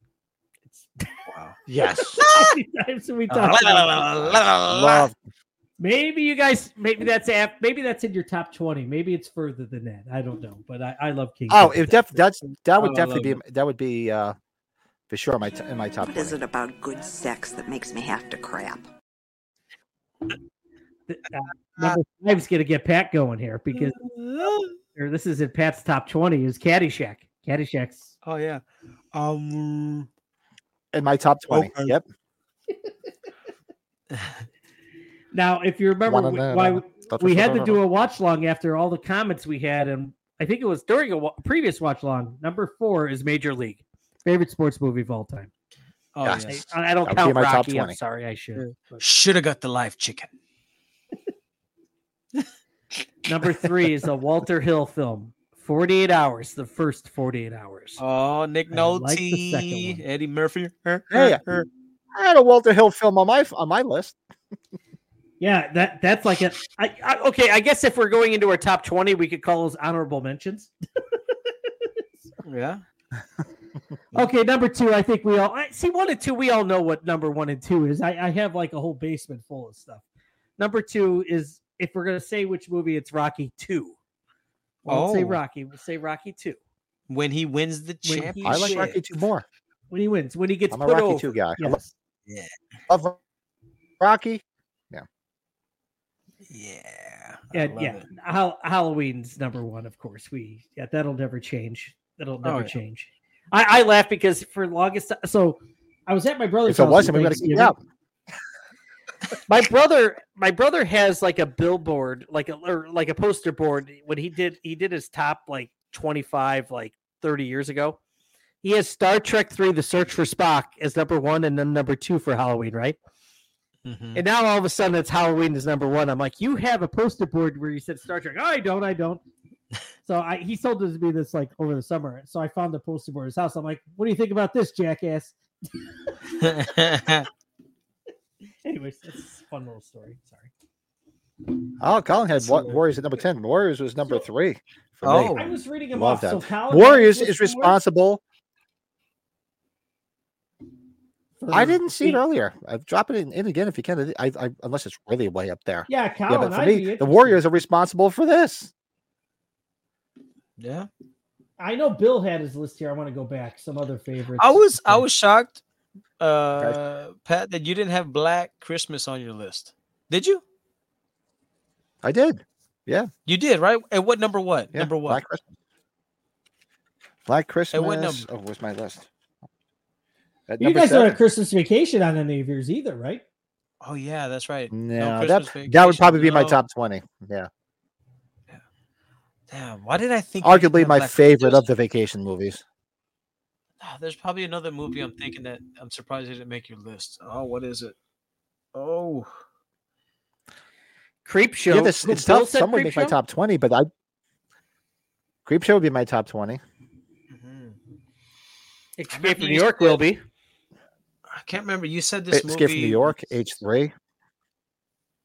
S2: Yes.
S3: Many times we
S2: Uh-huh.
S3: talked about it.
S2: Love.
S3: Maybe you guys. Maybe that's af- Maybe that's in your top twenty. Maybe it's further than that. I don't know, but I, I love Kingpin.
S2: Oh, it def- that's that would
S5: Oh, I
S2: definitely
S5: love
S2: be that would be uh for sure my t- in my top.
S13: What is
S2: 20.
S13: it about good sex that makes me have to crap?
S3: Th- uh, number five's gonna get Pat going here because or this is in Pat's top twenty is Caddyshack. Caddyshack's
S5: Oh yeah. Um
S2: In my top twenty.
S5: Okay.
S2: Yep.
S3: Now, if you remember
S2: Wanna
S3: we-
S2: know,
S3: why
S2: uh,
S3: we had to do a watch long after all the comments we had, and I think it was during a wa- previous watch long. Number four is Major League, favorite sports movie of all time.
S5: oh,
S2: Yes.
S5: yes.
S3: I, I don't
S2: That would be
S3: count
S2: my top
S3: Rocky. I'm
S2: 20.
S3: sorry, I should.
S5: Should have got the live chicken.
S3: Number three is a Walter Hill film, Forty Eight Hours, the first Forty Eight Hours.
S5: Oh, Nick
S3: I like the second
S5: Nolte,
S3: one.
S5: Eddie Murphy. Er,
S2: Yeah,
S5: er,
S2: yeah.
S5: er.
S2: I had a Walter Hill film on my on my list.
S3: Yeah, that that's like it.
S12: I, I, okay, I guess if we're going into our top twenty, we could call
S3: Those honorable mentions.
S5: Yeah.
S3: Okay, number two. I think we all I, see one and two. We all know what number one and two is. I, I have like a whole basement full of stuff. Number two is if we're gonna say which movie, it's Rocky Two. We'll say
S5: Oh.
S3: Rocky. We'll say Rocky Two
S5: When he wins the
S3: When he-
S5: championship.
S2: I like Rocky two more.
S3: when he wins. When he gets
S2: I'm a
S3: put
S2: Rocky
S3: over.
S2: two guy. I
S3: Yes.
S2: love Rocky.
S5: Yeah. I
S3: And
S5: love
S3: yeah,
S5: it.
S3: Hal- Halloween's number one, of course. We yeah, that'll never change.
S2: Oh,
S3: That'll never
S5: yeah.
S3: change. I, I laugh because for the longest ti- so I was at my brother's.
S2: If it
S3: house
S2: wasn't,
S3: for
S2: we got to keep it
S3: Thanksgiving.
S2: out.
S12: my brother my brother has like a billboard like a or like a poster board when he did he did his top like 25 like 30 years ago he has star trek 3 the search for spock as number one and then number two for halloween right
S2: Mm-hmm.
S5: Mhm.
S12: and now all of a sudden it's halloween is number one i'm like you have a poster board where you said
S3: said Star Trek. I don't, I don't. So I he sold it to me this like over the summer. So I found the poster board at his house. I'm like, what do you think about this, jackass? Anyways, that's a fun little story. Sorry.
S2: Oh, Colin had
S5: So-
S2: what Warriors at number ten. Warriors was number
S3: So-
S2: three. For
S5: Oh.
S2: me.
S3: I was reading him
S2: Love
S3: off.
S2: that.
S3: So Colin
S2: Warriors
S3: was
S2: is
S3: listed
S2: responsible.
S3: for-
S2: I didn't see it
S3: he-
S2: earlier. I drop it in, in again if you can. I, I unless it's really way up there.
S3: Yeah, Colin.
S2: yeah, but for
S3: I'd Oh, be
S2: me, the
S3: interested.
S2: Warriors are responsible for this.
S5: yeah.
S3: I know Bill had his list here. I want to go back. Some other favorites.
S5: I was I was shocked, uh, Pat, that you didn't have Black Christmas on your list. Did you?
S2: I did.
S5: You did, right? And what number? What
S2: Yeah,
S5: number? What?
S2: Black Christmas. Black Christmas.
S5: went num-
S2: oh, where's my list? At
S3: You
S2: number
S3: guys
S2: seven.
S3: don't have Christmas vacation on any of yours either, right?
S5: Oh yeah, that's
S2: Mm.
S5: right.
S2: No,
S5: Christmas
S2: that, that would
S5: Vacation,
S2: probably be my
S5: no.
S2: top twenty. Yeah,
S5: Damn, why did I think? you didn't
S2: arguably
S5: have
S2: my
S5: Black
S2: favorite of
S5: Christmas?
S2: the vacation movies.
S5: Ah, There's probably another movie I'm thinking that I'm surprised it didn't make your list. Oh, what is it? Oh,
S12: creep show
S2: yeah, this, it's tough. Some would make my top twenty, but I Creep Show would be my top twenty.
S5: mhm.
S12: escape from new york will be
S5: I can't remember. You said this movie.
S2: Escape from New York, H three.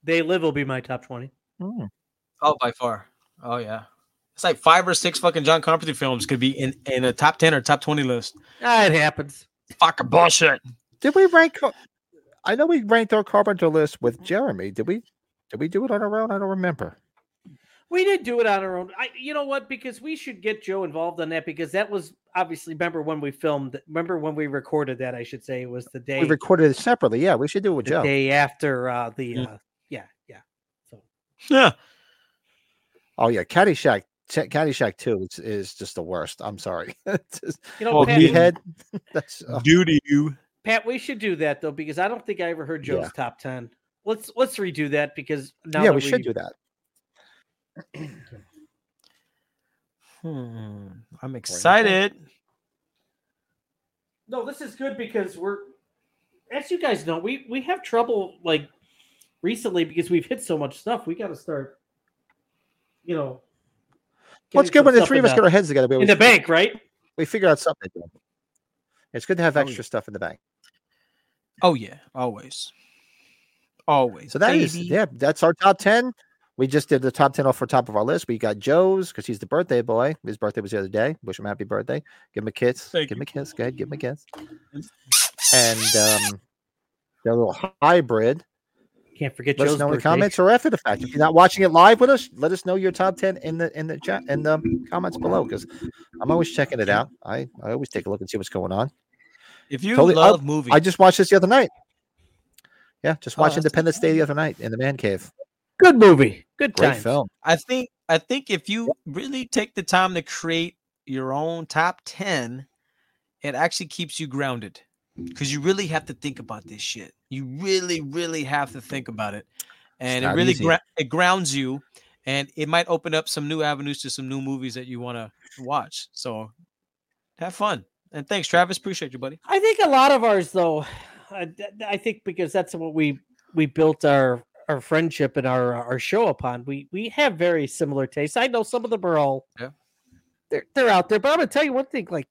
S12: they live will be my top 20
S5: Oh, by far. Oh yeah. It's like five or six fucking John Carpenter films could be in, in a top ten or top twenty list.
S12: ah, it happens
S5: Fucking bullshit.
S2: Did we rank? Car- I know we ranked our Carpenter list with Jeremy. Did we? Did we do it on our own? I don't remember.
S12: We did do it on our own. I, you know what? Because we should get Joe involved on that because that was obviously. Remember when we filmed? Remember when we recorded that? I should say it was the day,
S2: We recorded it separately. Yeah, we should do it with
S12: the
S2: Joe.
S12: day after uh, the.
S5: Yeah.
S12: Uh, yeah, yeah.
S5: Yeah.
S2: Oh yeah, Caddyshack. Ch- Caddyshack Two is, is just the worst. I'm sorry. It's just-
S3: You know,
S5: Well,
S3: Pat,
S5: he-
S2: Meathead. That's oh,
S5: Due to you.
S3: Pat, we should do that though because I don't think I ever heard Joe's
S2: Yeah.
S3: top ten. Let's let's redo that because now
S2: yeah.
S3: that
S2: We should do that.
S5: Hmm. I'm excited.
S3: No, this is good because we're, as you guys know, we we have trouble like recently because we've hit so much stuff. We got to start, you know.
S2: Well, it's
S3: getting
S2: good when the
S3: some stuff
S2: three of
S3: in
S2: us
S3: the-
S2: get our heads together. We,
S3: in
S2: always-
S3: the bank, right?
S2: we figure out something. It's good to have
S5: Oh,
S2: extra stuff in the bank.
S5: Oh yeah, always. Always.
S2: So that is
S5: baby.
S2: yeah, that's our top ten. We just did the top ten off for top of our list. We got Joe's because he's the birthday boy. His birthday was the other day. Wish him happy birthday. Give him a kiss.
S5: Thank
S2: give him
S5: you.
S2: a kiss. Go ahead, give him a kiss. And um, they're a little hybrid.
S3: Can't forget
S2: Let
S3: Joe's
S2: us know in the
S3: birthday.
S2: comments or after the fact. If you're not watching it live with us, let us know your top ten in the in the chat in the comments below because I'm always checking it out. I I always take a look and see what's going on.
S5: If you
S2: Totally-
S5: love movies,
S2: I just watched this the other night. Yeah, just
S5: Oh,
S2: watched
S5: that's-
S2: Independence Day the other night in the man cave.
S3: Good movie, good
S2: Great
S3: time.
S2: film.
S5: I think I think if you really take the time to create your own top 10, it actually keeps you grounded cuz you really have to think about this shit. You really really have to think about it. And it
S2: not
S5: really
S2: easy.
S5: gra- it grounds you and it might open up some new avenues to some new movies that you want to watch. So have fun. And thanks Travis, appreciate you buddy.
S3: I think a lot of ours, though, I, I think because that's what we we built our our friendship and our our show upon. We we have very similar tastes. I know some of them are all
S5: Yeah.
S3: they're they're out there, but I'm gonna tell you one thing. Like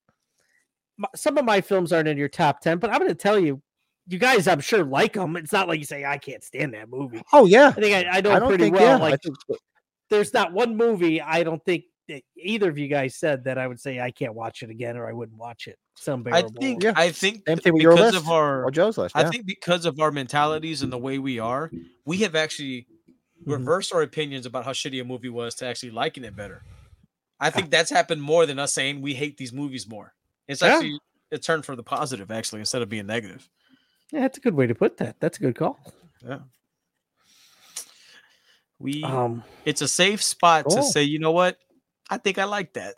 S3: my, some of my films aren't in your top ten, but I'm gonna tell you, you guys, I'm sure like them. It's not like you say I can't stand that movie.
S2: Oh yeah,
S3: I think I, I know
S2: I don't
S3: pretty
S2: think
S3: well.
S2: yeah. I
S3: like
S2: think-
S3: there's not one movie I don't think that either of you guys said that I would say I can't watch it again or I wouldn't watch it. Some
S5: I think
S2: Yeah.
S5: I think
S2: Same
S5: th-
S2: thing with your
S5: because
S2: list
S5: of our
S2: or Joe's list.
S5: I
S2: Yeah.
S5: think because of our mentalities and the way we are, we have actually reversed our opinions about how shitty a movie was to actually liking it better. I think that's happened more than us saying we hate these movies more. It's
S3: Yeah.
S5: actually it turned for the positive actually instead of being negative.
S3: Yeah, that's a good way to put that. That's a good call.
S5: We
S3: Um,
S5: it's a safe spot to
S2: Uh-huh. Cool.
S5: say, you know what? I think I like that.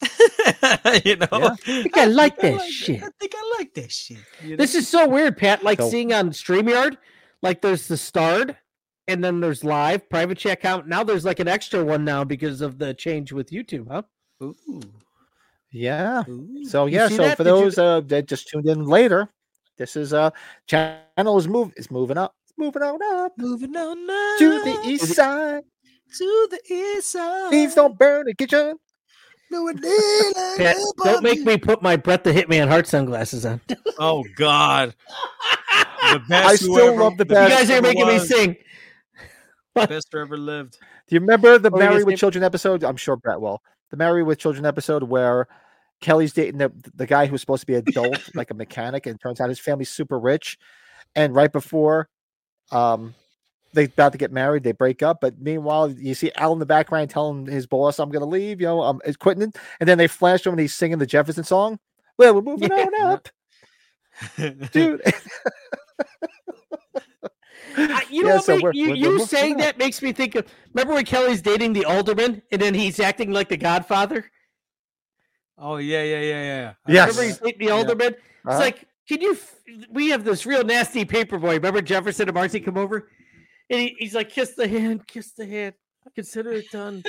S5: you know,
S2: Yeah.
S5: I
S3: think I like that
S5: that.
S3: shit.
S5: I think I like that shit. you know?
S3: this is so weird, Pat. Like
S2: So-
S3: seeing on Streamyard, like there's the starred, and then there's live private checkout. Now there's like an extra one now because of the change with YouTube, huh?
S5: Ooh,
S2: yeah.
S5: ooh.
S2: So
S3: You
S2: yeah,
S3: see
S2: so
S3: that?
S2: for
S3: Did you-
S2: those uh, that just tuned in later, this is uh channel is move is moving up, It's moving on up
S5: moving on up
S2: to the
S3: e-
S2: east side.
S5: to the east side.
S2: Leaves don't burn the kitchen.
S5: No, it didn't.
S3: Pat,
S5: Help
S3: don't make
S5: me.
S3: me put my Brett the Hitman heart sunglasses on. you
S5: Oh God. The best
S2: I still
S5: whoever-
S2: love the best.
S3: guys are
S5: whoever
S3: making me
S5: was,
S3: sing.
S5: Best who ever lived.
S2: Do you remember the
S3: Or you
S2: Married
S3: just
S2: with
S3: name-
S2: Children episode? I'm sure Brett will. The Married with Children episode where Kelly's dating the, the guy who's supposed to be adult, like a mechanic, and turns out his family's super rich. And right before um they about to get married, they break up. But meanwhile, you see Al in the background telling his boss, I'm gonna leave, you know, I'm it's quitting. And then they flash to him and he's singing the Jefferson song. Well, we're moving
S3: Yeah.
S2: on up, dude.
S3: I- you know
S2: Yeah,
S3: what?
S2: so
S3: make-
S2: we're-
S3: you
S2: we're-
S3: you
S2: we're-
S3: saying that makes me think of. Remember when Kelly's dating the alderman, and then he's acting like the Godfather.
S5: Oh yeah, yeah, yeah, yeah. I
S2: Yes.
S5: remember
S3: Remember he's
S5: he's-
S3: dating the alderman.
S2: Uh-huh.
S3: It's like, can you? F- we have this real nasty paper boy. Remember Jefferson and Marcy come over, and he, he's like, "Kiss the hand, kiss the hand. I consider it done."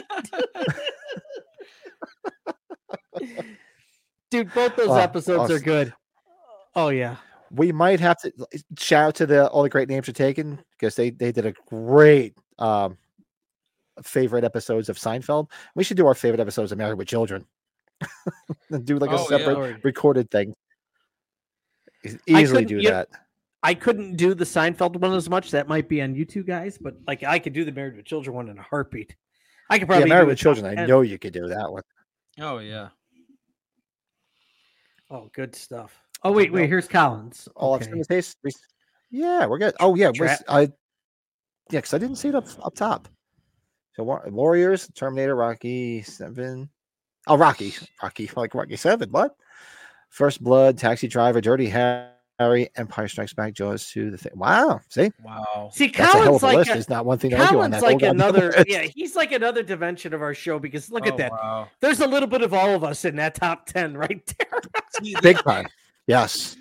S3: Dude, both those
S2: Oh,
S3: episodes are
S2: awesome.
S3: good. Oh yeah,
S2: we might have to shout out to the all the great names are taken because they they did a great um favorite episodes of Seinfeld. We should do our favorite episodes of Married with Children. And do like a
S5: Oh, yeah.
S2: separate recorded thing. E-
S3: I
S2: Easily
S3: couldn't-
S2: do
S3: you-
S2: that.
S3: I couldn't do the Seinfeld one as much. That might be on you two guys, but like I could do the Married with Children one in a heartbeat. I could
S2: Yeah,
S3: probably
S2: Married
S3: do
S2: with
S3: a top
S2: Children. I
S3: 10.
S2: know you could do that one.
S5: Oh yeah.
S3: Oh, good stuff. Oh wait, wait.
S2: know.
S3: Here's Collins.
S2: All Oh, I've
S3: Okay.
S2: seen is taste. we- Yeah, we're good. Oh yeah, we're,
S3: Trap.
S2: I yeah, because I didn't see it up up top. So Wa- Warriors, Terminator, Rocky Seven. Oh, Rocky, Rocky, like Rocky Seven. What? First Blood, Taxi Driver, Dirty Harry, Harry, Empire Strikes Back, Jaws 2, the thing. Wow. See?
S5: Wow.
S3: See,
S2: That's a hell of
S3: Colin's
S2: a
S3: like uh,
S2: list.
S3: a-
S2: There's not one thing to argue on
S3: Colin's
S2: that.
S3: like
S2: whole goddamn
S3: another,
S2: list.
S3: yeah, he's like another dimension of our show because look
S5: Oh,
S3: at that.
S5: Wow.
S3: There's a little bit of all of us in that top 10 right there.
S5: See,
S2: Big time. Yes.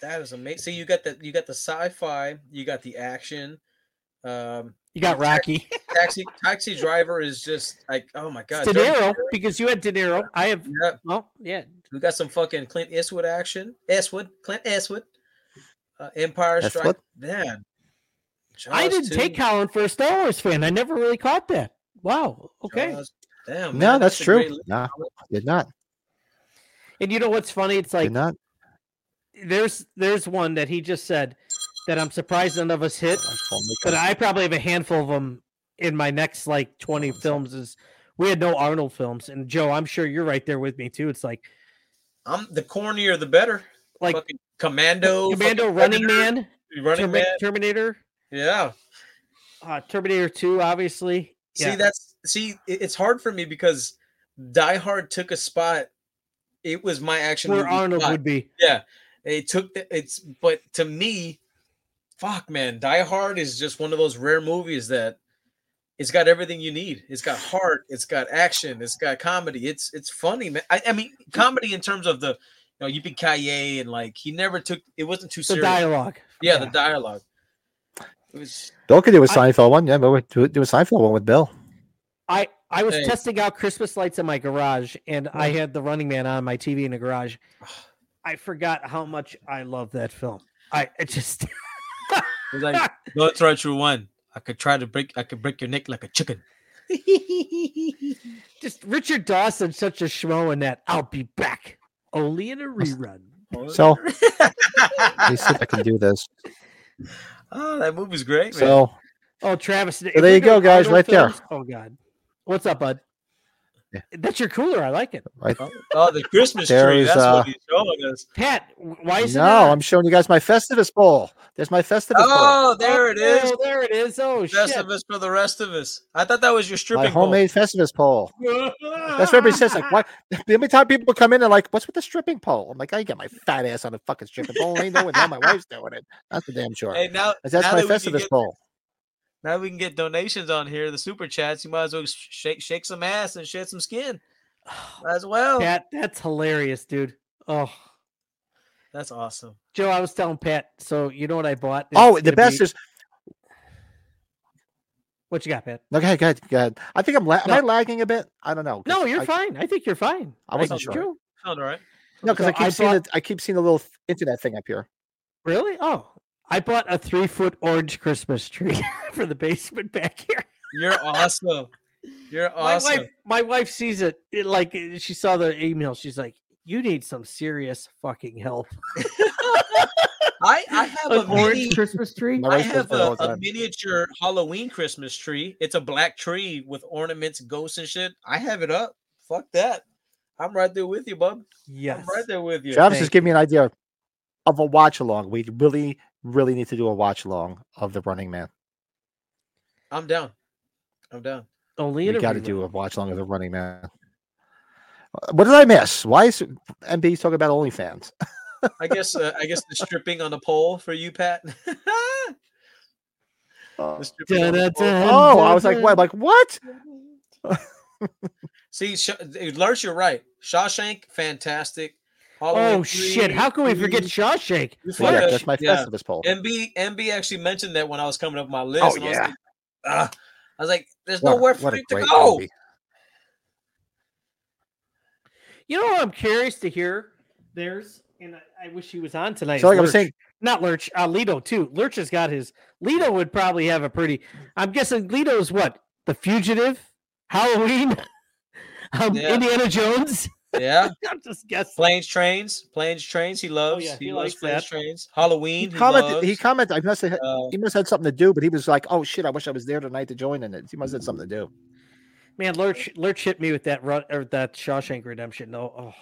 S5: that is amazing. So you got the you got the sci-fi, you got the action. Um
S3: You got Rocky.
S5: taxi taxi driver is just like oh my god.
S3: De
S5: Dirty
S3: Niro,
S5: Harry.
S3: because you had De Niro. I have,
S5: Yeah,
S3: well, yeah.
S5: we got some fucking Clint Eastwood action. Eastwood, Clint Eastwood. Uh, Empire
S2: That's
S5: Strike.
S2: what-
S5: Man.
S3: I
S5: Jaws
S3: didn't
S5: 2,
S3: take Colin for a Star Wars fan. I never really caught that. Wow. Okay.
S5: Jaws-
S3: Oh,
S5: Damn.
S2: No,
S5: man,
S2: that's
S5: a
S2: true.
S5: great list.
S2: No, did not.
S3: And you know what's funny? It's like
S2: did not.
S3: there's there's one that he just said that I'm surprised none of us hit, but I probably have a handful of them in my next like 20 films. Is we had no Arnold films, and Joe, I'm sure you're right there with me too. It's like
S5: I'm the cornier the better.
S3: like
S5: fucking Commando.
S3: Commando,
S5: fucking
S3: Running
S5: Predator,
S3: Man,
S5: Running
S3: Termi-
S5: Man.
S3: Terminator,
S5: Yeah.
S3: uh, Terminator 2, obviously.
S5: See, that's see, it- it's hard for me because Die Hard took a spot. It was my action.
S3: where
S5: movie
S3: Arnold
S5: spot.
S3: would be.
S5: Yeah, it took the, it's. But to me, fuck, man, Die Hard is just one of those rare movies that it's got everything you need. It's got heart. It's got action. It's got comedy. It's it's funny, man. I, I mean, comedy in terms of the, you know, you be Kaye and like he never took. It wasn't too
S3: The
S5: serious.
S3: dialogue.
S5: yeah, the dialogue. It was
S2: Bill could do a
S3: I-
S2: Seinfeld one. Yeah, but we do, do a Seinfeld one with Bill.
S3: I I was
S5: Hey.
S3: testing out Christmas lights in my garage, and I had the Running Man on my TV in the garage. I forgot how much I love that film. I it just
S5: it was like no, it's right. You one. I could try to break. I could break your neck like a chicken.
S3: just Richard Dawson such a schmo in that. I'll be back only in a rerun.
S2: So let me see if I can do this.
S5: Oh, that movie's great, man.
S2: So
S3: Oh, Travis! if
S2: there
S3: we're
S2: you go,
S3: doing
S2: guys,
S3: Arnold
S2: right there.
S3: films- Oh God, what's up, bud?
S2: Yeah.
S3: That's your cooler. I like it.
S2: right.
S5: Oh, oh, the Christmas
S2: There
S5: tree.
S2: is,
S5: That's
S2: uh,
S5: what he's showing us.
S3: Pat, why is it?
S2: No,
S3: not-
S2: I'm showing you guys my Festivus bowl. There's my Festivus bowl.
S5: Oh, there it is.
S3: Oh, there it is. Oh
S5: Best
S3: shit!
S5: of us for the rest of us. I thought that was your
S2: My
S5: stripping pole.
S2: homemade Festivus bowl. That's what everybody says. Like, what? The only time people come in and like, what's with the stripping pole? I'm like, I got my fat ass on a fucking stripping pole. Ain't no one know my wife's doing it. That's for damn sure.
S5: Hey, now,
S2: That's
S5: now
S2: my
S5: that we can
S2: Festivus
S5: get-
S2: bowl.
S5: Now we can get donations on here, the super chats. You might as well sh- shake shake some ass and shed some skin as well.
S3: Pat, that's hilarious, dude. Oh,
S5: That's awesome.
S3: Joe, I was telling Pat. So you know what I bought? It's
S2: Oh, the
S3: gonna
S2: best
S3: be-
S2: is
S3: what you got, Pat.
S2: no. Go ahead, go ahead, go ahead. I think I'm la- am
S3: No.
S2: I lagging a bit? I don't know. 'cause
S3: No, you're
S2: I,
S3: fine. I think you're fine.
S2: I wasn't
S3: It's
S2: sure.
S3: true.
S5: Sound all right.
S2: No, because
S3: So
S2: I keep
S3: I
S2: seeing
S3: bought-
S2: it. I keep seeing a little th- internet thing up here.
S3: Really? Oh, I bought a three foot orange Christmas tree for the basement back here.
S5: You're awesome. You're
S3: My
S5: awesome.
S3: wife, my wife sees it, it like she saw the email. She's like, "You need some serious fucking help."
S5: I, I have
S3: An
S5: a mini,
S3: orange Christmas tree.
S2: My
S5: I
S2: wife does
S5: have
S2: that all
S5: a,
S2: the
S5: a
S2: time.
S5: miniature Halloween Christmas tree. It's a black tree with ornaments, ghosts, and shit. I have it up. Fuck that. I'm right there with you, bub.
S3: Yes.
S5: I'm right there with you.
S2: Travis
S3: Thank
S2: just gave me an idea of a watch along. We really, really need to do a watch along of the Running Man.
S5: I'm down. I'm down.
S3: Only
S2: We
S3: in a
S2: got to
S3: rerun.
S2: do a watch along of the Running Man. Uh, What did I miss? Why is MB's talking about OnlyFans?
S5: I guess. Uh, I guess the stripping on the pole for you, Pat.
S2: Uh,
S5: The stripping on the pole.
S2: Oh, I was like, what? Like what?
S5: See, Sh- dude, Lars, you're right. Shawshank, fantastic.
S3: Oh shit! How can we forget Shawshank?
S2: So yeah,
S5: Flash.
S2: that's my
S5: Yeah.
S2: Festivus poll.
S5: MB? MB actually mentioned that when I was coming up with my list.
S2: Oh,
S5: and I was
S2: yeah.
S5: like, ah. I was like, "There's
S2: What a-
S5: nowhere for
S2: what a
S5: it to
S2: great
S5: go."
S2: movie.
S3: You know what I'm curious to hear? There's, and I, I wish he was on tonight.
S2: So
S3: is
S2: like I was
S3: Lurch.
S2: saying-
S3: not Lurch, uh, Lito too. Lurch has got his. Lito would probably have a pretty. I'm guessing Lito's what? The Fugitive, Halloween, um,
S5: Yeah.
S3: Indiana Jones.
S5: Yeah,
S3: I'm just guessing.
S5: planes, trains, planes, trains. He loves.
S3: Oh, yeah,
S5: he,
S3: he
S5: loves
S3: likes
S5: planes,
S3: that.
S5: trains.
S2: He
S5: Halloween. He,
S2: commented. He
S5: loves,
S2: commented. I must have.
S5: uh,
S2: He must have had something to do, but he was like, "Oh shit! I wish I was there tonight to join in it." He must have had something to do.
S3: Man, Lurch, Lurch hit me with that run or that Shawshank Redemption. though. oh.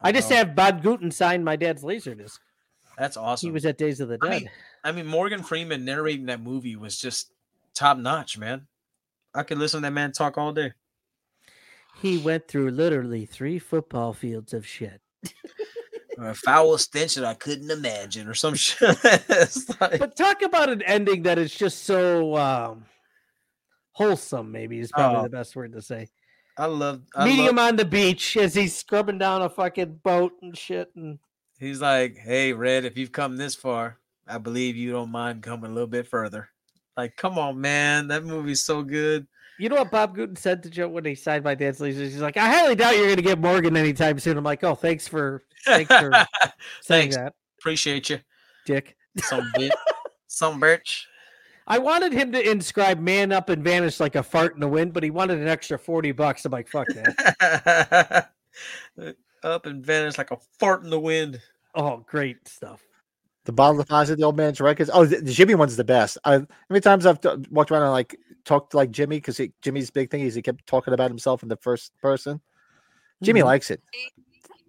S3: I just have Bob Guten sign my dad's laser disc.
S5: oh, that's awesome.
S3: He was at Days of the
S5: I
S3: Dead.
S5: mean, I mean, Morgan Freeman narrating that movie was just top notch, man. I could listen to that man talk all day.
S3: he went through literally three football fields of shit.
S5: or a foul stench that I couldn't imagine, or some shit. It's like-
S3: But talk about an ending that is just so um, wholesome. Maybe is probably
S5: Oh.
S3: the best word to say.
S5: I love. I
S3: Meeting
S5: love-
S3: him on the beach as he's scrubbing down a fucking boat and shit, and
S5: He's like, "Hey, Red, if you've come this far, I believe you don't mind coming a little bit further." Like, come on, man, that movie's so good.
S3: You know what Bob Gooden said to Joe when he signed my dance leases? He's like, I highly doubt you're going to get Morgan anytime soon. I'm like, oh, thanks for thanks for saying
S5: Thanks.
S3: that,
S5: Appreciate you,
S3: Dick.
S5: some bitch, some bitch.
S3: I wanted him to inscribe "Man Up and Vanish Like a Fart in the Wind," but he wanted an extra forty bucks. I'm like, fuck that.
S5: Up and vanish like a fart in the wind.
S3: oh, great stuff.
S2: The bottle deposit, the old man's records. Oh, the, the Jimmy one's the best. I, how many times I've t- walked around and like talked to, like Jimmy because Jimmy's big thing is he kept talking about himself in the first person. Jimmy
S3: Mhm.
S5: Mm-hmm.
S2: likes it.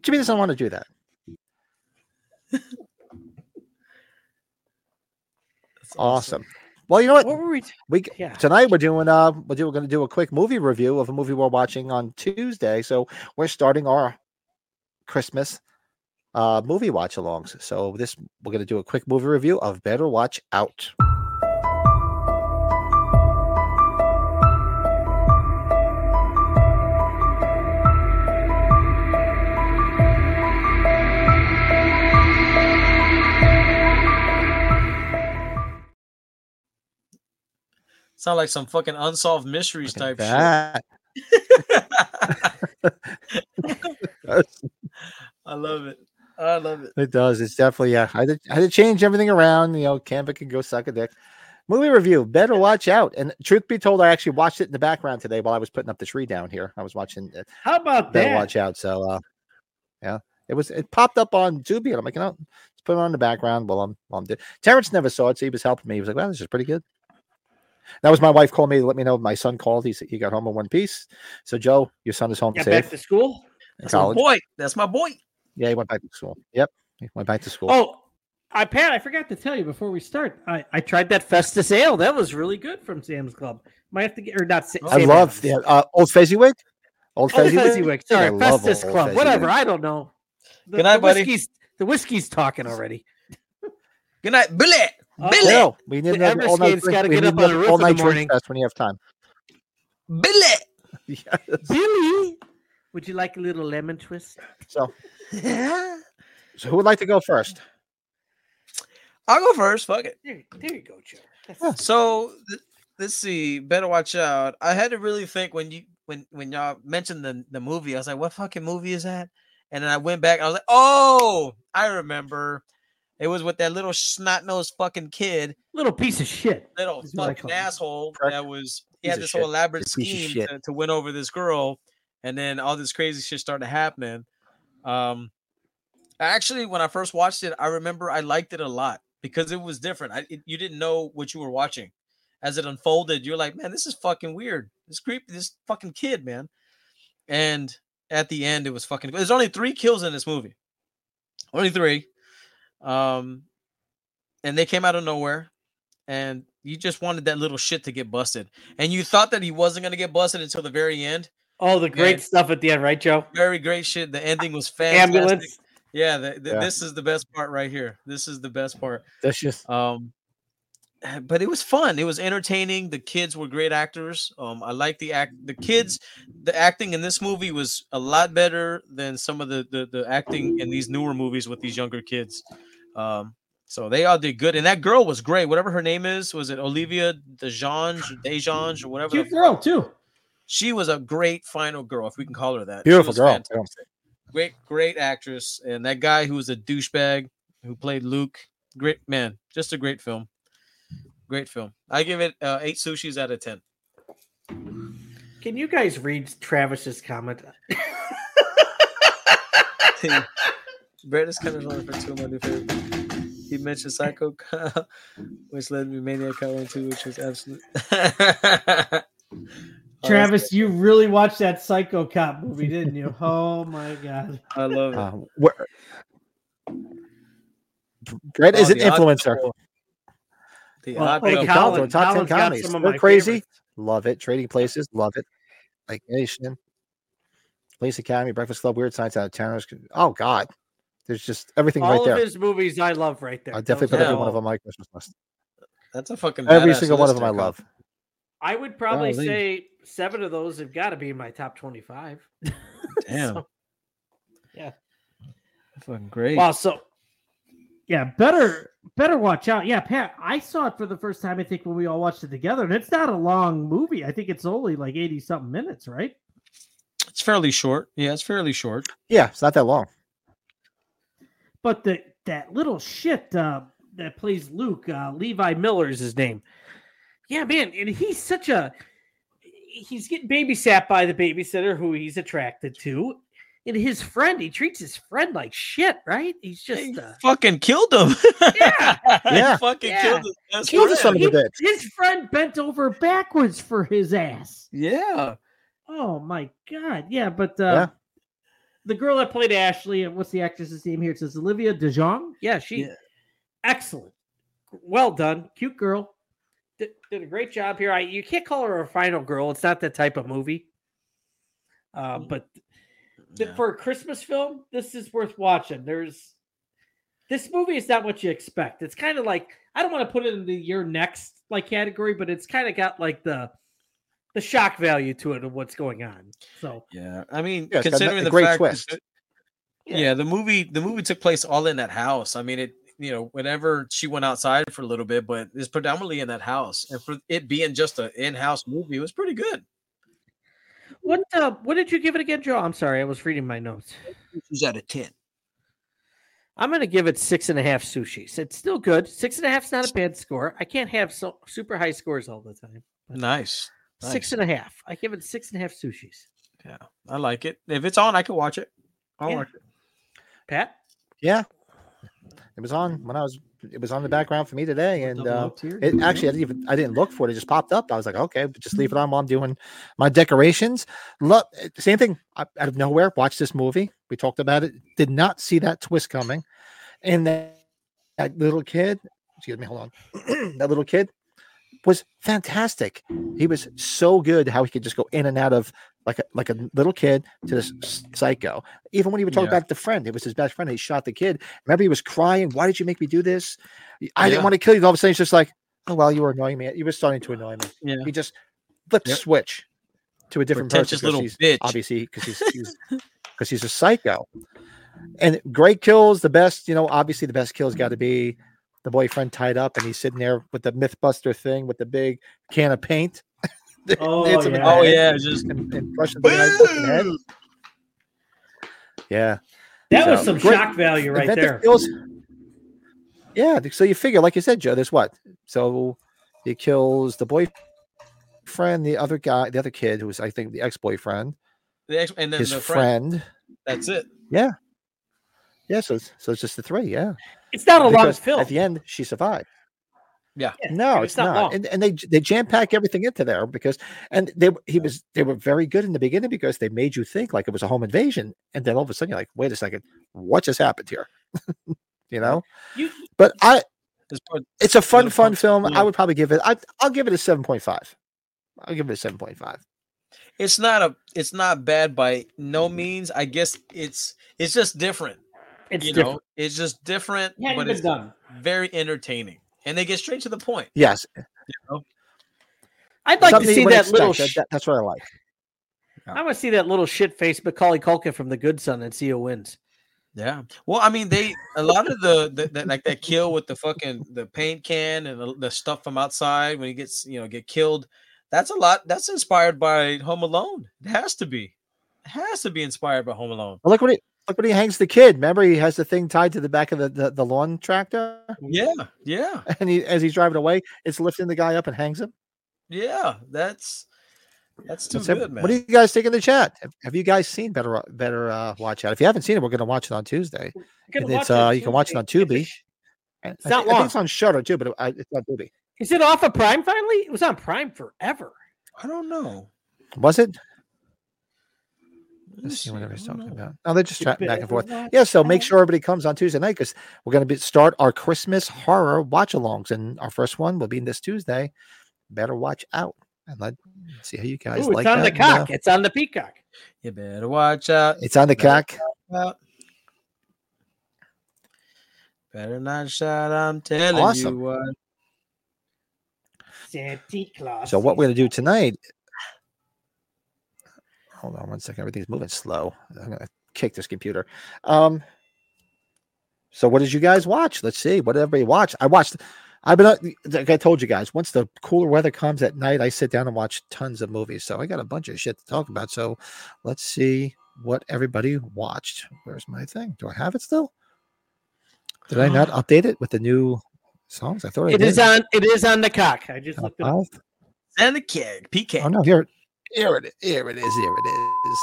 S2: Jimmy doesn't want to do that.
S5: That's
S2: Awesome. Well, you know what?
S3: What were we? T-
S2: We g-
S3: yeah.
S2: tonight we're doing uh we're, do, we're going to do a quick movie review of a movie we're watching on Tuesday. So we're starting our Christmas uh movie watch alongs. So this we're going to do a quick movie review of Better Watch Out.
S5: Sound like some fucking unsolved mysteries
S2: Look at
S5: type shit.
S2: that.
S5: I love it. I love it.
S2: It does. It's definitely yeah. I had, to, I had to change everything around. You know, Canva can go suck a dick. Movie review. Better watch out. And truth be told, I actually watched it in the background today while I was putting up the tree down here. I was watching it.
S3: How about
S2: Better
S3: that?
S2: watch out. So, uh, yeah, it was. It popped up on Tubi, and I'm like, you know, let's put it on in the background while I'm while I'm doing. Terrence never saw it, so he was helping me. He was like, "Wow, this is pretty good." That was my wife called me to let me know my son called. He said he got home in one piece. So, Joe, your son is home
S3: Yeah, back
S2: safe
S3: to school.
S2: in
S5: That's my
S2: college.
S5: boy. That's my boy.
S2: Yeah, he went back to school. Yep, he went back to school.
S3: Oh, I Pat, I forgot to tell you before we start. I, I tried that Festus Ale. That was really good from Sam's Club. Might have to get or not. Sa-
S2: I
S3: Sam's
S2: love
S3: Club.
S2: the uh, old Fezziwig. Old
S3: Oh,
S2: Fezziwig.
S3: Fezziwig. Sorry,
S2: I love
S3: Festus
S2: old
S3: Club.
S2: Fezziwig.
S3: Whatever. I don't know. The,
S5: Good night,
S3: the
S5: buddy.
S3: Whiskey's, the whiskey's talking already.
S5: Good night, Billy.
S3: Oh.
S5: Billy.
S2: No, we need
S3: The
S2: another all
S3: Everskate's
S2: night.
S3: gotta
S2: we
S3: get
S2: need
S3: up on the
S2: another
S3: roof in
S2: all
S3: the
S2: night drink
S3: morning.
S2: fest when you have time.
S5: Billy.
S2: Yeah.
S3: Billy, would you like a little lemon twist?
S2: So, so who would like to go first?
S5: I'll go first. Fuck it.
S3: There, there you go, Joe.
S5: So th- let's see. Better watch out. I had to really think when you when when y'all mentioned the the movie. I was like, what fucking movie is that? And then I went back. I was like, oh, I remember. It was with that little snot nosed fucking kid,
S3: Little piece of shit.
S5: little
S3: That's what I
S5: fucking
S3: call him.
S5: asshole
S2: Prick.
S5: that was. He had
S2: Piece of
S5: this whole
S2: shit.
S5: elaborate
S2: Piece of
S5: scheme
S2: shit.
S5: to, to win over this girl, and then all this crazy shit started happening. Um, actually, when I first watched it, I remember I liked it a lot because it was different. I, it, you didn't know what you were watching as it unfolded. You're like, man, this is fucking weird. This creepy. This fucking kid, man. And at the end, it was fucking. There's only three kills in this movie. Only three. Um, and they came out of nowhere, and you just wanted that little shit to get busted, and you thought that he wasn't gonna get busted until the very end.
S3: All the great
S5: Yeah.
S3: stuff at the end, right, Joe?
S5: Very great shit. The ending was fantastic.
S3: Ambulance.
S5: Yeah, the, the-
S2: Yeah.
S5: this is the best part right here. This is the best part.
S2: That's just
S3: Uh,
S5: Um, eh, but it was fun. It was entertaining. The kids were great actors. Um, I like the act. The kids, the acting in this movie was a lot better than some of the the, the acting in these newer movies with these younger kids. Um, so they all did good, and that girl was great. Whatever her name is, was it Olivia Dejange, Dejange, or whatever? the
S4: Cute girl too.
S5: she was a great final girl, if we can call her that. She
S2: beautiful
S5: was
S2: girl.
S5: fantastic. Great, great actress, and that guy who was a douchebag who played Luke. Great man, just a great film. Great film. I give it uh, eight sushis out of ten.
S3: Can you guys read Travis's comment?
S5: Brett is kind of on for two of my new favorites. He mentioned Psycho, Cop, which led me to Maniac Cop One Two, which was absolute.
S4: Travis, you really watched that Psycho Cop movie, didn't you? Oh my god.
S5: I love it.
S2: Uh, where- Brett is
S5: Oh,
S2: an
S5: the odd
S2: influencer.
S5: couple. The
S3: Well,
S5: odd couple.
S3: hey,
S2: Look at Colin,
S3: Colin-
S2: top ten
S3: Colin's got
S2: comedies.
S3: some of
S2: They're
S3: my
S2: crazy.
S3: favorites.
S2: Love it. Trading Places. Love it. Like Nation. Police Academy, Breakfast Club, Weird Science Out of Terrors. Oh God, There's just everything
S3: All
S2: right there.
S3: of his movies I love right there.
S2: I definitely put
S3: Those are
S2: every one
S3: all-
S2: of them on my Christmas list.
S5: That's a fucking
S2: Every
S5: badass
S2: single one of
S5: list
S2: them I
S5: there, Kyle.
S2: love.
S3: I would probably
S1: Golly.
S3: say seven of those have got to be in my top 25.
S1: Damn.
S3: So-
S5: Fucking great.
S3: wow. So
S4: Yeah, better better watch out. Yeah, Pat, I saw it for the first time. I think when we all watched it together, and it's not a long movie. I think it's only like eighty something minutes, right?
S5: It's fairly short. Yeah, it's fairly short.
S2: Yeah, it's not that long.
S3: But the that little shit uh, that plays Luke, uh, Levi Miller is his name. Yeah, man, and he's such a he's getting babysat by the babysitter who he's attracted to, and his friend he treats his friend like shit, right? He's just uh,
S5: Fucking killed him.
S3: Yeah.
S2: Yeah.
S5: Fucking
S3: Yeah.
S5: killed his best
S2: Killed his son
S5: friend.
S2: of a bitch.
S4: His friend bent over backwards for his ass.
S5: Yeah.
S4: Oh my god, yeah. But uh,
S2: Yeah.
S4: the girl that played Ashley,
S3: uh,
S4: and what's the actress's name here? It says Olivia De Jong.
S3: yeah, she
S5: Yeah.
S3: excellent, well done, cute girl, did, did a great job here. I you can't call her a final girl; it's not that type of movie. Uh, but th-
S5: Yeah.
S3: for a Christmas film, this is worth watching. There's this movie is not what you expect. It's kind of like I don't want to put it in the year next like category, but it's kind of got like the the shock value to it of what's going on. So
S5: Yeah, I mean,
S2: Yeah, it's got a-
S5: considering
S2: a
S5: the
S2: great
S5: fact, that
S2: twist.
S5: the-
S3: Yeah.
S5: yeah. the movie the movie took place all in that house. I mean, it you know whenever she went outside for a little bit, but it's predominantly in that house, and for it being just an in-house movie, it was pretty good.
S3: what uh, what did you give it again, Joe? I'm sorry, I was reading my notes.
S5: She's out of ten.
S3: I'm going to give it six and a half sushis. It's still good. Six and a half's not a bad score. I can't have so super high scores all the time.
S5: Nice, Nice.
S3: Six and a half. I give it six and a half sushis.
S5: I like it. If it's on, I can watch it. I'll
S3: Yeah.
S5: watch it.
S3: Pat,
S2: Yeah. It was on when I was it was on the background for me today. And
S4: Double
S2: uh,
S4: up here.
S2: it actually I didn't even I didn't look for it. It just popped up. I was like, okay, just leave it on while I'm doing my decorations. Love same thing I, out of nowhere. Watched this movie. We talked about it. Did not see that twist coming. And that, that little kid, excuse me, hold on. that little kid was fantastic. He was so good how he could just go in and out of like a like a little kid to this psycho. Even when he would talk
S5: Yeah.
S2: about the friend, it was his best friend. He shot the kid. Remember, he was crying. Why did you make me do this? I didn't
S5: Yeah.
S2: want to kill you. And all of a sudden, he's just like, oh well, you were annoying me. You were starting to annoy me.
S5: Yeah.
S2: He just flipped the
S5: Yep.
S2: switch to a different person.
S5: Pretentious
S2: 'cause
S5: little
S2: he's-
S5: bitch.
S2: Obviously, because he's he's because he's a psycho. And great kills, the best. You know, obviously, the best kills got to be the boyfriend tied up, and he's sitting there with the MythBuster thing with the big can of paint.
S4: Oh,
S2: Hits him in the
S5: Oh
S2: head
S5: yeah, just
S2: and, and brush him behind the fucking head. Yeah.
S3: that was
S2: So,
S3: some
S2: great-
S3: shock value right
S2: Inventive
S3: there.
S2: kills- Yeah. So you figure, like you said, Joe, there's what? So he kills the boyfriend, the other guy, the other kid who was, I think, the ex boyfriend,
S5: the ex- and then
S2: his
S5: the friend.
S2: friend.
S5: That's it.
S2: Yeah. So it's, so it's just the three. Yeah.
S3: It's not a long
S2: Because
S3: film.
S2: At the end, she survived.
S5: Yeah.
S3: Yeah,
S2: No,
S3: and
S2: it's,
S3: it's not
S2: not.
S3: long.
S2: And, and they they jam pack everything into there because and they he was they were very good in the beginning because they made you think like it was a home invasion and then all of a sudden you're like wait a second what just happened here you know
S3: You-
S2: but I
S5: It's part-
S2: it's a fun
S5: Yeah,
S2: fun
S5: fun-
S2: film I
S5: yeah.
S2: would probably give it I I'll give it a seven point five I'll give it a seven point five
S5: it's not a it's not bad by no means. I guess it's it's just different.
S3: it's
S5: you
S3: different.
S5: know, it's just different,
S4: It hadn't
S5: but
S4: been
S5: it's
S4: done.
S5: very entertaining, and they get straight to the point.
S2: yes
S3: I'd like to
S2: something you
S3: see
S2: wouldn't
S3: that little.
S2: expect.
S3: sh-
S2: That- that's what I like
S3: I want to see that little shit face Macaulay Culkin from The Good Son and see who wins.
S5: Yeah. Well, I mean, they a lot of the, the, that like that kill with the fucking the paint can and the, the stuff from outside when he gets you know get killed. That's a lot. That's inspired by Home Alone. It has to be. It has to be inspired by Home Alone.
S2: Well, look what he look what he hangs the kid remember he has the thing tied to the back of the the, the lawn tractor
S5: Yeah. Yeah.
S2: and he as he's driving away it's lifting the guy up and hangs him.
S5: Yeah. That's that's too
S2: So,
S5: good, man.
S2: What do you guys think in the chat? Have, have you guys seen better better uh, watch out? If you haven't seen it, we're going to watch it on Tuesday.
S3: Gonna
S2: It's,
S3: watch it
S2: uh,
S3: on
S2: you can watch it on
S3: Tuesday.
S2: Tubi.
S3: It's
S2: I thi-
S3: not
S2: I think
S3: long.
S2: it's on Shutter too, but I, it's not Tubi.
S3: Is it off of Prime finally? It was on Prime forever.
S5: I don't know.
S2: Was it?
S5: Let me
S2: Let's see what
S5: see, I
S2: everybody's
S5: don't
S2: talking
S5: know.
S2: about. No, they're just
S3: You
S2: chatting back
S3: better
S2: and forth.
S3: watch
S2: Yeah, so make
S3: out.
S2: sure everybody comes on Tuesday night because we're going to be, start our Christmas horror watch alongs, and our first one will be this Tuesday. Better watch out and let see how you guys
S3: Ooh, it's
S2: like
S3: on the
S2: that. and, uh,
S3: cock. It's on the peacock.
S5: You better watch out.
S2: it's on the
S5: Better
S2: cock.
S5: out. Better not shout. I'm telling
S2: Awesome.
S5: you what.
S4: Santa Claus.
S2: So what we're gonna do tonight? Hold on one second. Everything's moving slow. I'm gonna kick this computer. Um. So what did you guys watch? Let's see. What did everybody watch? I watched. I've been up- like I told you guys. Once the cooler weather comes at night, I sit down and watch tons of movies. So I got a bunch of shit to talk about. So let's see what everybody watched. Where's my thing? Do I have it still? Did I not update it with the new songs? I thought I
S3: It is
S2: did.
S3: on. It is on the cock. I
S2: Uh,
S3: just looked it up.
S2: I'll
S5: And the keg, PK.
S2: Oh no, here, here it, here it is, here it is.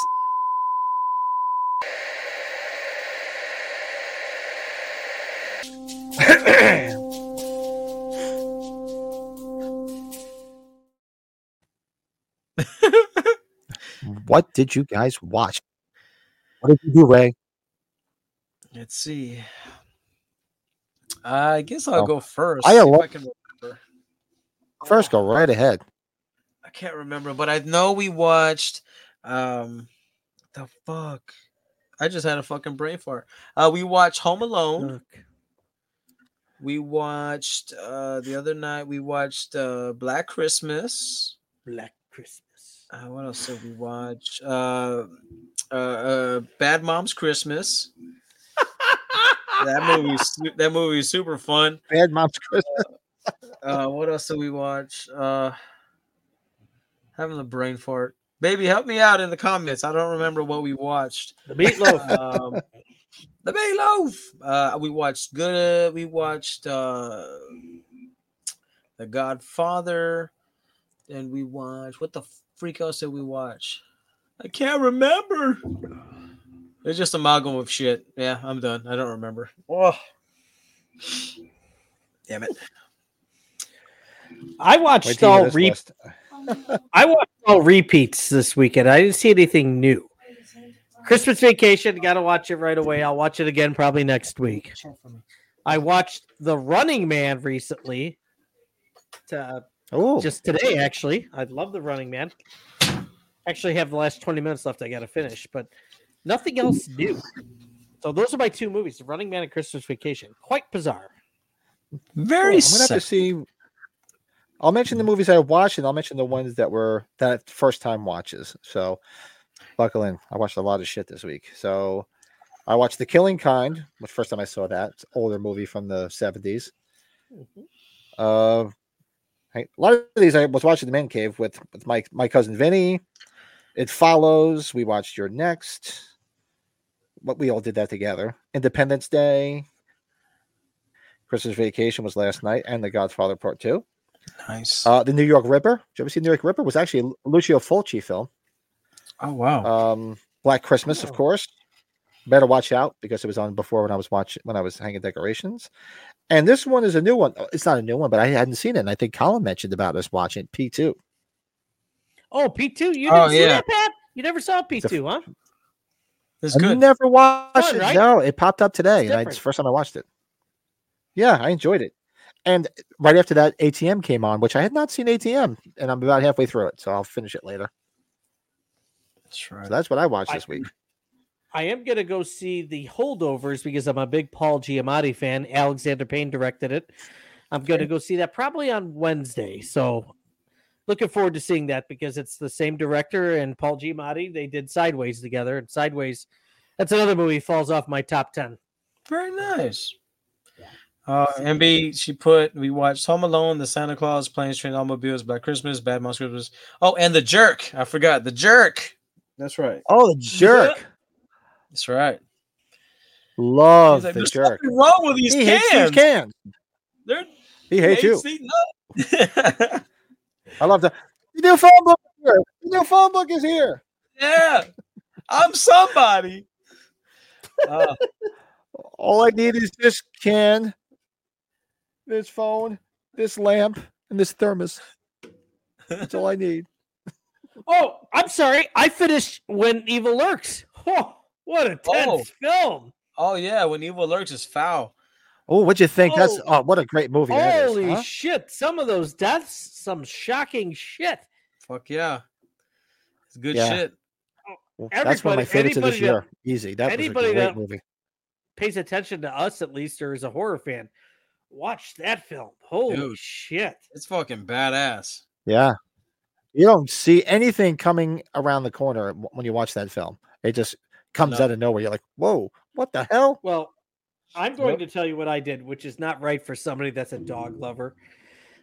S2: what did you guys watch? What did you do, Ray?
S5: Let's see. I guess I'll
S2: Oh.
S5: go first.
S2: I
S5: see if
S2: alone-
S5: I, can,
S2: First, go right ahead.
S5: I can't remember, but I know we watched. Um, the fuck! I just had a fucking brain fart. Uh, we watched Home Alone.
S2: uh,
S3: Look.
S5: We watched uh the other night. We watched uh Black Christmas.
S3: Black Christmas.
S5: Uh, what else did we watch? Uh, uh, uh Bad Mom's Christmas. that movie. That movie is super fun.
S2: Bad mom's Christmas.
S5: Uh, what else did we watch? Uh, having the brain fart. Baby, help me out in the comments. I don't remember what we watched.
S3: The meatloaf.
S5: Um, the Bayloaf. Uh, we watched good. We watched uh, The Godfather, and we watched what the freak else did we watch? I can't remember. It's just a amalgam of shit. Yeah, I'm done. I don't remember. Oh, damn it.
S3: I
S2: Wait
S3: watched
S2: till you hear
S3: all
S2: this
S3: re-
S2: list.
S3: I watched all repeats this weekend. I didn't see anything new. Christmas Vacation, got to watch it right away. I'll watch it again probably next week. I watched The Running Man recently. To,
S2: Oh,
S3: just today, actually. I love The Running Man. Actually, have the last 20 minutes left I got to finish, but nothing else new. So, those are my two movies The Running Man and Christmas Vacation. Quite bizarre.
S2: Cool.
S5: Very
S2: I'm gonna have to see. I'll mention the movies I watched, and I'll mention the ones that were that first time watches. So, buckle in. I watched a lot of shit this week. So, I watched The Killing Kind, which first time I saw that it's an older movie from the seventies. Uh, I- a lot of these I was watching the man cave with with my my cousin Vinny. It follows. We watched your next. What we all did that together. Independence Day. Christmas Vacation was last night, and The Godfather Part Two.
S5: nice.
S2: Uh, the New York Ripper. Did you ever see New York Ripper? It was actually a Lu- Lucio Fulci film.
S5: oh wow.
S2: Um, Black Christmas,
S3: Oh.
S2: of course. Better watch out because it was on before when I was watching when I was hanging decorations. And this one is a new one. Oh, It's not a new one, but I hadn't seen it. And I think Colin mentioned about us watching P two.
S3: Oh, P2, you didn't
S5: Oh,
S3: see
S5: yeah.
S3: that, Pat? You never saw P2, huh?
S5: That's
S2: I
S5: good.
S2: never watched
S3: Fun,
S2: it.
S3: right?
S2: No, it popped up today,
S3: It's
S2: and I,
S3: different.
S2: it's the first time I watched it. Yeah, I enjoyed it. And right after that, ATM came on, which I had not seen ATM, and I'm about halfway through it, so I'll finish it later.
S5: That's
S2: So
S5: right.
S2: that's what I watched
S3: I-
S2: this week.
S3: I am gonna go see the holdovers because I'm a big Paul Giamatti fan. Alexander Payne directed it. I'm gonna go see that probably on Wednesday. So looking forward to seeing that because it's the same director and Paul Giamatti. They did Sideways together, and Sideways that's another movie falls off my top ten.
S5: Very nice. Uh, MB, she put, we watched Home Alone, The Santa Claus, Planes, Trains, Automobiles, Black Christmas, Bad Moms Christmas. Oh, and The Jerk. I forgot. The Jerk. That's right.
S2: Oh, the jerk!
S5: That's right.
S2: Love
S5: He's like,
S2: the
S5: There's
S2: jerk.
S5: nothing wrong with these
S2: he
S5: cans.
S2: hates these cans.
S5: They're
S2: He hates you.
S5: they see nothing.
S2: I love that. The new phone book is here. The new phone book is here.
S5: yeah. I'm somebody. Uh,
S2: All I need is this can, this phone, this lamp, and this thermos. That's all I need.
S3: Oh, I'm sorry. I finished When Evil Lurks. Oh, what a
S5: Oh.
S3: tense film.
S5: oh, yeah. When Evil Lurks is foul.
S2: Oh, what'd you think? That's
S3: Oh.
S2: oh, what a great movie that is.
S3: Holy
S2: huh?
S3: shit. Some of those deaths, some shocking shit.
S5: Fuck yeah. It's good
S2: Yeah.
S5: shit.
S2: That's one of my
S3: everybody-
S2: favorites of this
S3: anybody
S2: year. Easy. That was a
S3: anybody
S2: great
S3: that-
S2: movie.
S3: pays attention to us at least or is a horror fan, watch that film. Holy
S5: Dude.
S3: shit.
S5: It's fucking badass.
S2: Yeah. You don't see anything coming around the corner w- when you watch that film. It just comes
S5: No.
S2: out of nowhere. You're like, whoa, what the hell?
S3: Well, I'm going to tell you what I did, which is not right for somebody that's a dog lover.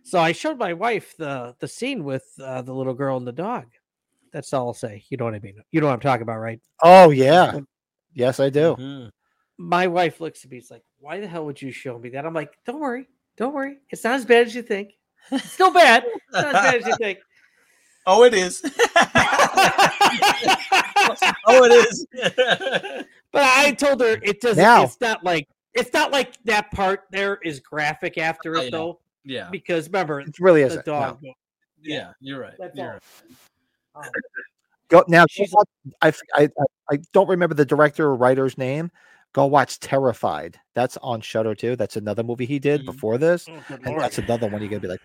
S3: So I showed my wife the the scene with uh, the little girl and the dog. That's all I'll say. You know what I mean? You know what I'm talking about, right?
S2: Oh, yeah. Yes, I do.
S5: Mhm.
S3: My wife looks at me. It's like, why the hell would you show me that? I'm like, don't worry, don't worry. It's not as bad as you think. It's still bad. It's not as bad as you think.
S5: Oh, it is. oh, it is.
S3: But I told her it doesn't.
S2: Now-
S3: It's not like it's not like that part there is graphic after
S5: Oh,
S3: it
S5: yeah.
S3: though,
S5: yeah,
S3: because remember
S2: It really
S3: the
S2: isn't. no.
S3: dog.
S5: yeah, you're right.
S4: That's
S5: You're
S4: all.
S5: right.
S2: Go now.
S3: She's-
S2: She's I, f- I I- I don't remember the director or writer's name. Go watch Terrified. That's on Shutter too. That's another movie he did
S5: Mhm.
S2: before this,
S3: Oh, good
S2: and
S3: lord.
S2: that's another one you're gonna be like,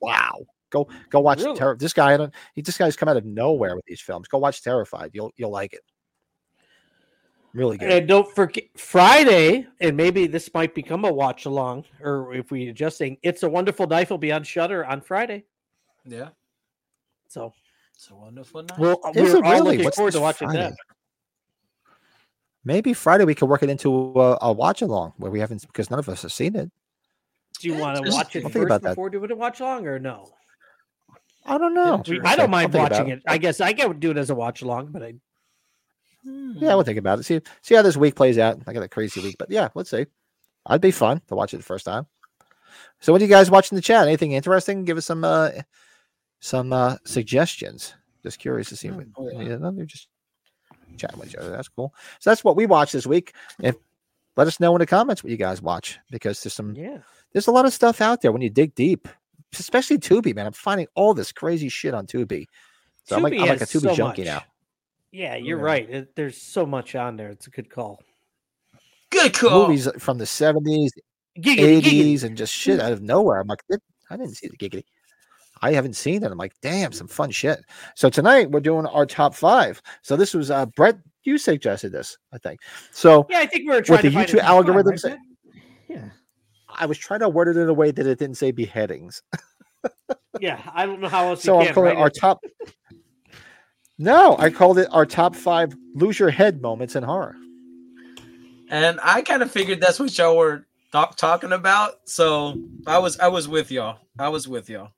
S2: wow. Go go watch
S3: Really?
S2: Terror. This guy, I don't. He this guy's come out of nowhere with these films. Go watch Terrified. You'll you'll like it. Really good.
S3: And don't forget Friday, and maybe this might become a watch along, or if we adjusting, it's a wonderful knife will be on Shutter on Friday.
S5: Yeah,
S3: So
S5: it's a wonderful night.
S3: we'll
S2: Is
S3: we're
S2: it
S3: all
S2: really?
S3: looking
S2: What's
S3: forward to
S2: this
S3: watching
S2: Friday?
S3: that.
S2: Maybe Friday we could work it into a, a watch along where we haven't because none of us have seen it.
S3: Do you want to
S5: Interesting.
S3: watch it
S2: I'll think
S3: first
S2: about that.
S3: before doing a watch along or no?
S2: I don't know.
S3: We- I
S2: Interesting.
S3: don't mind
S2: I'll think about
S3: watching it. I guess I can do it as a watch along, but I
S5: Hmm.
S2: Yeah, we'll think about it. See see how this week plays out. I got a crazy week, but yeah, let's see. I'd be fun to watch it the first time. So what do you guys watch in the chat? Anything interesting? Give us some uh some uh suggestions. Just curious to see what
S5: Oh, yeah.
S2: yeah, no, they're just chatting with each other. That's cool. So that's what we watch this week. If let us know in the comments what you guys watch because there's some
S3: yeah.
S2: there's a lot of stuff out there when you dig deep, especially Tubi, man. I'm finding all this crazy shit on Tubi. So I'm like,
S3: Tubi
S2: I'm like a
S3: has
S2: Tubi
S3: so
S2: junkie
S3: much.
S2: now.
S3: Yeah, you're
S5: Yeah.
S3: right. It- there's so much on there. It's a good call.
S5: Good call.
S2: Movies from the 70s,
S3: Giggity, giggity. Hmm.
S2: eighties and just shit out of nowhere. I'm like, "Did- I didn't see the giggity. I haven't seen it. I'm like, damn, some fun shit. So tonight we're doing our top five. So this was uh Brett, you suggested this, I think. So
S3: Yeah, I think we were trying
S2: the
S3: to find
S2: YouTube
S3: a-
S2: algorithms-
S4: Yeah.
S2: I was trying to word it in a way that it didn't say beheadings.
S3: Yeah, I don't know how else.
S2: So
S3: you
S2: I'm
S3: can,
S2: calling
S3: right?
S2: it our top. No, I called it our top five lose your head moments in horror.
S5: and I kind of figured that's what y'all were talk- talking about. So I was I was with y'all. I was with y'all.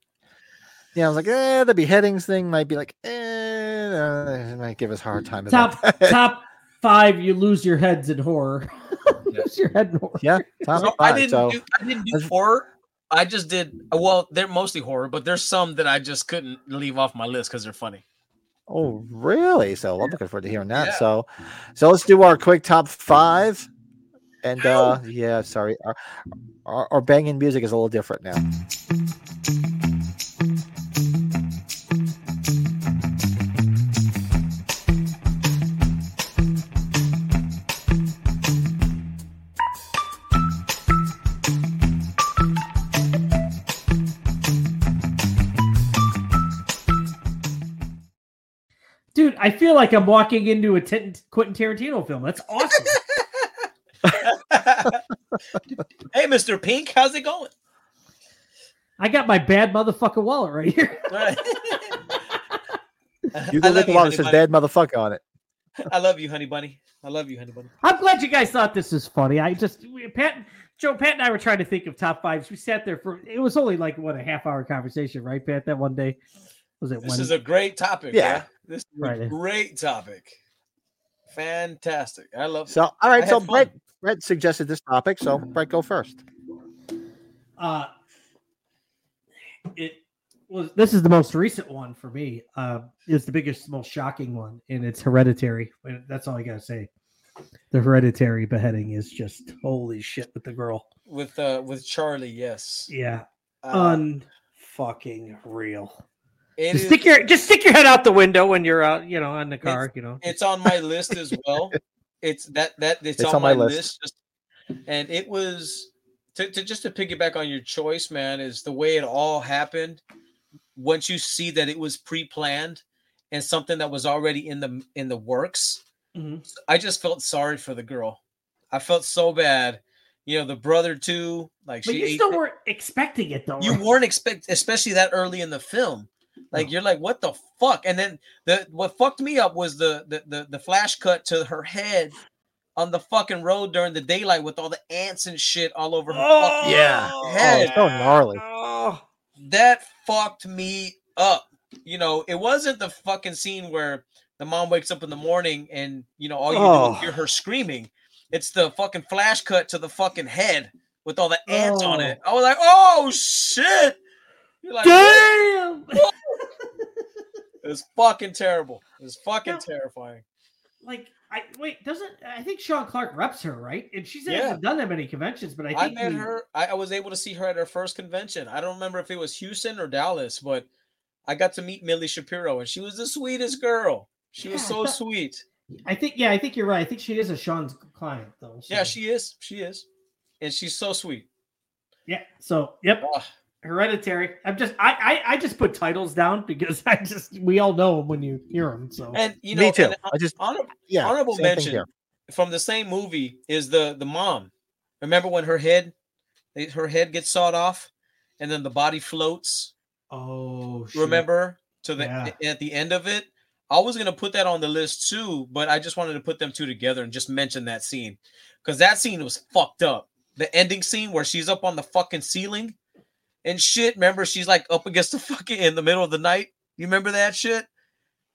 S2: Yeah, I was like, eh, the beheadings thing might be like, eh, uh, it might give us a hard time. about
S4: Top
S2: that.
S4: top five, you lose your heads in horror. lose your head in horror.
S2: yeah, top
S5: So I
S2: five.
S5: didn't
S2: so
S5: do I didn't do
S2: That's-
S5: horror. I just did well, they're mostly horror, but there's some that I just couldn't leave off my list because they're funny.
S2: Oh, really? So I'm looking forward to hearing that.
S5: Yeah.
S2: So, so let's do our quick top five. And uh yeah, sorry, our, our, our banging music is a little different now.
S4: Dude, I feel like I'm walking into a Tin- Quentin Tarantino film. That's awesome.
S5: hey, Mr. Pink, how's it going?
S4: I got my bad motherfucker wallet right here.
S2: You can
S5: I, love
S2: look at
S5: you, honey
S2: one that says
S5: bunny.
S2: "bad motherfucker" on it.
S5: I love you, honey bunny. I love you, honey bunny.
S4: I'm glad you guys thought this was funny. I just we- Pat, Joe, Pat, and I were trying to think of top fives. We sat there for it was only like what a half hour conversation, right, Pat? That one day was it
S5: This
S4: Wednesday?
S5: is a great topic.
S2: Yeah.
S5: Yeah. This is
S4: Friday.
S5: a great topic. Fantastic. I love
S2: So, all
S5: I
S2: right. So
S5: had fun.
S2: Brett Brett suggested this topic. So Brett, go first.
S4: uh, it was this is the most recent one for me. Uh, it's the biggest, most shocking one, and it's hereditary. And That's all I gotta say. The hereditary beheading is just holy shit with the girl.
S5: with uh with Charlie, yes.
S4: Yeah,
S5: Uh,
S3: unfucking real.
S5: it
S3: Just
S5: is-
S3: stick your just stick your head out the window when you're out, you know, on the car, you know.
S5: it's on my list as well. It's that that it's, on, my list. just- and it was to, to just to piggyback on your choice, man, is the way it all happened. Once you see that it was pre-planned and
S3: Mm-hmm.
S5: something that was already in the in the works,
S4: Mhm.
S5: I just felt sorry for the girl. I felt so bad. You know, the brother too. Like
S3: But
S5: she
S3: you
S5: ate
S3: still
S5: the-
S3: weren't expecting it though.
S5: you
S3: right?
S5: weren't expect especially that early in the film like you're like what the fuck and then the what fucked me up was the the the, the flash cut to her head on the fucking road during the daylight with all the ants and shit all over her fucking
S2: Yeah. Oh,
S5: head
S2: it's so gnarly.
S3: Oh.
S5: that fucked me up you know it wasn't the fucking scene where the mom wakes up in the morning and you know all you do
S3: Oh.
S5: is hear her screaming it's the fucking flash cut to the fucking head with all the ants on it i was like oh shit you're like, "What
S3: Damn.
S5: It was fucking terrible. It was fucking
S3: No.
S5: terrifying.
S3: like I wait, doesn't I think Sean Clark reps her, right? And she's
S5: Yeah.
S3: hasn't done that many conventions, but I
S5: I,
S3: think
S5: met
S3: you-
S5: her. I, I was able to see her at her first convention. I don't remember if it was Houston or Dallas, but I got to meet Millie Shapiro, and she was the sweetest girl. She was
S3: Yeah, I
S5: so
S3: thought-
S5: sweet.
S3: I think yeah, I think you're right. I think she is a Sean's client though.
S5: Yeah,
S3: so-
S5: she is. She is, and she's so sweet.
S3: yeah. So yep,
S5: Ugh.
S3: hereditary. I'm just I, I I just put titles down because I just we all know 'em when you hear them. So
S5: And you know,
S2: Me too.
S5: and hon-
S2: I just
S5: honor-
S2: yeah.
S5: honorable
S2: same thing
S5: mention
S2: here.
S5: from the same movie is the the mom. Remember when her head, they- her head gets sawed off, and then the body floats.
S3: oh, shoot.
S5: remember to the
S3: Yeah.
S5: at the end of it i was going to put that on the list too but i just wanted to put them two together and just mention that scene because that scene was fucked up the ending scene where she's up on the fucking ceiling and shit remember she's like up against the fucking in the middle of the night you remember that shit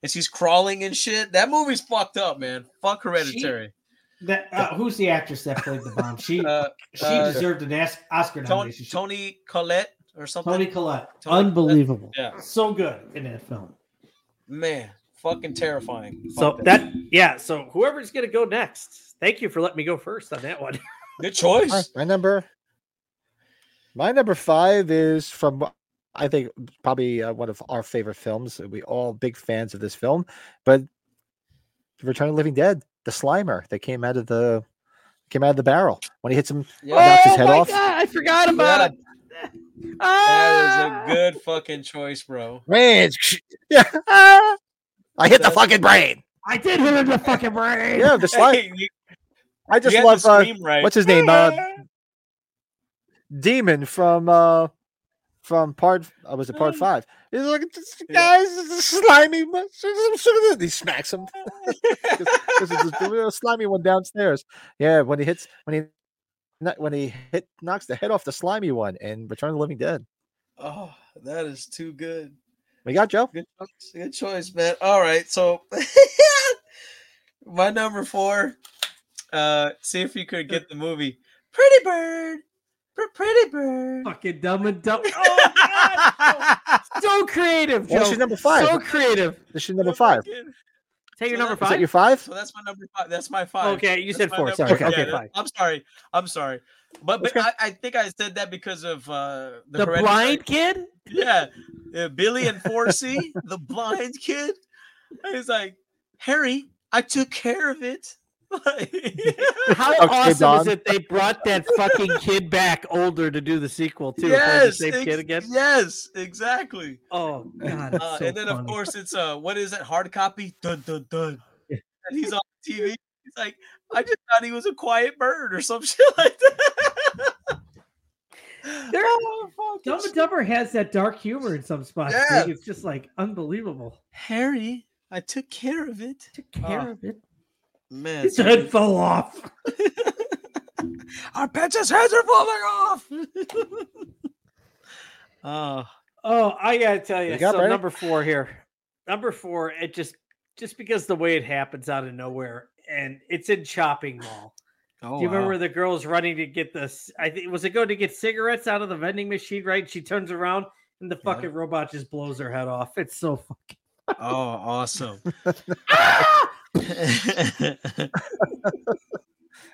S5: and she's crawling and shit that movie's fucked up man fuck hereditary
S3: that uh, who's the actress that played the bomb? She
S5: uh,
S3: she
S5: uh,
S3: deserved an As- Oscar
S5: tony,
S3: nomination. She-
S5: tony collette or something
S3: Toni Collette,
S5: Toni-
S14: Unbelievable.
S5: yeah
S3: so good in that film.
S5: man fucking terrifying
S3: So
S5: Fuck
S3: that yeah. So whoever's gonna go next, thank you for letting me go first on that one.
S5: good
S2: All right,
S5: choice
S2: my number, my number five is from I think probably uh, one of our favorite films. We all big fans of this film, but Return of the Living Dead, the Slimer that came out of the came out of the barrel when he hits him.
S5: yeah,
S2: knocks his head off.
S3: I forgot
S5: yeah
S3: it.
S5: That
S3: Ah!
S5: is a good fucking choice, bro.
S2: Brains. Yeah. Ah! I hit the
S5: That's-
S2: fucking brain.
S3: I did hit him in the fucking brain.
S2: Yeah, the Slimer.
S5: you,
S2: I
S5: you
S2: just
S5: had
S2: love
S5: to
S2: uh,
S5: scream right.
S2: what's his name? Uh, Demon from uh from part uh, was it
S3: Mm.
S2: part five? He's like this guy's a slimy. mu- He smacks him. There's a, there's a real slimy one downstairs. Yeah, when he hits when he kno- when he hit knocks the head off the slimy one and Return of the Living Dead.
S5: oh, that is too good.
S2: We got Joe.
S5: Good choice, good choice, man. All right, so my number four. Uh, see if you could get the movie Pretty Bird. Pr- Pretty Bird.
S3: Fucking dumb and dumb. Oh, God. so creative, Joe.
S2: Well, she's number five.
S3: So creative.
S2: This is number five. Is
S3: Take your
S5: So
S3: number
S5: that-
S2: that
S3: five.
S2: your five?
S5: So that's my number five. That's my five.
S3: Okay, you
S5: That's
S3: said
S5: my
S3: four.
S5: number-
S3: Sorry.
S2: Okay,
S3: Okay,
S5: that-
S3: five.
S5: I'm sorry. I'm sorry. But, but
S2: That's
S5: I, I think I said that because of uh, the,
S3: The
S5: hereditary-
S3: blind kid.
S5: Yeah, uh, Billy and Forsey, the blind kid. He's like, Harry, I took care of it.
S3: How
S2: Okay,
S3: awesome
S2: Don.
S3: is it? They brought that fucking kid back older to do the sequel too. Play the
S5: yes,
S3: same
S5: ex-
S3: kid again.
S5: yes, exactly.
S3: Oh God.
S5: Uh,
S3: that's so
S5: and then of
S3: funny.
S5: course it's uh, what is it? Hard copy. Dun dun dun. And he's on TV. He's like, I just thought he was a quiet bird or some shit like that.
S3: There-
S5: Oh, fuck,
S3: Dumb
S5: it's-
S3: and Dumber has that dark humor in some spots.
S5: Yeah.
S3: dude. It's just like unbelievable.
S5: Harry, I took care of it.
S3: Took care
S5: Oh.
S3: of it.
S5: Man,
S3: His head fell off.
S5: our bitches' heads are falling off. oh,
S3: Oh, I gotta tell you,
S2: You got
S3: so
S2: Brady?
S3: number four here. Number four, it just just because the way it happens out of nowhere, and it's in shopping mall.
S5: oh
S3: Do you remember the girl's running to get this? I think was it go to get cigarettes out of the vending machine, right? She turns around and the
S5: Yeah.
S3: fucking robot just blows her head off. It's so fucking
S5: Oh, awesome.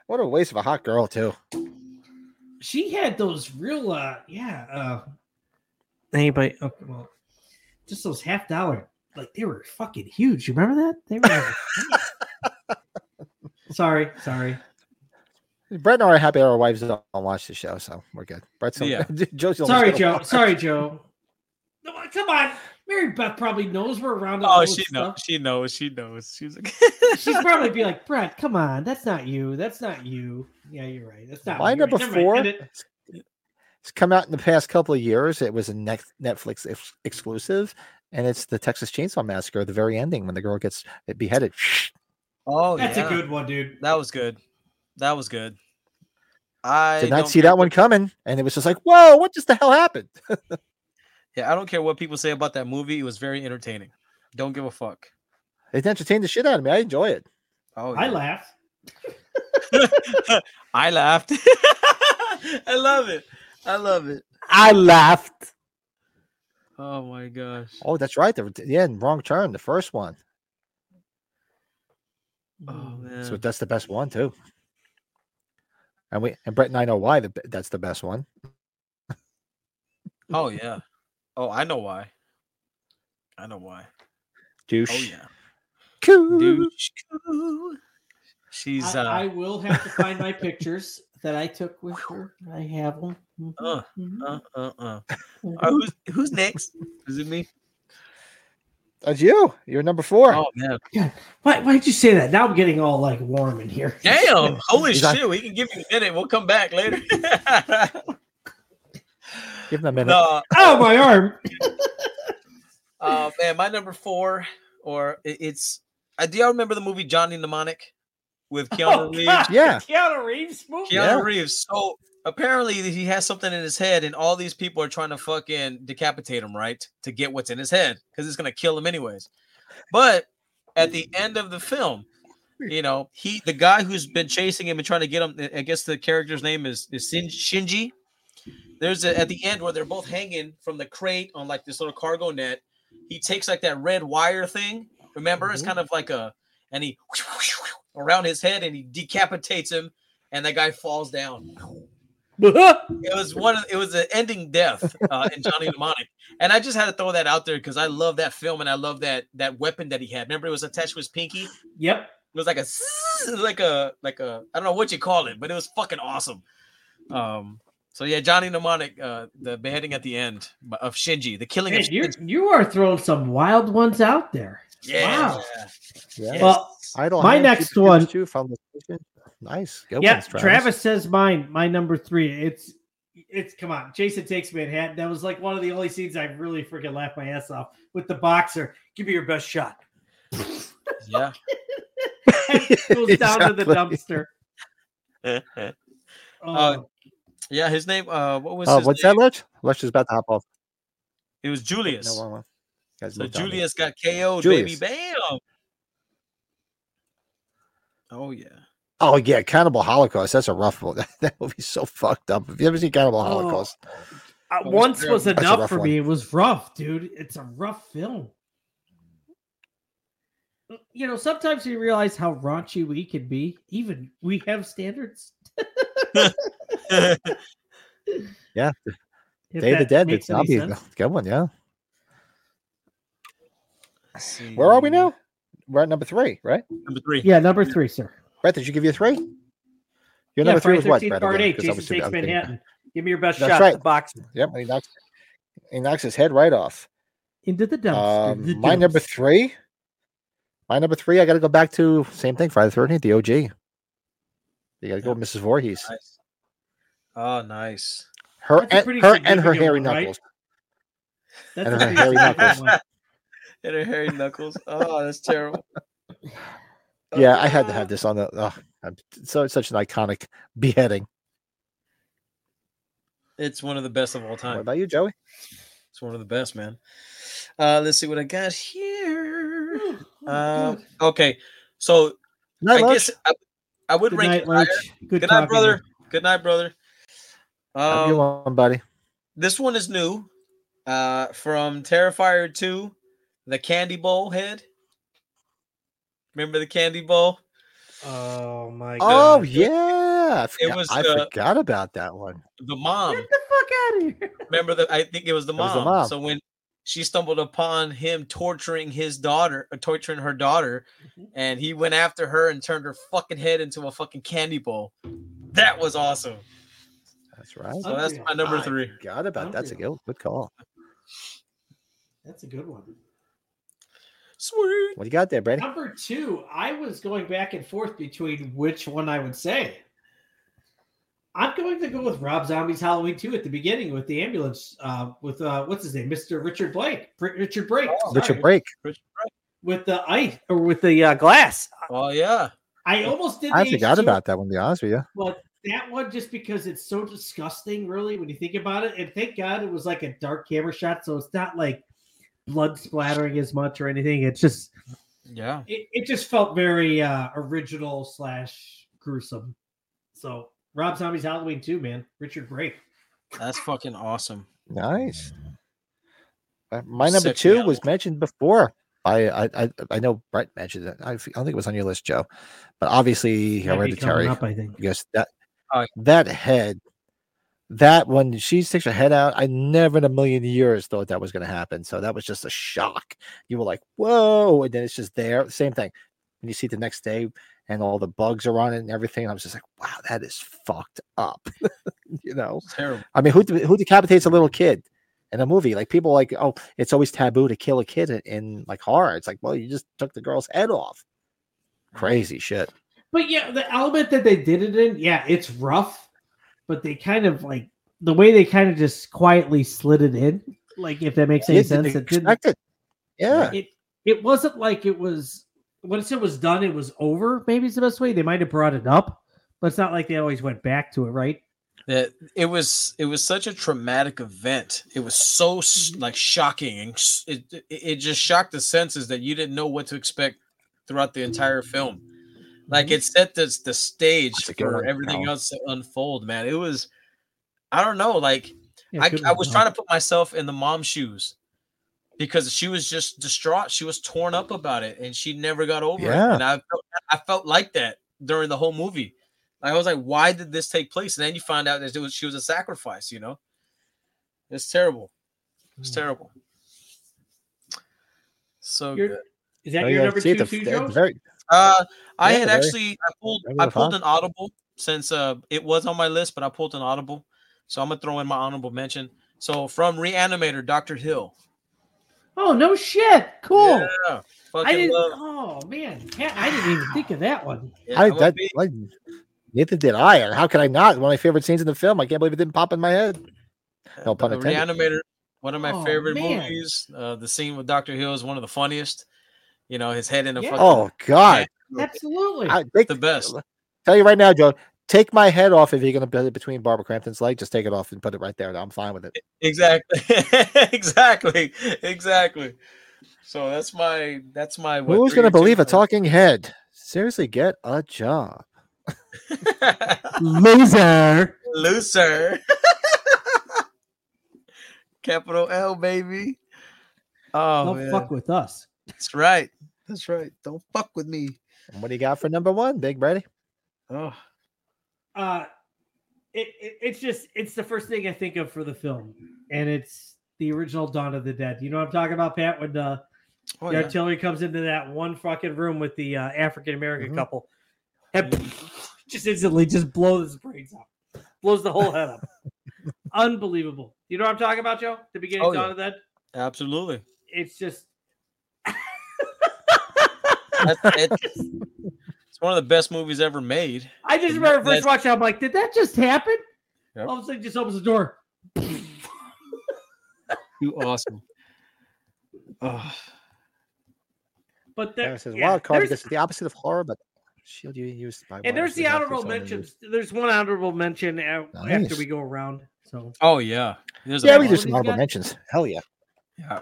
S2: What a waste of a hot girl too.
S14: She had those real, uh, yeah, uh,
S3: anybody
S14: okay, well, just those half dollar, like they were fucking huge. You remember that? They were.
S3: sorry, sorry.
S2: Brett and I are happy our wives don't watch the show, so we're good. Brett's on,
S5: Yeah.
S2: Joe's the only
S14: Sorry,
S2: show.
S14: Joe. Sorry, Joe.
S3: No, come on. Mary Beth probably knows we're around. all
S5: Oh,
S3: this
S5: she knows.
S3: stuff.
S5: She knows. She knows. She's like,
S3: She's probably be like, Brett, come on, that's not you. That's not you. Yeah, you're right. That's not
S2: My
S3: you. You're
S2: number
S3: right. Never mind.
S2: four.
S3: End it.
S2: It's, it's come out in the past couple of years. It was a next Netflix ex- exclusive, and it's the Texas Chainsaw Massacre, the very ending when the girl gets beheaded.
S5: oh,
S3: That's
S5: yeah.
S3: a good one, dude.
S5: That was good. That was good. I
S2: Did
S5: don't
S2: not see
S5: care
S2: that one coming, and it was just like, whoa, what just the hell happened?
S5: Yeah, I don't care what people say about that movie. It was very entertaining. Don't give a fuck.
S2: It entertained the shit out of me. I enjoy it.
S5: Oh,
S3: I
S5: yeah.
S3: laughed.
S5: I laughed. I love it. I love it.
S15: I laughed.
S5: Oh my gosh.
S2: Oh, that's right. The, yeah, and wrong turn, the first one.
S5: Oh
S3: Mm.
S5: man.
S2: So that's the best one too. And we and Brett and I know why the, that's the best one.
S5: oh yeah. Oh, I know why. I know why.
S2: Douche.
S5: Oh yeah.
S2: Coo.
S5: Dude. shoo. She's uh
S3: I, I will have to find my pictures that I took with her. I have them. Mm-hmm.
S5: uh, uh uh uh. Uh, who's who's next? Is it me?
S2: That's you. You're number four.
S5: Oh man.
S3: Why, why'd you say that? Now I'm getting all like warm in here.
S5: Damn! Holy
S2: He's like-
S5: shit! We can give you a minute. We'll come back later.
S2: Give him a minute.
S5: no,
S3: Oh, my arm.
S5: uh, man, my number four, or it, it's. Uh, do y'all remember the movie Johnny Mnemonic with Keanu
S3: Oh,
S5: Reeves?
S3: God.
S2: Yeah.
S3: Keanu Reeves movie.
S5: Keanu
S2: Yeah.
S5: Reeves. So apparently he has something in his head, and all these people are trying to fucking decapitate him, right, to get what's in his head, because it's gonna kill him anyways. But at the end of the film, you know, he the guy who's been chasing him and trying to get him. I guess the character's name is is Shin, Shinji. There's a, at the end where they're both hanging from the crate on like this little cargo net. He takes like that red wire thing. Remember, it's kind of like a and he around his head and he decapitates him and that guy falls down. It was one. Of, it was an ending death uh, in Johnny Mnemonic, and I just had to throw that out there because I love that film and I love that that weapon that he had. Remember, it was attached to his pinky. It
S3: Yep.
S5: was like a s- like a like a I don't know what you call it, but it was fucking awesome. Um. So yeah, Johnny Mnemonic, uh, the beheading at the end of Shinji, the killing
S3: Man,
S5: of
S3: you
S5: Shinji.
S3: you are throwing some wild ones out there.
S5: Yeah.
S3: wow.
S2: Yeah.
S3: Well,
S2: Idle
S3: my
S2: hands,
S3: next
S2: keep your fingers
S3: one-
S2: too, found the station. Nice. Good
S3: yeah,
S2: ones,
S3: Travis. says mine. My number three. It's it's come on. Jason takes Manhattan. That was like one of the only scenes I really freaking laughed my ass off with the boxer. Give me your best shot.
S5: Yeah.
S3: goes down to the
S2: Exactly.
S3: dumpster. Oh,
S5: Uh, yeah. His name. Uh. What was?
S2: Oh,
S5: his
S2: what's
S5: name?
S2: that, Lutch? Lutch is about to hop off.
S5: It was Julius.
S2: No, wrong one. Guys,
S5: So
S2: look down there.
S5: Julius got KO'd,
S2: Julius.
S5: baby. Bam. Oh yeah.
S2: Oh yeah, Cannibal Holocaust. That's a rough one. That movie's so fucked up. If you ever seen Cannibal
S3: Oh.
S2: Holocaust,
S3: uh,
S5: was
S3: once
S5: terrible.
S3: was
S2: That's a
S3: enough
S2: rough
S3: for
S2: one.
S3: me. It was rough, dude. It's a rough film. You know, sometimes we realize how raunchy we can be. Even we have standards.
S2: Yeah.
S3: If
S2: Day of the
S3: that
S2: Dead,
S3: makes
S2: it's not
S3: any
S2: be
S3: sense.
S2: good one. Yeah. Where are we now? We're at number three, right?
S5: Number three.
S3: Yeah, number three, sir.
S2: Brett, did you give you a three? Your
S3: yeah,
S2: number three was
S3: Friday
S2: what,
S3: 13th,
S2: Brett?
S3: Part
S2: again?
S3: eight,
S2: 'Cause I
S3: Jason
S2: was too- I
S3: takes
S2: was thinking-
S3: Manhattan. Give me your best
S2: That's
S3: shot.
S2: right.
S3: The box
S2: Yep, he knocks, he knocks his head right off.
S3: into the dumpster.
S2: Um,
S3: the
S2: my number
S3: dumpster.
S2: three. My number three, I got to go back to same thing, Friday the Thirteenth, the OG. You got to go, with Mrs. Voorhees.
S5: Nice. Oh, nice.
S2: Her
S3: That's a
S2: and
S3: pretty
S2: her and her
S3: significant
S2: hairy
S3: one, right?
S2: knuckles. and
S3: That's a
S2: her
S3: pretty
S2: hairy
S3: significant
S2: knuckles.
S3: one.
S5: And her hairy knuckles. Oh, that's terrible.
S2: Yeah, I had to have this on the. Oh, I'm- so it's such an iconic beheading.
S5: It's one of the best of all
S2: What
S5: time.
S2: about you, Joey?
S5: It's one of the best, man. Uh, let's see what I got here. Um, okay, so I
S2: Night, Lodge.
S5: guess I, I would
S3: Good
S5: rank.
S3: night,
S5: it higher.
S3: Lurch. Good,
S5: Good
S3: talking to
S5: night,
S3: you.
S5: brother. Good night, brother.
S2: Have you
S5: Um,
S2: on, buddy.
S5: this one is new uh from terrifier 2 the candy bowl head remember the candy bowl
S3: Oh my
S2: Oh
S3: god. uh,
S2: yeah, I forgot,
S5: was
S2: I
S5: the-
S2: forgot about that one.
S5: the mom
S3: Get the fuck out of here.
S5: remember the i think it was the,
S2: was
S5: mom.
S2: the mom.
S5: so when she stumbled upon him torturing his daughter uh, torturing her daughter and he went after her and turned her fucking head into a fucking candy bowl that was awesome
S2: That's right.
S3: Oh,
S5: so that's
S3: Unreal.
S5: my number
S2: I
S5: three
S3: oh.
S2: Forgot about that's a good, good call.
S3: That's a good one.
S5: Sweet.
S2: What do you got there, Brady?
S3: Number two, I was going back and forth between which one I would say. I'm going to go with Rob Zombie's Halloween 2 at the beginning with the ambulance, uh, with uh, what's his name, Mr. Richard Blake, Br- Richard Brake,
S5: Oh,
S3: sorry,
S2: Richard Brake.
S3: with the ice or with the uh, glass.
S5: Oh yeah.
S3: I almost did.
S2: I
S3: the
S2: forgot
S3: H2O,
S2: about that one, to be honest with you.
S3: but that one just because it's so disgusting, really, when you think about it. And thank God it was like a dark camera shot, so it's not like blood splattering as much or anything. It's just
S5: Yeah.
S3: it, it just felt very uh original slash gruesome. So Rob Zombie's Halloween too, man. Richard Brake.
S5: That's fucking awesome.
S2: Nice. Uh, My number
S5: Sick
S2: two
S5: meal.
S2: was mentioned before. I, I I I know Brett mentioned it. I f- I don't think it was on your list, Joe, but obviously
S3: Might be coming
S2: hereditary.
S3: up, I think.
S2: Yes, that
S5: Oh, yeah.
S2: that head, that when she sticks her head out, I never in a million years thought that was going to happen. So that was just a shock. You were like, "Whoa!" And then it's just there. Same thing. And you see it the next day, and all the bugs are on it and everything. I was just like, "Wow, that is fucked up." you know.
S5: Terrible.
S2: I mean, who de- who decapitates a little kid in a movie? Like people like, oh, it's always taboo to kill a kid in, in like horror. It's like, well, you just took the girl's head off. Crazy shit.
S3: But yeah, the element that they did it in, yeah, it's rough, but they kind of like the way they kind of just quietly slid it in, like if that makes any
S2: Yeah, didn't
S3: sense. It didn't
S2: expect it. Yeah,
S3: it it wasn't like it was once it was done, it was over. Maybe it's the best way. They might have brought it up, but it's not like they always went back to it, right?
S5: That it was it was such a traumatic event. It was so s- like shocking and s- it, it it just shocked the senses that you didn't know what to expect throughout the entire film. Like it set this the stage
S2: That's a good
S5: for
S2: one,
S5: everything
S2: Alan.
S5: else to unfold, man. It was I don't know, like
S3: Yeah,
S5: I,
S3: good
S5: I
S3: one,
S5: was
S3: huh?
S5: trying to put myself in the mom's shoes because she was just distraught. She was torn up about it and she never got over it.
S2: Yeah.
S5: And I felt, I felt like that during the whole movie. Like, I was like, why did this take place? And then you find out that it was, she was a sacrifice, you know? It's terrible.
S3: Mm.
S5: It's terrible. So
S3: Your-
S5: good.
S3: Is that
S2: Oh,
S3: your
S2: yeah,
S3: number
S2: see,
S3: two,
S2: the-
S3: too,
S2: the-
S3: Joe?
S2: very-
S5: Uh, I
S2: Yeah,
S5: had
S2: very-
S5: actually I pulled
S2: very
S5: I
S2: good
S5: pulled an
S2: find.
S5: audible since uh it was on my list, but I pulled an audible, so I'm gonna throw in my honorable mention. So from Reanimator, Doctor Hill.
S3: Oh no, shit! Cool.
S5: Yeah,
S3: I
S5: fucking
S3: didn't.
S5: love.
S3: Oh man, yeah, I didn't even think of that one.
S5: Yeah,
S2: I
S5: I'm a
S2: that
S5: big-
S2: like, neither did I. And how could I not? One of my favorite scenes in the film. I can't believe it didn't pop in my head. No pun
S5: The
S2: intended.
S5: Reanimator, one of my
S3: Oh,
S5: favorite
S3: man.
S5: movies. Uh, the scene with Doctor Hill is one of the funniest. You know, his head in a
S3: Yeah.
S5: fucking
S2: Oh God!
S3: Absolutely.
S2: I, they,
S5: the best.
S2: tell you right now, Joe. Take my head off if you're going to put it between Barbara Crampton's leg. Just take it off and put it right there. I'm fine with it.
S5: Exactly, exactly, exactly. So that's my that's my. what,
S2: Who's
S5: three
S2: going
S5: or
S2: to
S5: two?
S2: believe a talking head? Seriously, get a job.
S16: Loser.
S5: Loser. Capital L, baby. Oh,
S3: Don't
S5: man.
S3: fuck with us.
S5: that's right. That's right. Don't fuck with me.
S2: And what do you got for number one, Big Brady?
S5: Oh,
S3: uh it, it it's just it's the first thing I think of for the film, and it's the original Dawn of the Dead. You know what I'm talking about, Pat? When uh, the,
S5: oh
S3: the
S5: yeah.
S3: artillery comes into that one fucking room with the uh, African American
S2: Mhm.
S5: Mm-hmm.
S3: couple, and just instantly just blows his brains out, blows the whole head up. Unbelievable. You know what I'm talking about, Joe? The beginning
S5: Oh,
S3: of Dawn
S5: yeah.
S3: of the Dead.
S5: absolutely.
S3: It's just
S5: That's, it's, it's one of the best movies ever made.
S3: I just
S5: And
S3: remember
S5: that-
S3: first watching. I'm like, did that just happen?
S5: Yep.
S3: All of a sudden, just opens the door.
S5: You awesome. Oh,
S3: But there,
S2: Paris says
S3: yeah,
S2: wild card
S3: there's-
S2: because it's the opposite of horror, but shield you used by.
S3: And
S2: one
S3: there's the
S2: design for
S3: honorable
S2: someone
S3: mentions. There's one honorable mention a- after
S2: Nice.
S3: we go around. So
S5: oh yeah. There's
S2: who's-
S5: a
S2: Yeah,
S5: lot.
S2: we do
S3: What do
S2: some
S3: you
S2: honorable
S3: got?
S2: mentions. Hell yeah.
S5: Yeah.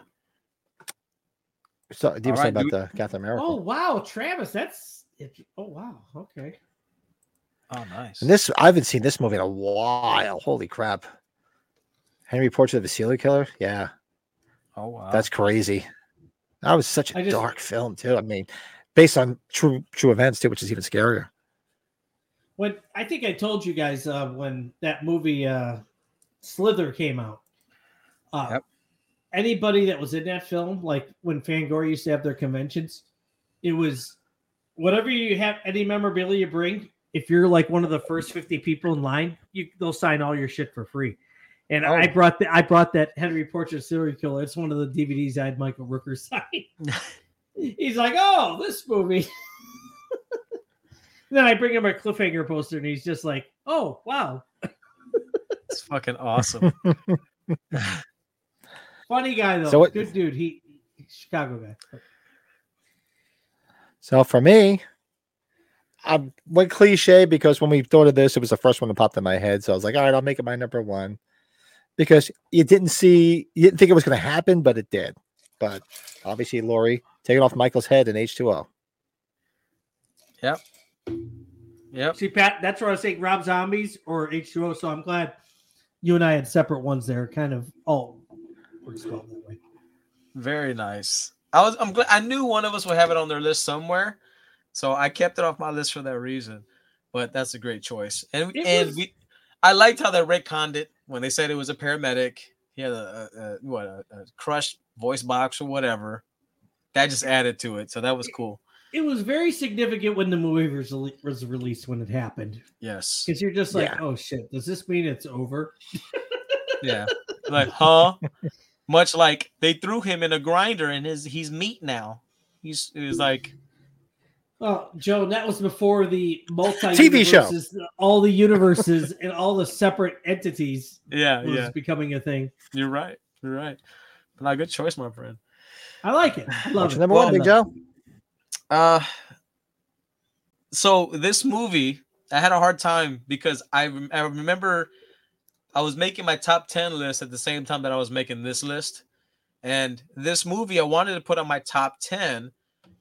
S2: So, do
S5: All
S2: you were saying
S5: right,
S2: about
S5: do
S2: the Catherine Miracle?
S3: oh wow, Travis, that's it. oh wow, okay.
S5: Oh, nice.
S2: And this, I haven't seen this movie in a while. Holy crap! Henry Portrait of a Serial Killer. Yeah,
S5: oh wow.
S2: that's crazy. That was such a
S3: I just-
S2: dark film too. I mean, based on true true events too, which is even scarier.
S3: When I think I told you guys uh, when that movie uh, Slither came out. Uh,
S5: Yep.
S3: Anybody that was in that film, like when Fangoria used to have their conventions, it was whatever you have any memorabilia you bring. If you're like one of the first fifty people in line, you they'll sign all your shit for free. And
S2: Oh.
S3: I brought the, I brought that Henry Portrait serial killer. It's one of the DVDs I had Michael Rooker sign. he's like, "Oh, this movie." then I bring him a cliffhanger poster, and he's just like, "Oh, wow,
S5: It's fucking awesome.
S3: funny guy though,
S2: So what-
S3: good dude." He Chicago guy.
S2: So for me, I went cliche because when we thought of this, it was the first one that popped in my head. So I was like, all right, I'll make it my number one because you didn't see, you didn't think it was going to happen, but it did. But obviously, Lori taking off Michael's head in H2O.
S5: Yep.
S3: See, Pat, that's where I was saying Rob Zombies or H2O. So I'm glad you and I had separate ones there. Kind of all works well that way.
S5: Very nice. I was I'm glad I knew one of us would have it on their list somewhere. So I kept it off my list for that reason. But that's a great choice. And
S3: It
S5: and
S3: was-
S5: we I liked how they retconned it when they said it was a paramedic. He had a, a, a what a, a crushed voice box or whatever. That just added to it. So that was cool.
S3: It was very significant when the movie was, rele- was released when it happened
S5: Yes.
S3: because you're just like, oh shit, does this mean it's over?
S5: Yeah. Like, huh? Much like they threw him in a grinder and his he's meat now. He's he's like
S3: Well, Joan, that was before the multi
S2: TV show.
S3: all the universes and all the separate entities
S5: yeah,
S3: was
S5: Uh, yeah.
S3: becoming a thing.
S5: You're right. You're right. Not a good choice, my friend.
S3: I like it. I love
S2: What's
S3: it.
S2: your number
S5: Well
S2: one, Big
S5: done.
S2: Joe?
S5: Uh so this movie, I had a hard time because I rem- I remember I was making my top 10 list at the same time that I was making this list. And this movie I wanted to put on my top 10.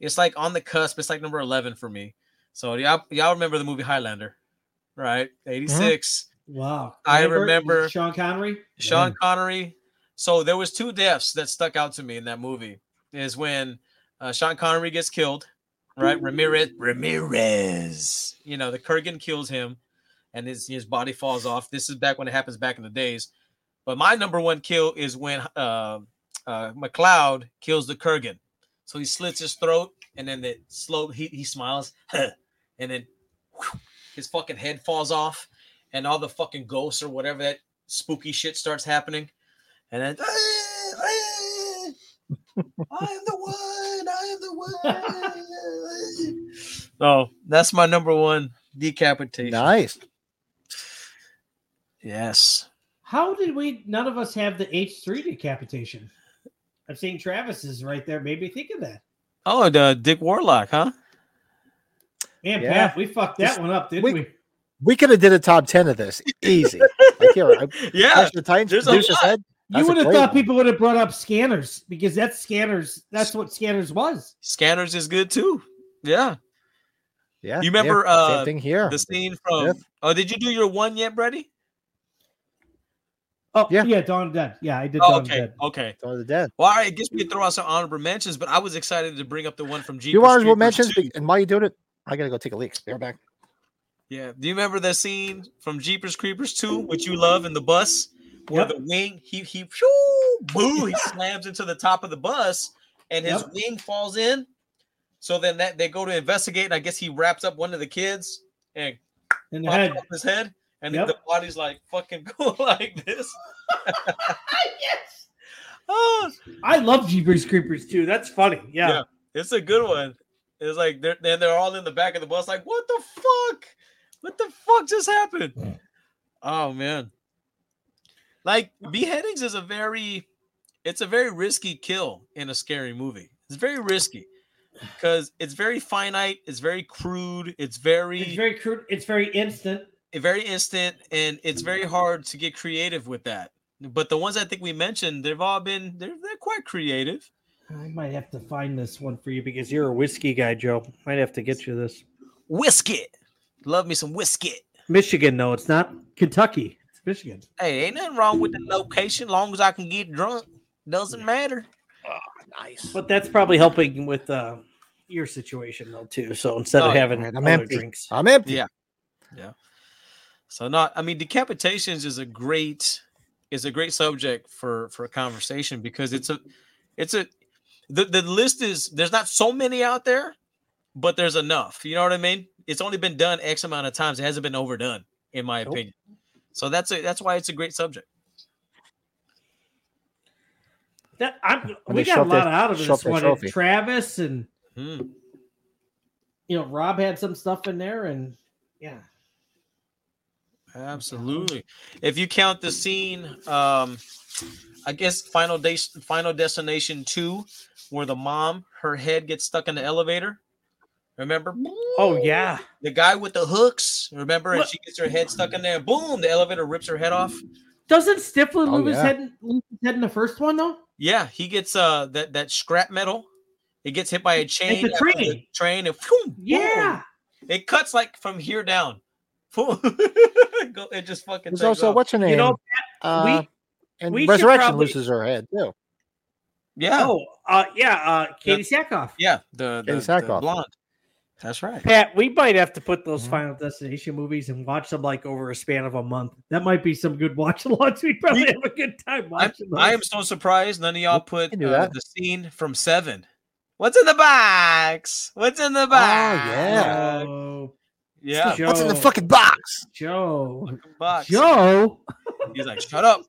S5: It's like on the cusp, it's like number 11 for me. So y'all, y'all remember the movie Highlander, right? 86.
S3: Wow.
S5: I remember-
S3: Sean Connery.
S5: Sean Connery. So there was two deaths that stuck out to me in that movie. Is when uh, Sean Connery gets killed, right? Ramirez, Ramirez. You know, the Kurgan kills him, and his his body falls off. This is back when it happens back in the days. But my number one kill is when uh, uh, McLeod kills the Kurgan. So he slits his throat, and then the slow he he smiles, and then whew, his fucking head falls off, and all the fucking ghosts or whatever that spooky shit starts happening, and then I am the one, I am the one. so that's my number one decapitation.
S2: Nice.
S5: Yes,
S3: How did we? None of us have the H three decapitation. I'm seeing Travis is right there. Made me think of that.
S5: oh, the Dick Warlock, huh?
S3: Man,
S2: Yeah.
S3: Pat, we fucked that
S2: Just-
S3: one up, didn't we?
S2: we- We could have did a top 10 of this. Easy. like here, I,
S5: Yeah,
S2: Clash of the Titans,
S5: there's a
S2: Medusa's
S5: lot.
S2: head.
S3: You
S2: That's a
S3: would have
S2: great
S3: thought
S2: one.
S3: people would have brought up scanners because that's scanners. That's what scanners was.
S5: Scanners is good too. Yeah,
S2: Yeah.
S5: You
S2: yeah,
S5: remember, uh,
S2: same thing here.
S5: the scene from.
S2: Yes.
S5: Oh, did you do your one yet, Brady?
S3: Oh yeah,
S2: Yeah.
S3: yeah Dawn of the Dead. Yeah, I did.
S5: Oh,
S3: Dawn of the
S5: okay,
S3: Dead.
S5: okay.
S2: Dawn of the Dead.
S5: Well, all right, it gets me to throw out some honorable mentions, but I was excited to bring up the one from G.
S2: You honorable mentions, and while you're doing it, I gotta go take a leak. Be right back.
S5: Yeah. Do you remember that scene from Jeepers Creepers 2, which you love in the bus, where the wing he he phew, boo, he slams into the top of the bus and his
S3: Yep.
S5: wing falls in. So then that they go to investigate, and I guess he wraps up one of the kids and
S3: In the
S5: pops
S3: head.
S5: off his head, and
S3: Yep.
S5: the body's like fucking going like this.
S3: yes.
S5: Oh,
S3: I love Jeepers Creepers too. That's funny. Yeah.
S5: Yeah. it's a good one. It's like they're then they're all in the back of the bus, like, what the fuck? What the fuck just happened? Oh man. Like beheadings is a very it's a very risky kill in a scary movie. It's very risky because it's very finite, it's very crude, it's very
S3: It's very crude. It's very instant.
S5: a- very instant and it's very hard to get creative with that. But the ones I think we mentioned, they've all been they're they're quite creative.
S3: I might have to find this one for you because you're a whiskey guy, Joe. Might have to get you this.
S5: Whiskey. Love me some whiskey.
S3: Michigan, no, it's not Kentucky. It's Michigan.
S5: Hey, ain't nothing wrong with the location, long as I can get drunk. Doesn't matter.
S3: But that's probably helping with uh, your situation though too. So instead
S5: Oh,
S3: of
S5: yeah.
S3: having
S2: Right, I'm
S3: other
S2: empty. Uh,
S3: drinks,
S2: I'm empty.
S5: Yeah. So not, I mean, decapitations is a great, is a great subject for for conversation because it's a, it's a, the the list is there's not so many out there, but there's enough. You know what I mean? It's only been done x amount of times. It hasn't been overdone, in my
S3: Nope.
S5: opinion. So that's a that's why it's a great subject.
S4: That I'm,
S2: When
S4: we
S2: they
S4: got a
S2: shoved
S4: lot
S2: that-
S4: out of this
S2: shoved that
S4: one.
S2: trophy.
S4: And Travis and
S5: Hmm.
S4: you know Rob had some stuff in there, and yeah,
S5: Absolutely. If you count the scene, um, I guess Final Day, Final Destination Two, where the mom her head gets stuck in the elevator. Remember
S3: Oh yeah,
S5: the guy with the hooks? Remember, and
S3: What?
S5: she gets her head stuck in there. Boom! The elevator rips her head off.
S4: doesn't Stifler
S2: Oh,
S4: lose his
S2: yeah.
S4: head? Lose his head in the first one though.
S5: Yeah, he gets uh that that scrap metal. It gets hit by a chain.
S3: the
S5: after
S3: train.
S5: train and phoom, boom.
S4: Yeah,
S5: it cuts like from here down. Boom. Go- it just fucking.
S2: There's
S5: takes
S2: also
S5: off.
S2: what's her name?
S3: you know.
S2: uh,
S3: we-
S2: and
S3: we should
S2: Resurrection
S3: probably-
S2: loses her head too.
S5: Yeah,
S3: Oh uh, yeah, uh, Katie Sackhoff.
S5: yeah. The, the,
S2: Katie
S5: the
S2: Sackhoff.
S5: blonde. That's right.
S3: Pat, we might have to put those
S4: Mm-hmm.
S5: Mhm.
S3: Final Destination movies and watch them like over a span of a month. That might be some good watch alongs. We'd probably have a good time
S5: I'm,
S3: watching those.
S5: I am so surprised none of y'all put
S2: can do
S5: uh,
S2: that.
S5: the scene from Seven. What's in the box? What's in the box?
S2: Oh, yeah.
S3: Oh,
S4: Joe,
S5: yeah.
S3: Joe,
S2: What's in the fucking box?
S4: Joe,
S5: Box.
S4: Joe.
S5: He's like, shut up,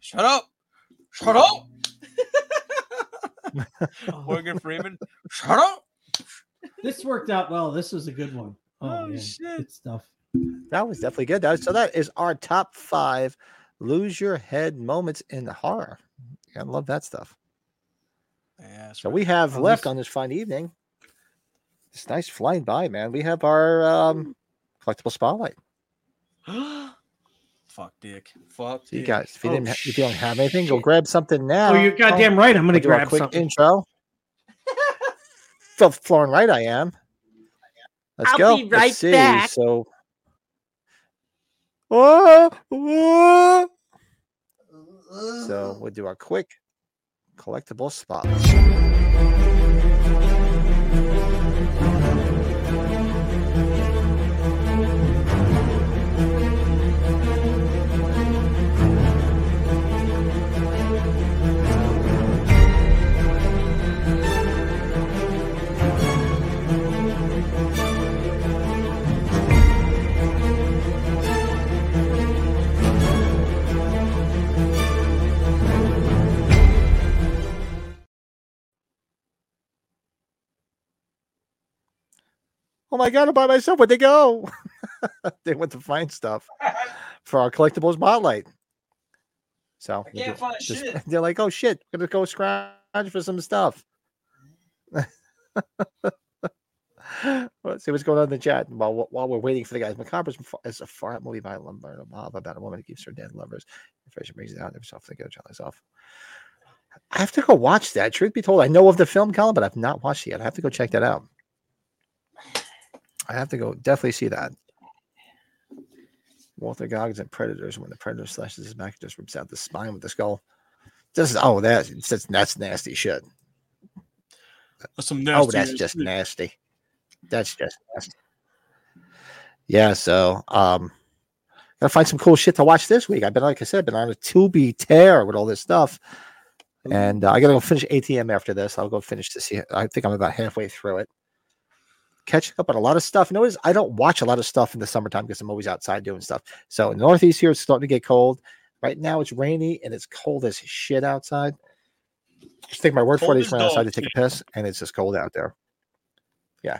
S5: shut up, shut up. Morgan Freeman, shut up.
S4: This worked out well. This was a good one. Oh,
S5: Oh,
S4: man.
S5: shit.
S4: good stuff.
S2: That was definitely good. That was- so that is our top five lose your head moments in horror. I love that stuff.
S5: Yeah, that's
S2: So
S5: right.
S2: we have
S4: Oh,
S2: left
S4: this-
S2: on this fine evening. It's nice flying by, man. We have our um, collectible spotlight.
S5: Fuck dick. Fuck
S2: So you
S5: dick.
S2: guys, if you
S3: Oh,
S2: didn't, ha- if you don't have anything, go grab something now.
S4: Oh, you're goddamn right. I'm
S2: We'll
S4: gonna
S2: do our
S4: grab
S2: quick
S4: something.
S2: intro. so flooring right, I am. Let's
S3: I'll
S2: go.
S3: be
S2: Let's
S3: right
S2: see.
S3: back.
S2: So, oh, oh. so we'll do our quick collectible spot. Oh my god, I'm by myself. Where'd they go? they went to find stuff for our collectibles spotlight. So we
S5: can't
S2: do-
S5: find
S2: just-
S5: shit.
S2: they're like, oh shit, we're gonna go scrounge for some stuff. Let's see what's going on in the chat while we're- while we're waiting for the guys. Macabre is a far out movie by Lumber and Bob about a woman who keeps her dead lovers. Information brings it out himself to go tell herself. I have to go watch that. Truth be told, I know of the film, Colin, but I've not watched it yet. I have to go check that out. I have to go definitely see that. Walter Goggins and Predators when the Predator slashes his back, just rips out the spine with the skull. This is oh that's that's, that's nasty shit.
S5: That's some
S2: Oh,
S5: nasty
S2: that's
S5: ass
S2: just
S5: shit.
S2: nasty. That's just nasty. Yeah, so um gotta find some cool shit to watch this week. I've been like I said, been on a Tubi tear with all this stuff. And uh, I gotta go finish ATM after this. I'll go finish to see. I think I'm about halfway through it. Catching up on a lot of stuff. Notice I don't watch a lot of stuff in the summertime because I'm always outside doing stuff. So in the northeast here, it's starting to get cold. Right now it's rainy and it's cold as shit outside. Just take my word for
S5: Cold
S2: it. I just
S5: as
S2: ran outside to
S5: dog
S2: take a piss, and it's just cold out there. Yeah.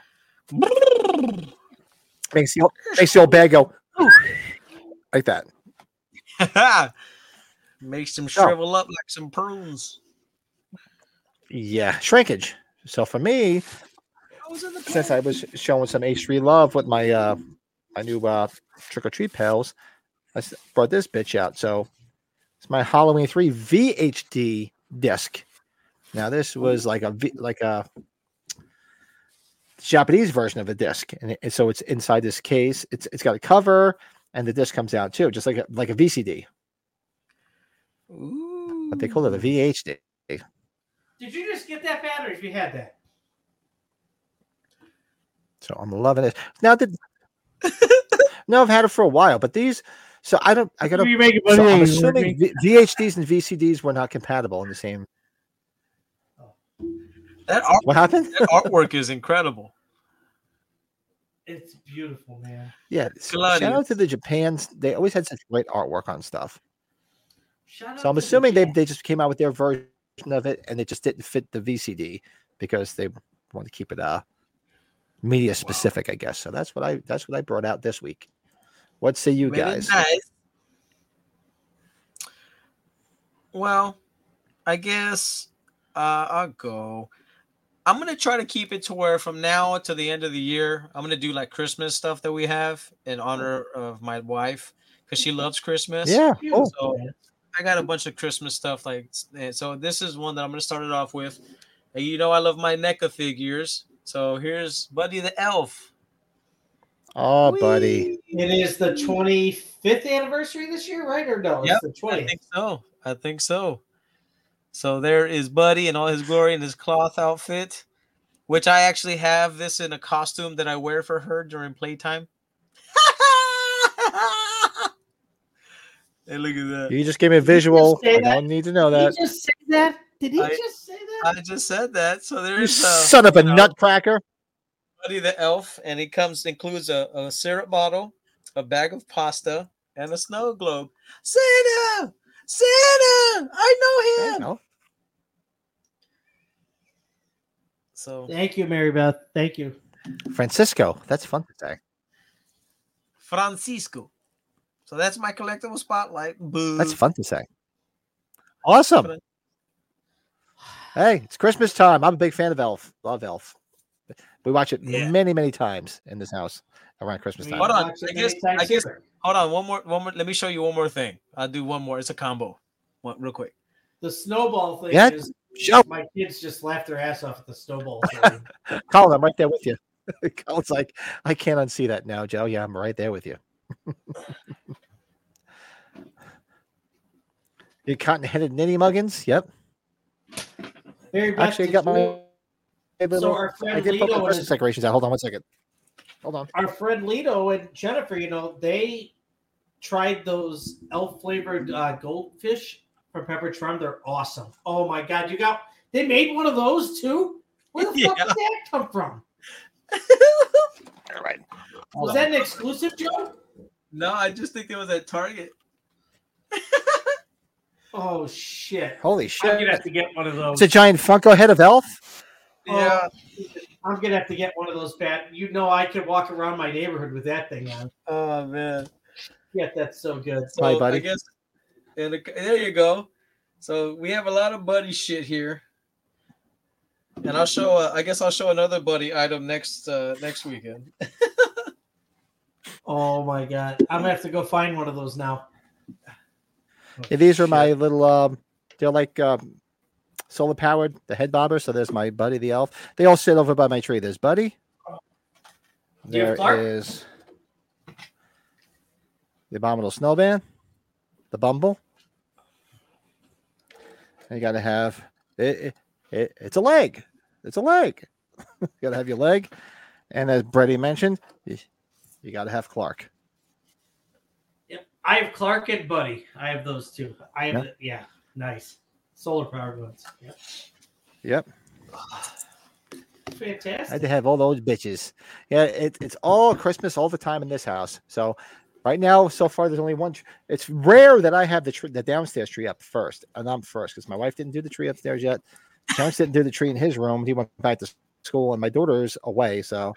S2: Makes the old, makes the old bag go "Ooh," like that.
S5: Makes him shrivel up like some prunes.
S2: Yeah, shrinkage. So for me, since I was showing some H3 love with my uh my new uh trick or treat pals, I s- brought this bitch out. So it's my Halloween 3 VHD disc. Now this was like a v, like a Japanese version of a disc, and, it- and so it's inside this case. It's it's got a cover, and the disc comes out too, just like a, like a VCD. But they call it a VHD.
S4: Did you just get that battery if you had that?
S2: So I'm loving it. Now that no, I've had it for a while, but these. So I don't. I gotta.
S4: you making fun
S2: So
S4: of
S2: I'm
S4: me? You heard me?
S2: assuming v- VHDs and VCDs were not compatible in the same.
S5: That, art,
S2: What happened?
S5: that artwork is incredible.
S4: It's beautiful, man.
S2: Yeah. s- Shout out to the Japan's. They always had such great artwork on stuff.
S4: Shout out
S2: So I'm
S4: to the
S2: assuming they
S4: chat.
S2: they just came out with their version of it, and it just didn't fit the VCD because they want to keep it uh media specific, I guess. So that's what I that's what I brought out this week. What say you
S5: Very
S2: guys?
S5: nice. Well, I guess uh, I'll go. I'm gonna try to keep it to where from now to the end of the year, I'm gonna do like Christmas stuff that we have in honor of my wife because she loves Christmas.
S2: Yeah. Oh,
S5: So I got a bunch of Christmas stuff. Like, and so this is one that I'm gonna start it off with. And you know, I love my NECA figures. So here's Buddy the Elf.
S2: oh buddy.
S4: It is the 25th anniversary this year, right? Or no,
S5: Yep,
S4: it's the
S5: I
S4: 20th.
S5: think so. I think so. So there is Buddy in all his glory in his cloth outfit, which I actually have this in a costume that I wear for her during playtime. hey, look at that.
S2: You just gave me a visual.
S4: say
S2: I
S4: that?
S2: don't need to know
S4: Did
S2: that.
S4: he just say that? Did he
S5: I-
S4: just say that?
S5: I just said that. So
S2: You
S5: there's uh,
S2: son of a
S5: you know,
S2: nutcracker.
S5: Buddy the Elf, and it comes includes a, a syrup bottle, a bag of pasta, and a snow globe. Santa, Santa, I
S2: There
S5: know
S2: you
S5: him.
S2: go.
S5: So
S4: Thank you, Mary Beth. Thank you.
S2: Francisco. That's fun to say.
S5: Francisco. So that's my collectible spotlight. Boo.
S2: That's fun to say. Awesome. Hey, it's Christmas time. I'm a big fan of Elf. Love Elf. We watch it
S5: Yeah.
S2: many, many times in this house around
S3: Mm.
S2: Christmas time.
S5: Hold on,
S4: Watch it
S5: I guess-
S4: anytime
S5: I guess-
S4: sooner.
S5: Hold on, one more, one more. Let me show you one more thing. I'll do one more. It's a combo. One, real quick.
S4: the snowball thing
S2: Yeah,
S4: is
S2: Show
S4: my kids just laughed their ass off at the snowball thing.
S2: Colin, I'm right there with you. Colin's like, I can't unsee that now, Joe. Yeah, I'm right there with you. Your cotton headed ninny muggins. Yep.
S4: Mary Beth,
S2: Actually, I
S4: did
S2: got my.
S4: you-
S2: my little-
S4: our friend
S2: I did put
S4: Lito
S2: my
S4: and
S2: Christmas
S4: his-
S2: decorations out. Hold on one second. Hold on.
S4: our friend Lito and Jennifer, you know, they tried those elf flavored uh, goldfish from Pepper Trum. They're awesome. Oh my god, you got they made one of those too? Where the fuck
S5: Yeah.
S4: did that come from?
S2: All right.
S4: Was that an exclusive joke?
S5: No, I just think it was at Target.
S4: Oh shit.
S2: Holy
S4: I'm
S2: shit.
S4: gonna have to get one of those.
S2: It's a giant Funko head of Elf.
S5: Yeah.
S4: I'm gonna have to get one of those bad. You know I could walk around my neighborhood with that thing on.
S5: Oh man.
S4: Yeah, that's so good.
S5: So
S2: Bye,
S5: I
S2: buddy.
S5: guess. And the- there you go. So we have a lot of buddy shit here. And I'll show. Uh, I guess I'll show another buddy item next uh, next weekend.
S4: Oh my god. I'm gonna have to go find one of those now.
S2: Yeah, these are my little. Um, they're like um, solar powered, the head bobber. So there's my buddy the elf. They all sit over by my tree. There's Buddy.
S4: Do you
S2: There
S4: have Clark?
S2: is the abominable snowman, the bumble. And you got to have it, it, it- It's a leg. It's a leg. you got to have your leg. And as Brady mentioned, you, you got to have Clark.
S4: I have Clark and Buddy. I have those two. I have
S2: Yeah.
S4: yeah, yeah nice solar powered ones. Yep.
S2: Yep. I had
S4: Fantastic.
S2: to have all those bitches. Yeah, it, it's all Christmas all the time in this house. So right now, so far, there's only one. tr- It's rare that I have the tree, the downstairs tree up first, and I'm first because my wife didn't do the tree upstairs yet. Terrence didn't do the tree in his room. He went back to school, and my daughter's away, so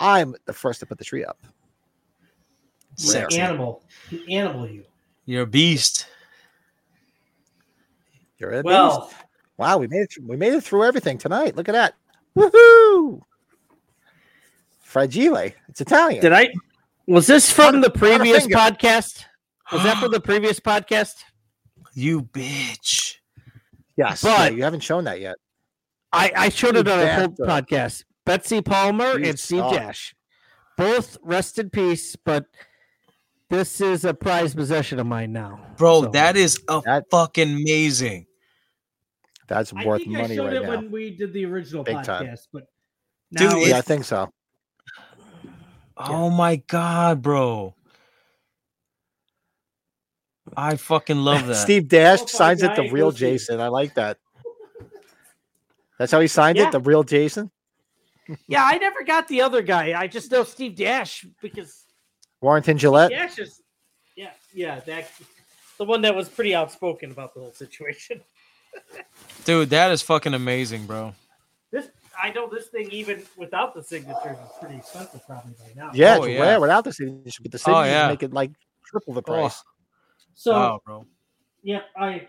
S2: I'm the first to put the tree up. Rare.
S4: Animal, animal, you.
S5: You're a beast.
S2: You're a beast.
S4: Well,
S2: wow, we made it. Through, we made it through everything tonight. Look at that! Woohoo! Fragile. It's Italian.
S3: Did I? Was this from the
S2: a
S3: previous
S2: finger.
S3: podcast? Was that from the previous podcast?
S5: You bitch.
S2: yes,
S3: but-
S2: yeah, you haven't shown that yet.
S3: I, I showed it on a whole
S2: bastard.
S3: podcast. Betsy Palmer
S2: You
S3: and Steve
S2: suck.
S3: Dash, both rest in peace. But this is a prized possession of mine now,
S5: Bro,
S3: So,
S5: that is a
S2: That-
S5: fucking amazing.
S2: That's
S4: I
S2: worth
S4: think I
S2: money
S4: showed
S2: right
S4: it
S2: now.
S4: when we did the original
S2: Big
S4: podcast,
S2: time.
S4: but
S5: Dude,
S4: now
S5: it-
S2: Yeah, I
S4: it's
S2: think so.
S5: Oh my god, bro. I fucking love that.
S2: Steve Dash
S4: Oh,
S2: signs it the
S4: guy,
S2: real
S4: go see it.
S2: Jason. I like that. That's how he signed
S3: Yeah.
S2: it, the real Jason.
S3: yeah, I never got the other guy. I just know Steve Dash because
S2: Warrington Gillette.
S3: Dash is, yeah, yeah, that the one that was pretty outspoken about the whole situation.
S5: Dude, that is fucking amazing, bro.
S3: This I know this thing even without the signatures is pretty expensive probably by now.
S2: Yeah,
S5: Oh,
S2: it's
S5: yeah.
S2: rare without the signatures, but
S5: Oh,
S2: the signatures
S5: yeah. Oh.
S2: make it like triple the price.
S3: So
S5: wow, bro.
S3: yeah, I,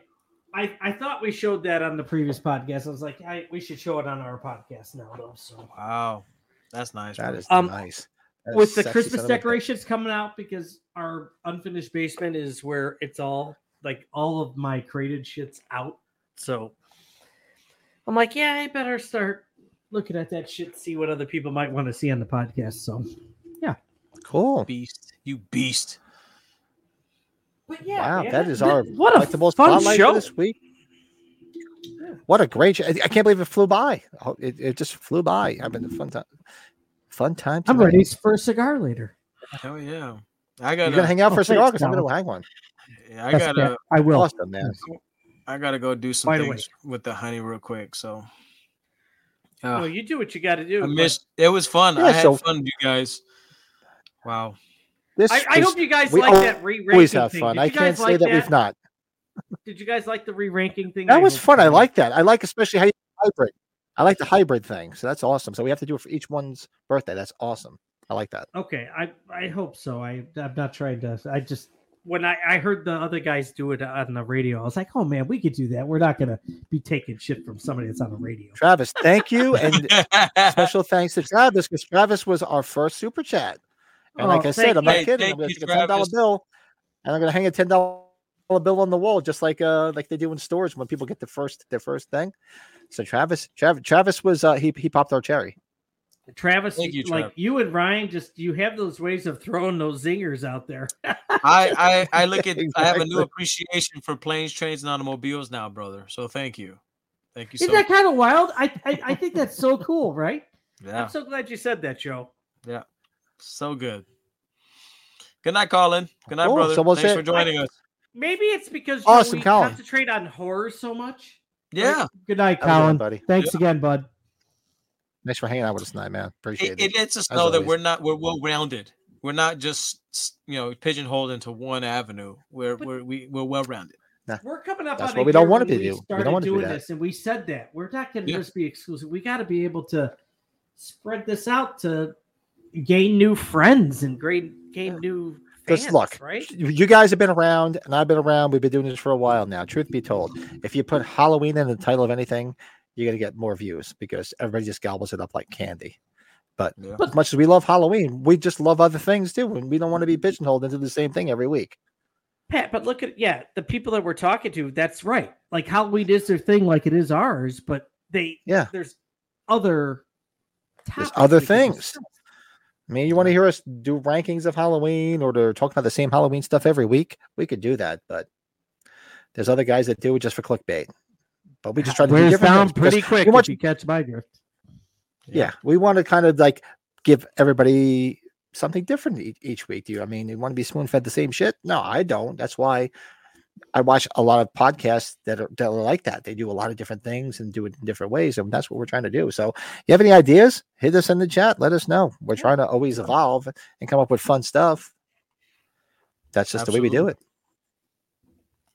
S3: I I thought we showed that on the previous podcast. I was like, I, we should show it on our podcast now though. So
S5: Wow. That's nice.
S2: That
S5: bro.
S2: is
S17: Um,
S2: nice. That is
S17: with the
S2: sexy
S17: Christmas
S2: son of a bitch.
S3: decorations coming out because our unfinished basement is where it's all like all of my created shit's out. So I'm like, yeah, I better start looking at that shit, see what other people might want to see on the podcast. So,
S2: Cool.
S5: beast. You beast.
S3: but
S2: Wow,
S3: man,
S2: that is
S3: th-
S2: our
S17: What a
S2: collectibles
S17: fun
S2: spotlight
S17: show.
S2: for this week. What a great show! I I can't believe it flew by. Oh, It, it just flew by. I've been a fun time. Fun time.
S3: I'm
S2: tonight.
S3: ready for a cigar later.
S5: Hell yeah. I
S2: You're
S5: gotta
S2: gonna hang out for
S3: Oh,
S2: a cigar
S3: thanks,
S2: because I'm gonna
S3: Donald.
S2: hang one.
S5: I
S3: That's
S5: gotta
S3: fair. I will.
S2: Awesome, man.
S5: I gotta go do some
S3: Wide
S5: things with the honey real quick. So Ah,
S3: Well, you do what you got to do.
S5: I
S3: but
S5: missed it was fun.
S2: Yeah,
S5: I had
S2: so-
S5: fun with you guys. Wow.
S2: This
S3: I, I
S2: was-
S3: hope you guys
S2: we
S3: like that
S2: always
S3: re-ranking
S2: have
S3: thing.
S2: fun.
S3: Did
S2: I
S3: you guys
S2: can't say
S3: like
S2: that, we've not.
S3: Did you guys like the re-ranking thing?
S2: That
S3: I
S2: was
S3: hope
S2: fun.
S3: you
S2: I
S3: did.
S2: like that. I like especially how you hybrid. I like the hybrid thing. So that's awesome. So we have to do it for each one's birthday. That's awesome. I like that.
S3: Okay, I I hope so. I I'm not trying to. I just when I I heard the other guys do it on the radio, I was like, oh man, we could do that. We're not gonna be taking shit from somebody that's on the radio.
S2: Travis, thank you, and special thanks to Travis because Travis was our first super chat. And like
S3: Oh,
S2: I said,
S3: thank
S2: I'm not
S5: you.
S2: kidding.
S5: Hey,
S2: I'm going to
S5: thank
S2: take a
S5: you,
S2: ten dollar
S5: Travis.
S2: bill, and I'm going to hang a ten dollar bill on the wall, just like uh like they do in stores when people get the first their first thing. So Travis, Travis, Travis was uh he he popped our cherry.
S3: Travis,
S5: Thank you,
S3: like
S5: Trav.
S3: you and Ryan, just you have those ways of throwing those zingers out there.
S5: I, I I look at I have a new
S2: Exactly.
S5: appreciation for planes, trains, and automobiles now, brother. So thank you. Thank you so
S3: Isn't that kind of wild? I, I I think that's so cool, right?
S5: Yeah.
S3: I'm so glad you said that, Joe.
S5: So good. Good night, Colin. Good night,
S2: Cool.
S5: brother.
S2: So we'll
S5: Thanks
S2: say-
S5: for joining us.
S3: Maybe it's because you
S2: Awesome,
S3: we
S2: Colin.
S3: concentrate on horror so much.
S5: Yeah.
S3: Good night,
S2: Have a good one,
S3: Colin.
S2: buddy.
S3: Thanks again, bud.
S2: Thanks for hanging out with us tonight, man. Appreciate
S5: It,
S2: it.
S5: it lets us
S2: As
S5: know that
S2: always.
S5: we're not we're well rounded. We're not just s- you know pigeonholed into one avenue. We're
S3: But-
S5: we're we, we're well rounded.
S3: We're coming up
S2: That's
S3: on
S2: what
S3: a
S2: we don't
S3: year
S2: wanna be
S3: when
S2: do.
S3: we
S2: We don't
S3: started
S2: wanna do
S3: doing
S2: that.
S3: this, and we said that we're not going to
S5: Yeah.
S3: just be exclusive. We got to be able to spread this out to gain new friends and great gain new. Fans,
S2: Just look,
S3: right?
S2: you guys have been around, and I've been around. We've been doing this for a while now. Truth be told, if you put Halloween in the title of anything, you're gonna get more views because everybody just gobbles it up like candy. But
S5: Yeah.
S2: as much as we love Halloween, we just love other things too, and we don't want to be pigeonholed into the same thing every week.
S3: Pat, but look at yeah, the people that we're talking to. That's right. Like Halloween is their thing, like it is ours, but they
S2: Yeah.
S3: there's other
S2: There's
S3: topics
S2: other
S3: we can
S2: things.
S3: discuss.
S2: I mean, you want to hear us do rankings of Halloween or to talk about the same Halloween stuff every week? We could do that, but there's other guys that do it just for clickbait. But we just try to do
S3: Where's
S2: different things
S3: down
S2: because
S3: pretty quick
S2: we want
S3: if you catch my drift.
S2: yeah we want to kind of like give everybody something different each, each week do you i mean you want to be spoon fed the same shit no i don't that's why i watch a lot of podcasts that are, that are like that they do a lot of different things and do it in different ways and that's what we're trying to do so you have any ideas hit us in the chat let us know we're trying to always evolve and come up with fun stuff that's just the way we do
S5: Absolutely.
S2: it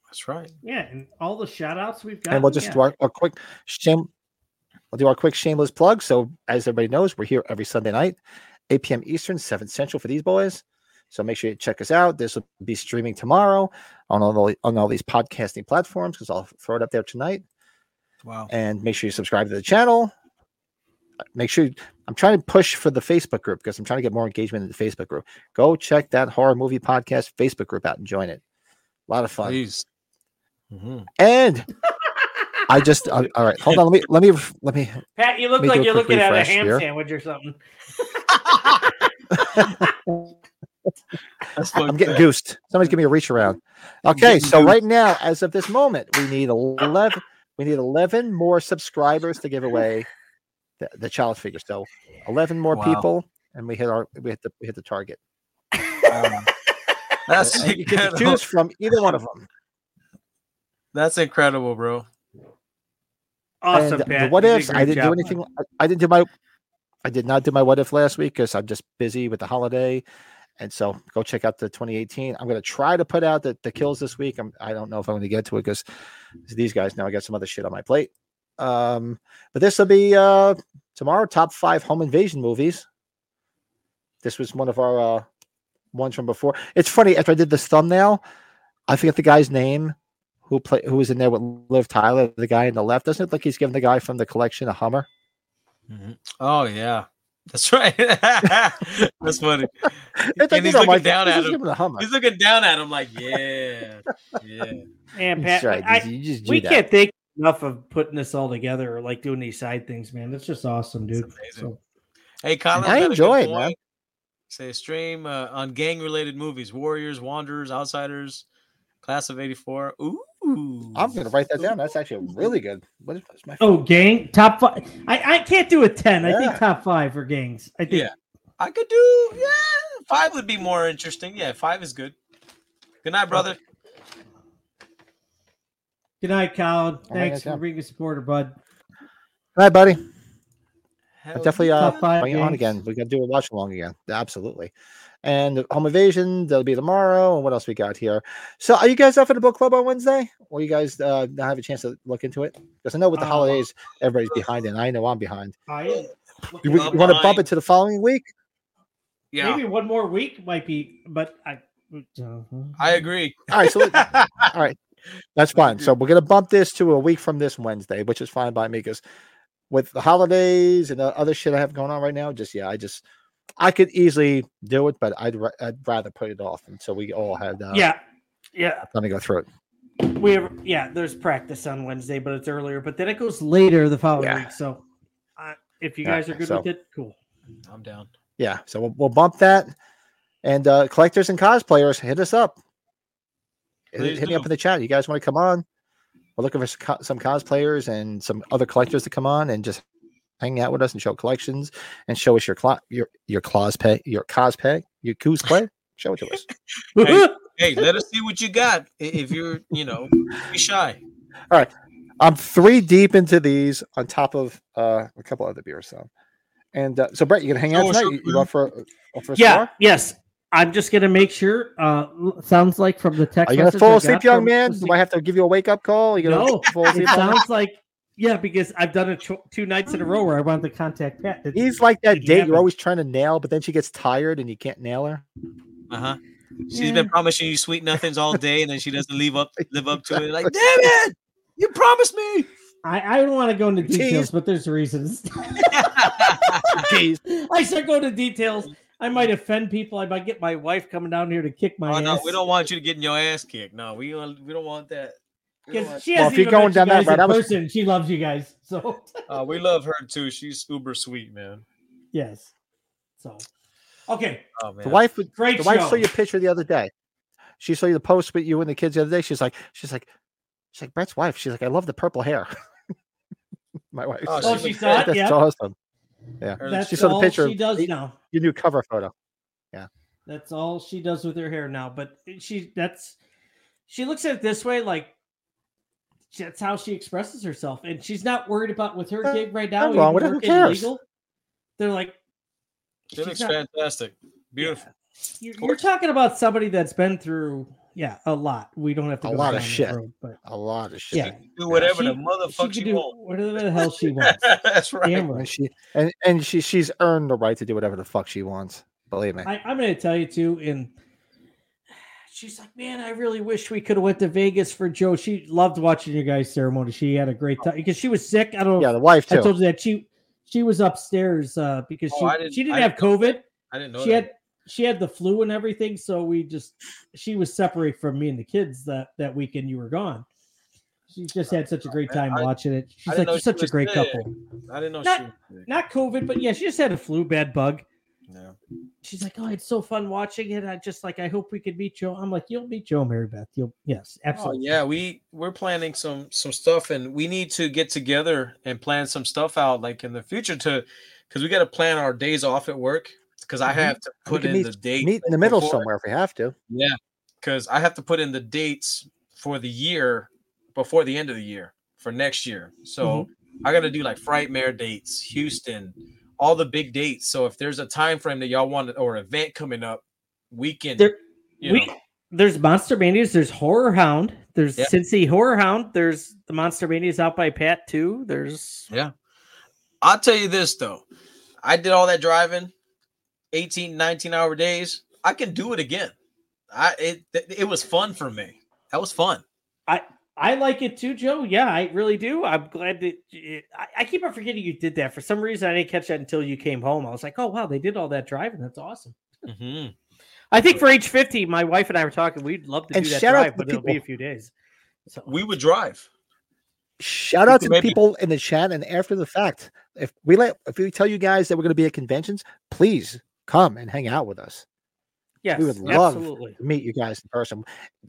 S5: That's right.
S3: Yeah, and all the shout outs we've got.
S2: and we'll just do our, our quick shame. We'll do our quick shameless plug. So, as everybody knows, we're here every Sunday night, 8 p.m. Eastern, 7 Central for these boys. So make sure you check us out. This will be streaming tomorrow on all the, on all these podcasting platforms because I'll throw it up there tonight.
S5: Wow.
S2: And make sure you subscribe to the channel. Make sure you- I'm trying to push for the Facebook group because I'm trying to get more engagement in the Facebook group. Go check that horror movie podcast Facebook group out and join it. A lot of fun.
S5: Please. Mhm.
S2: And I just all all right. Hold on. Let me let me let me.
S3: Pat, you
S2: Let
S3: look
S2: me
S3: like
S2: do a
S3: you're
S2: quick
S3: looking at a
S2: refresh
S3: ham
S2: here.
S3: sandwich or something.
S5: That's
S2: I'm
S5: fucked
S2: getting
S5: up.
S2: goosed. Somebody's give me a reach around. Okay,
S5: getting
S2: so
S5: goosed.
S2: right now, as of this moment, we need eleven. We need eleven more subscribers to give away the, the child figure. So eleven more
S5: Wow.
S2: people, and we hit our we hit the we hit the target.
S5: Wow. That's
S2: And um, you get to
S5: incredible.
S2: choose from either one of them.
S5: That's incredible, bro.
S2: and
S3: Awesome,
S2: the
S3: Pat.
S2: what
S3: You did a
S2: ifs? I
S3: great
S2: didn't do
S3: job.
S2: anything. I, I didn't do my. I did not do my what if last week because I'm just busy with the holiday, And so go check out the 2018. I'm going to try to put out the, the kills this week. I'm, I don't know if I'm going to get to it because these guys now I got some other shit on my plate. Um, but this will be uh, tomorrow top five home invasion movies. This was one of our uh, ones from before. It's funny after I did this thumbnail, I forget the guy's name who play who was in there with Liv Tyler, the guy on the left. Doesn't it look like he's giving the guy from the collection a Hummer?
S5: Oh yeah, that's right. that's funny.
S2: It's like,
S5: he's
S2: you know,
S5: looking
S2: Mike,
S5: down
S2: he's
S5: at
S2: just
S5: him.
S2: giving a Hummer.
S5: He's looking down at him like, yeah, yeah.
S18: And
S2: That's
S18: Pat,
S2: right.
S18: I-
S2: you just do
S18: we
S2: that.
S18: can't think
S3: Enough of putting this all together or like doing these side things, man. That's just awesome, dude.
S5: It's amazing.
S3: So,
S5: Hey, Colin,
S2: I enjoy it, man.
S5: Say stream uh, on gang-related movies: Warriors, Wanderers, Outsiders, Class of '84. Ooh,
S2: I'm going to write that down. That's actually really good. What is what's my
S3: oh, gang top five. I, I can't do a ten. I
S2: Yeah.
S3: think top five for gangs. I think
S5: Yeah. I could do. Yeah, five would be more interesting. Yeah, five is good. Good night, brother.
S3: Good night, Colin.
S2: my
S3: Thanks
S2: God, yeah.
S3: for being a supporter, bud.
S2: Hi, buddy.
S5: Hell
S2: I'll definitely uh,
S3: Top five
S2: bring it on
S3: games.
S2: again. We got to do a watch along again. Absolutely. And home invasion that'll be tomorrow. And what else we got here? So, are you guys up for the book club on Wednesday? Or you guys uh, not have a chance to look into it? Because I know with the
S3: Uh,
S2: holidays, everybody's behind, and I know I'm behind.
S3: I
S2: You, want to bump
S5: behind.
S2: it to the following week?
S5: yeah,
S3: maybe one more week might be, but I. Uh-huh.
S5: I agree.
S2: All right. So, all right. That's fine. So we're gonna bump this to a week from this Wednesday, which is fine by me because with the holidays and the other shit I have going on right now, just yeah, I just I could easily do it, but I'd, ra- I'd rather put it off until we all had uh,
S18: yeah. Yeah,
S2: time to go through it.
S18: we have, yeah. There's practice on Wednesday, but it's earlier. But then it goes.
S3: It's later the following
S2: Yeah.
S3: week, so I, if you
S2: Yeah,
S3: guys are good
S2: so-
S3: with it, cool.
S5: I'm down.
S2: Yeah, so we'll, we'll bump that. And uh, collectors and cosplayers, hit us up. Hit,
S5: Please
S2: hit me
S5: do.
S2: up in the chat. You guys want to come on? We're looking for some, co- some cosplayers and some other collectors to come on and just hang out with us and show collections and show us your clo- your your cosplay, your cosplay, your cosplay. show it to us.
S5: Hey. Hey, let us see what you got. I- If you're, you know, be shy.
S2: I'm three deep into these on top of uh, a couple other beers. So, and uh, so Brett, you gonna hang out
S5: Oh,
S2: tonight?
S5: sure,
S2: You, you
S5: man.
S2: want for a- for a
S18: Yeah.
S2: cigar?
S18: Yes.
S3: I'm just gonna make sure. Uh, l- sounds like from the text.
S2: Are you gonna
S3: message I
S2: fall
S3: got
S2: asleep, young
S3: from-
S2: man? Do I have to give you a wake up call? You gonna
S3: No,
S2: fall
S3: it
S2: asleep on me?
S3: sounds like yeah, because I've done it tw- two nights in a row where I wanted to contact Pat. It-
S2: He's like that
S3: It
S2: date
S3: happened.
S2: you're always trying to nail, but then she gets tired and you can't nail her.
S5: Uh huh. She's
S2: Yeah.
S5: been promising you sweet nothings all day, and then she doesn't live up live up to it. Like, damn it, you promised me.
S3: I, I don't want to go into
S2: Tease.
S3: details, but there's reasons.
S2: Jeez.
S3: I should go into details. I might offend people. I might get my wife coming down here to kick my
S5: oh
S3: ass.
S5: no, we don't want you to get in your ass kicked. No, we don't- we don't want that. We, don't
S3: 'Cause
S5: want-
S3: She
S2: Well,
S3: hasn't
S2: if you're
S3: even
S2: going
S3: met you
S2: down that
S3: guys in
S2: route, I was-
S3: person, she loves you guys. So
S5: uh, we love her too. She's uber sweet, man.
S3: yes. So okay,
S5: Oh man.
S2: The wife would
S3: great
S2: the
S3: show.
S2: wife saw your picture the other day. She saw you the post with you and the kids the other day. She's like, she's like, she's like, Brett's wife. She's like, I love the purple hair. My wife.
S5: Oh,
S3: oh,
S5: she
S3: she
S5: looks
S3: saw it.
S2: That's
S3: Yeah,
S2: awesome.
S5: Her-
S3: that's
S2: She saw the
S3: all
S2: picture
S3: she
S2: of-
S3: does now.
S2: Your new cover photo.
S3: That's all she does with her hair now. But she that's she looks at it this way, like that's how she expresses herself, and she's not worried about with her
S2: Uh,
S3: gig right now.
S2: nothing wrong
S3: even
S2: with it. Who
S3: working
S2: cares?
S3: They're like,
S5: she looks
S3: she's not-
S5: fantastic. Beautiful.
S3: you're, you're
S5: gorgeous.
S3: talking about somebody that's been through, yeah, a lot. We don't have to
S2: A
S3: go
S2: lot of
S3: down that
S2: shit.
S3: road, but
S2: A lot of shit.
S3: yeah,
S5: Do whatever the
S3: She-
S5: motherfuck
S3: she
S5: she,
S3: can do
S5: wants.
S3: whatever the hell she wants.
S5: That's right.
S3: Damn right.
S2: And she and, and she she's earned the right to do whatever the fuck she wants. Believe me.
S3: I, I'm going to tell you too. And she's like, "Man, I really wish we could have went to Vegas for Joe. She loved watching your guys' ceremony. She had a great time because she was sick. I don't.
S2: yeah,
S3: know.
S2: the wife
S3: if I
S2: too.
S3: told you that she she was upstairs uh, because
S5: Oh,
S3: she
S5: I didn't-
S3: she didn't
S5: I
S3: have
S5: didn't know
S3: COVID.
S5: I didn't know
S3: she
S5: that.
S3: had she had the flu and everything. So we just she was separate from me and the kids that that weekend you were gone. She just had such a great
S5: man,
S3: time
S5: I-
S3: watching it. She's
S5: didn't
S3: like
S5: know
S3: "You're
S5: she
S3: such a
S5: was
S3: great
S5: sick."
S3: couple.
S5: I didn't know
S3: not-
S5: she. was sick.
S3: Not COVID, but yeah, she just had a flu, bad bug
S5: No.
S3: she's like, "Oh, it's so fun watching it." I just like, I hope we could meet Joe. I'm like, "You'll meet Joe, Mary Beth. You'll yes,
S5: Oh
S3: absolutely."
S5: yeah, we we're planning some some stuff, and we need to get together and plan some stuff out, like in the future, to because we got to plan our days off at work. Because I
S2: Mhm.
S5: have to put
S2: can
S5: in
S2: meet-
S5: the date.
S2: Meet in the middle
S5: before-
S2: somewhere if we have to.
S5: Yeah, because I have to put in the dates for the year before the end of the year for next year. So I got to do like Frightmare dates, Houston, all the big dates. So if there's a time frame that y'all want or event coming up, weekend.
S3: There-
S5: you
S3: we-
S5: know.
S3: there's Monster Manias, there's Horror Hound, there's
S5: Yeah.
S3: Cincy Horror Hound, there's the Monster Manias out by Pat too. There's
S5: I'll tell you this though. I did all that driving, 18, 19 hour days. I can do it again. I it it was fun for me. That was fun.
S3: I like it too, Joe. Yeah, I really do. I'm glad that it, I, I keep on forgetting you did that. For some reason, I didn't catch that until you came home. I was like, oh wow, they did all that driving. That's awesome.
S5: Mhm.
S3: I think for age 50, my wife and I were talking. We'd love to
S2: And
S3: do that
S2: shout out
S3: drive,
S2: to
S3: but
S2: the
S3: it'll be a
S2: people-
S3: few days. So
S5: We would drive.
S2: Shout out to the
S5: Maybe.
S2: people in the chat and after the fact. If we let if we tell you guys that we're going to be at conventions, please come and hang out with us.
S3: yes,
S2: would love-
S3: absolutely.
S2: Meet you guys in person.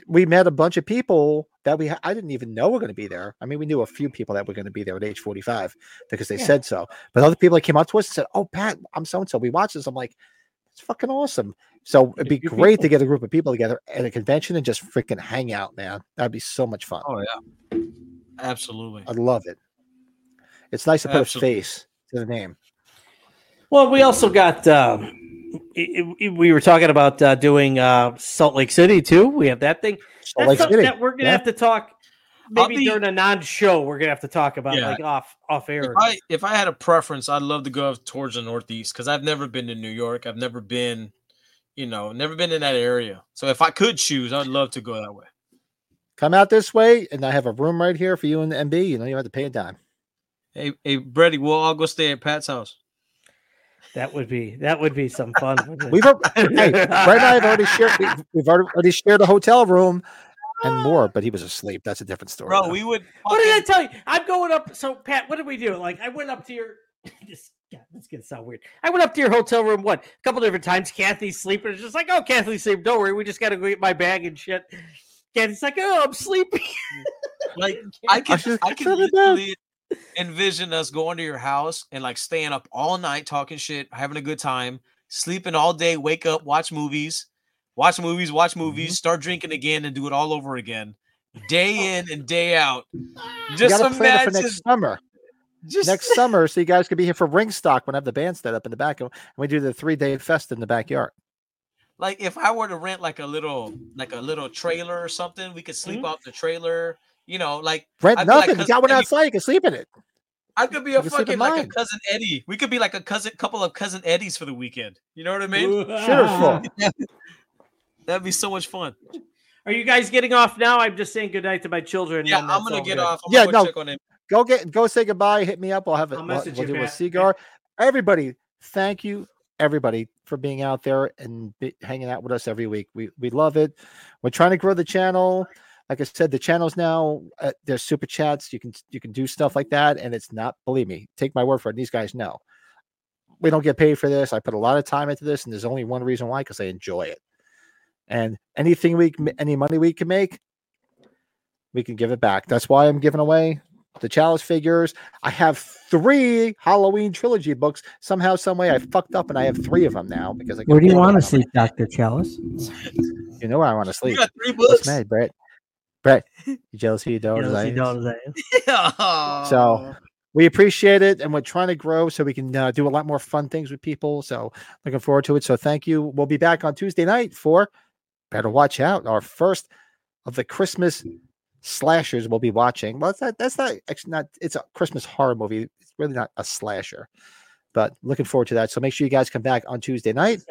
S2: We met a bunch of people that we ha- I didn't even know were going to be there. I mean, we knew a few people that were going to be there at age 45 because they
S3: Yeah.
S2: said so. But other people that came up to us and said, "Oh, Pat, I'm so and so. We watched this." I'm like, "It's fucking awesome." So it'd be
S3: Good
S2: great
S3: people.
S2: to get a group of people together at a convention and just freaking hang out, man. That'd be so much fun.
S5: Oh yeah. Absolutely.
S2: I love it. It's nice to put
S5: Absolutely.
S2: a face to the name.
S3: Well, we also got. Um, i- i- we were talking about uh, doing uh, Salt Lake City too. We have that thing.
S2: Salt
S3: That's
S2: Lake
S3: something
S2: City.
S3: that we're gonna
S2: yeah.
S3: have to talk.
S5: I'll
S3: Maybe
S5: be-
S3: during a non-show, we're gonna have to talk about
S5: Yeah.
S3: like off off air.
S5: If I if I had a preference, I'd love to go up towards the northeast because I've never been to New York. I've never been, you know, never been in that area. So if I could choose, I'd love to go that way.
S2: Come out this way, and I have a room right here for you and MB. You know, you don't have to pay a dime.
S5: Hey, hey, Brady, we'll all go stay at Pat's house.
S3: That would be that would be some fun. wouldn't it?
S2: We've al- hey, Brett and I have already shared. We, we've already already shared a hotel room and more, but he was asleep. That's a different story.
S5: Bro,
S2: though.
S5: we would.
S3: What did I
S5: fucking-
S3: tell you? I'm going up. So Pat, what did we do? Like I went up to your. This God, this gonna sound weird. I went up to your hotel room what a couple different times. Kathy's sleeping. It's just like, oh, Kathy's sleeping. Don't worry, we just gotta go get my bag and shit. Kathy's like, oh, I'm sleepy.
S5: like, I
S2: I
S5: can,
S2: should-
S5: I
S2: I
S5: can
S2: should have done.
S5: literally envision us going to your house and like staying up all night talking shit, having a good time, sleeping all day, wake up, watch movies, watch movies, watch movies,
S2: Mm-hmm.
S5: start drinking again, and do it all over again, day in and day out.
S2: We
S5: Just
S2: Oh. Ah. gotta plan it for
S5: imagine,
S2: next summer.
S5: just
S2: Next summer, so you guys could be here for Ringstock when I have the band set up in the back, and we do the three day fest in the backyard.
S5: like if I were to rent like a little, like a little trailer or something, we could sleep
S2: Mm-hmm.
S3: Mhm.
S5: out the trailer. You know, like
S2: Rent
S5: I'd be like,
S2: nothing. you
S5: "Cousin
S2: got one
S5: Eddie,
S2: outside. You can sleep in it.
S5: I could be a
S2: can sleep
S5: fucking
S2: in
S5: like a
S2: mine.
S5: cousin Eddie. We could be like a cousin, couple of cousin Eddies for the weekend. You know what I mean?
S2: Cheerful.
S5: That'd be so much fun.
S3: Are you guys getting off now? I'm just saying goodnight to my children.
S5: Yeah,
S3: and
S5: I'm
S3: that's
S5: gonna
S3: all
S5: get
S3: good.
S5: off. I'm
S2: Yeah,
S5: gonna go
S2: no.
S5: check on him.
S2: go get go say goodbye. Hit me up. I'll have it.
S3: I'll
S2: We'll,
S3: message
S2: we'll
S3: you,
S2: do a
S3: Pat.
S2: cigar. Everybody, thank you, everybody, for being out there and be, hanging out with us every week. We we love it. We're trying to grow the channel. Like I said, the channels now uh, there's super chats. You can you can do stuff like that, and it's not. Believe me, take my word for it. These guys know. We don't get paid for this. I put a lot of time into this, and there's only one reason why, because I enjoy it. And anything we can- any money we can make, we can give it back. That's why I'm giving away the chalice figures. I have three Halloween trilogy books. Somehow, some way, I fucked up, and I have three of them now because I.
S19: Where do you want to
S2: to
S19: sleep, Doctor Chalice?
S2: You know where I want to
S5: You
S2: sleep.
S5: got three
S2: What's
S5: books.
S2: mad, Brett? Brett, you jealous who you don't?
S3: You know,
S2: as I
S3: see
S2: am?
S3: Dawn of the Lion.
S2: So we appreciate it, and we're trying to grow so we can uh, do a lot more fun things with people. So looking forward to it. So thank you. We'll be back on Tuesday night for better watch out. Our first of the Christmas slashers we'll be watching. Well, that's not, that's not actually not. It's a Christmas horror movie. It's really not a slasher, but looking forward to that. So make sure you guys come back on Tuesday night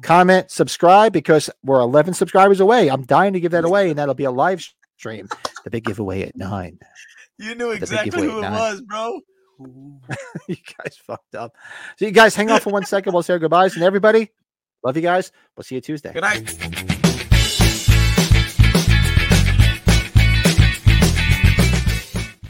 S2: comment, subscribe because we're 11 subscribers away. I'm dying to give that away, and that'll be a live stream. The big giveaway at nine.
S5: you knew
S2: big
S5: exactly who it
S2: giveaway at nine.
S5: was, bro.
S2: you guys fucked up. So you guys hang on for one second. We'll say our goodbyes, and everybody, love you guys. We'll see you Tuesday.
S5: Good night.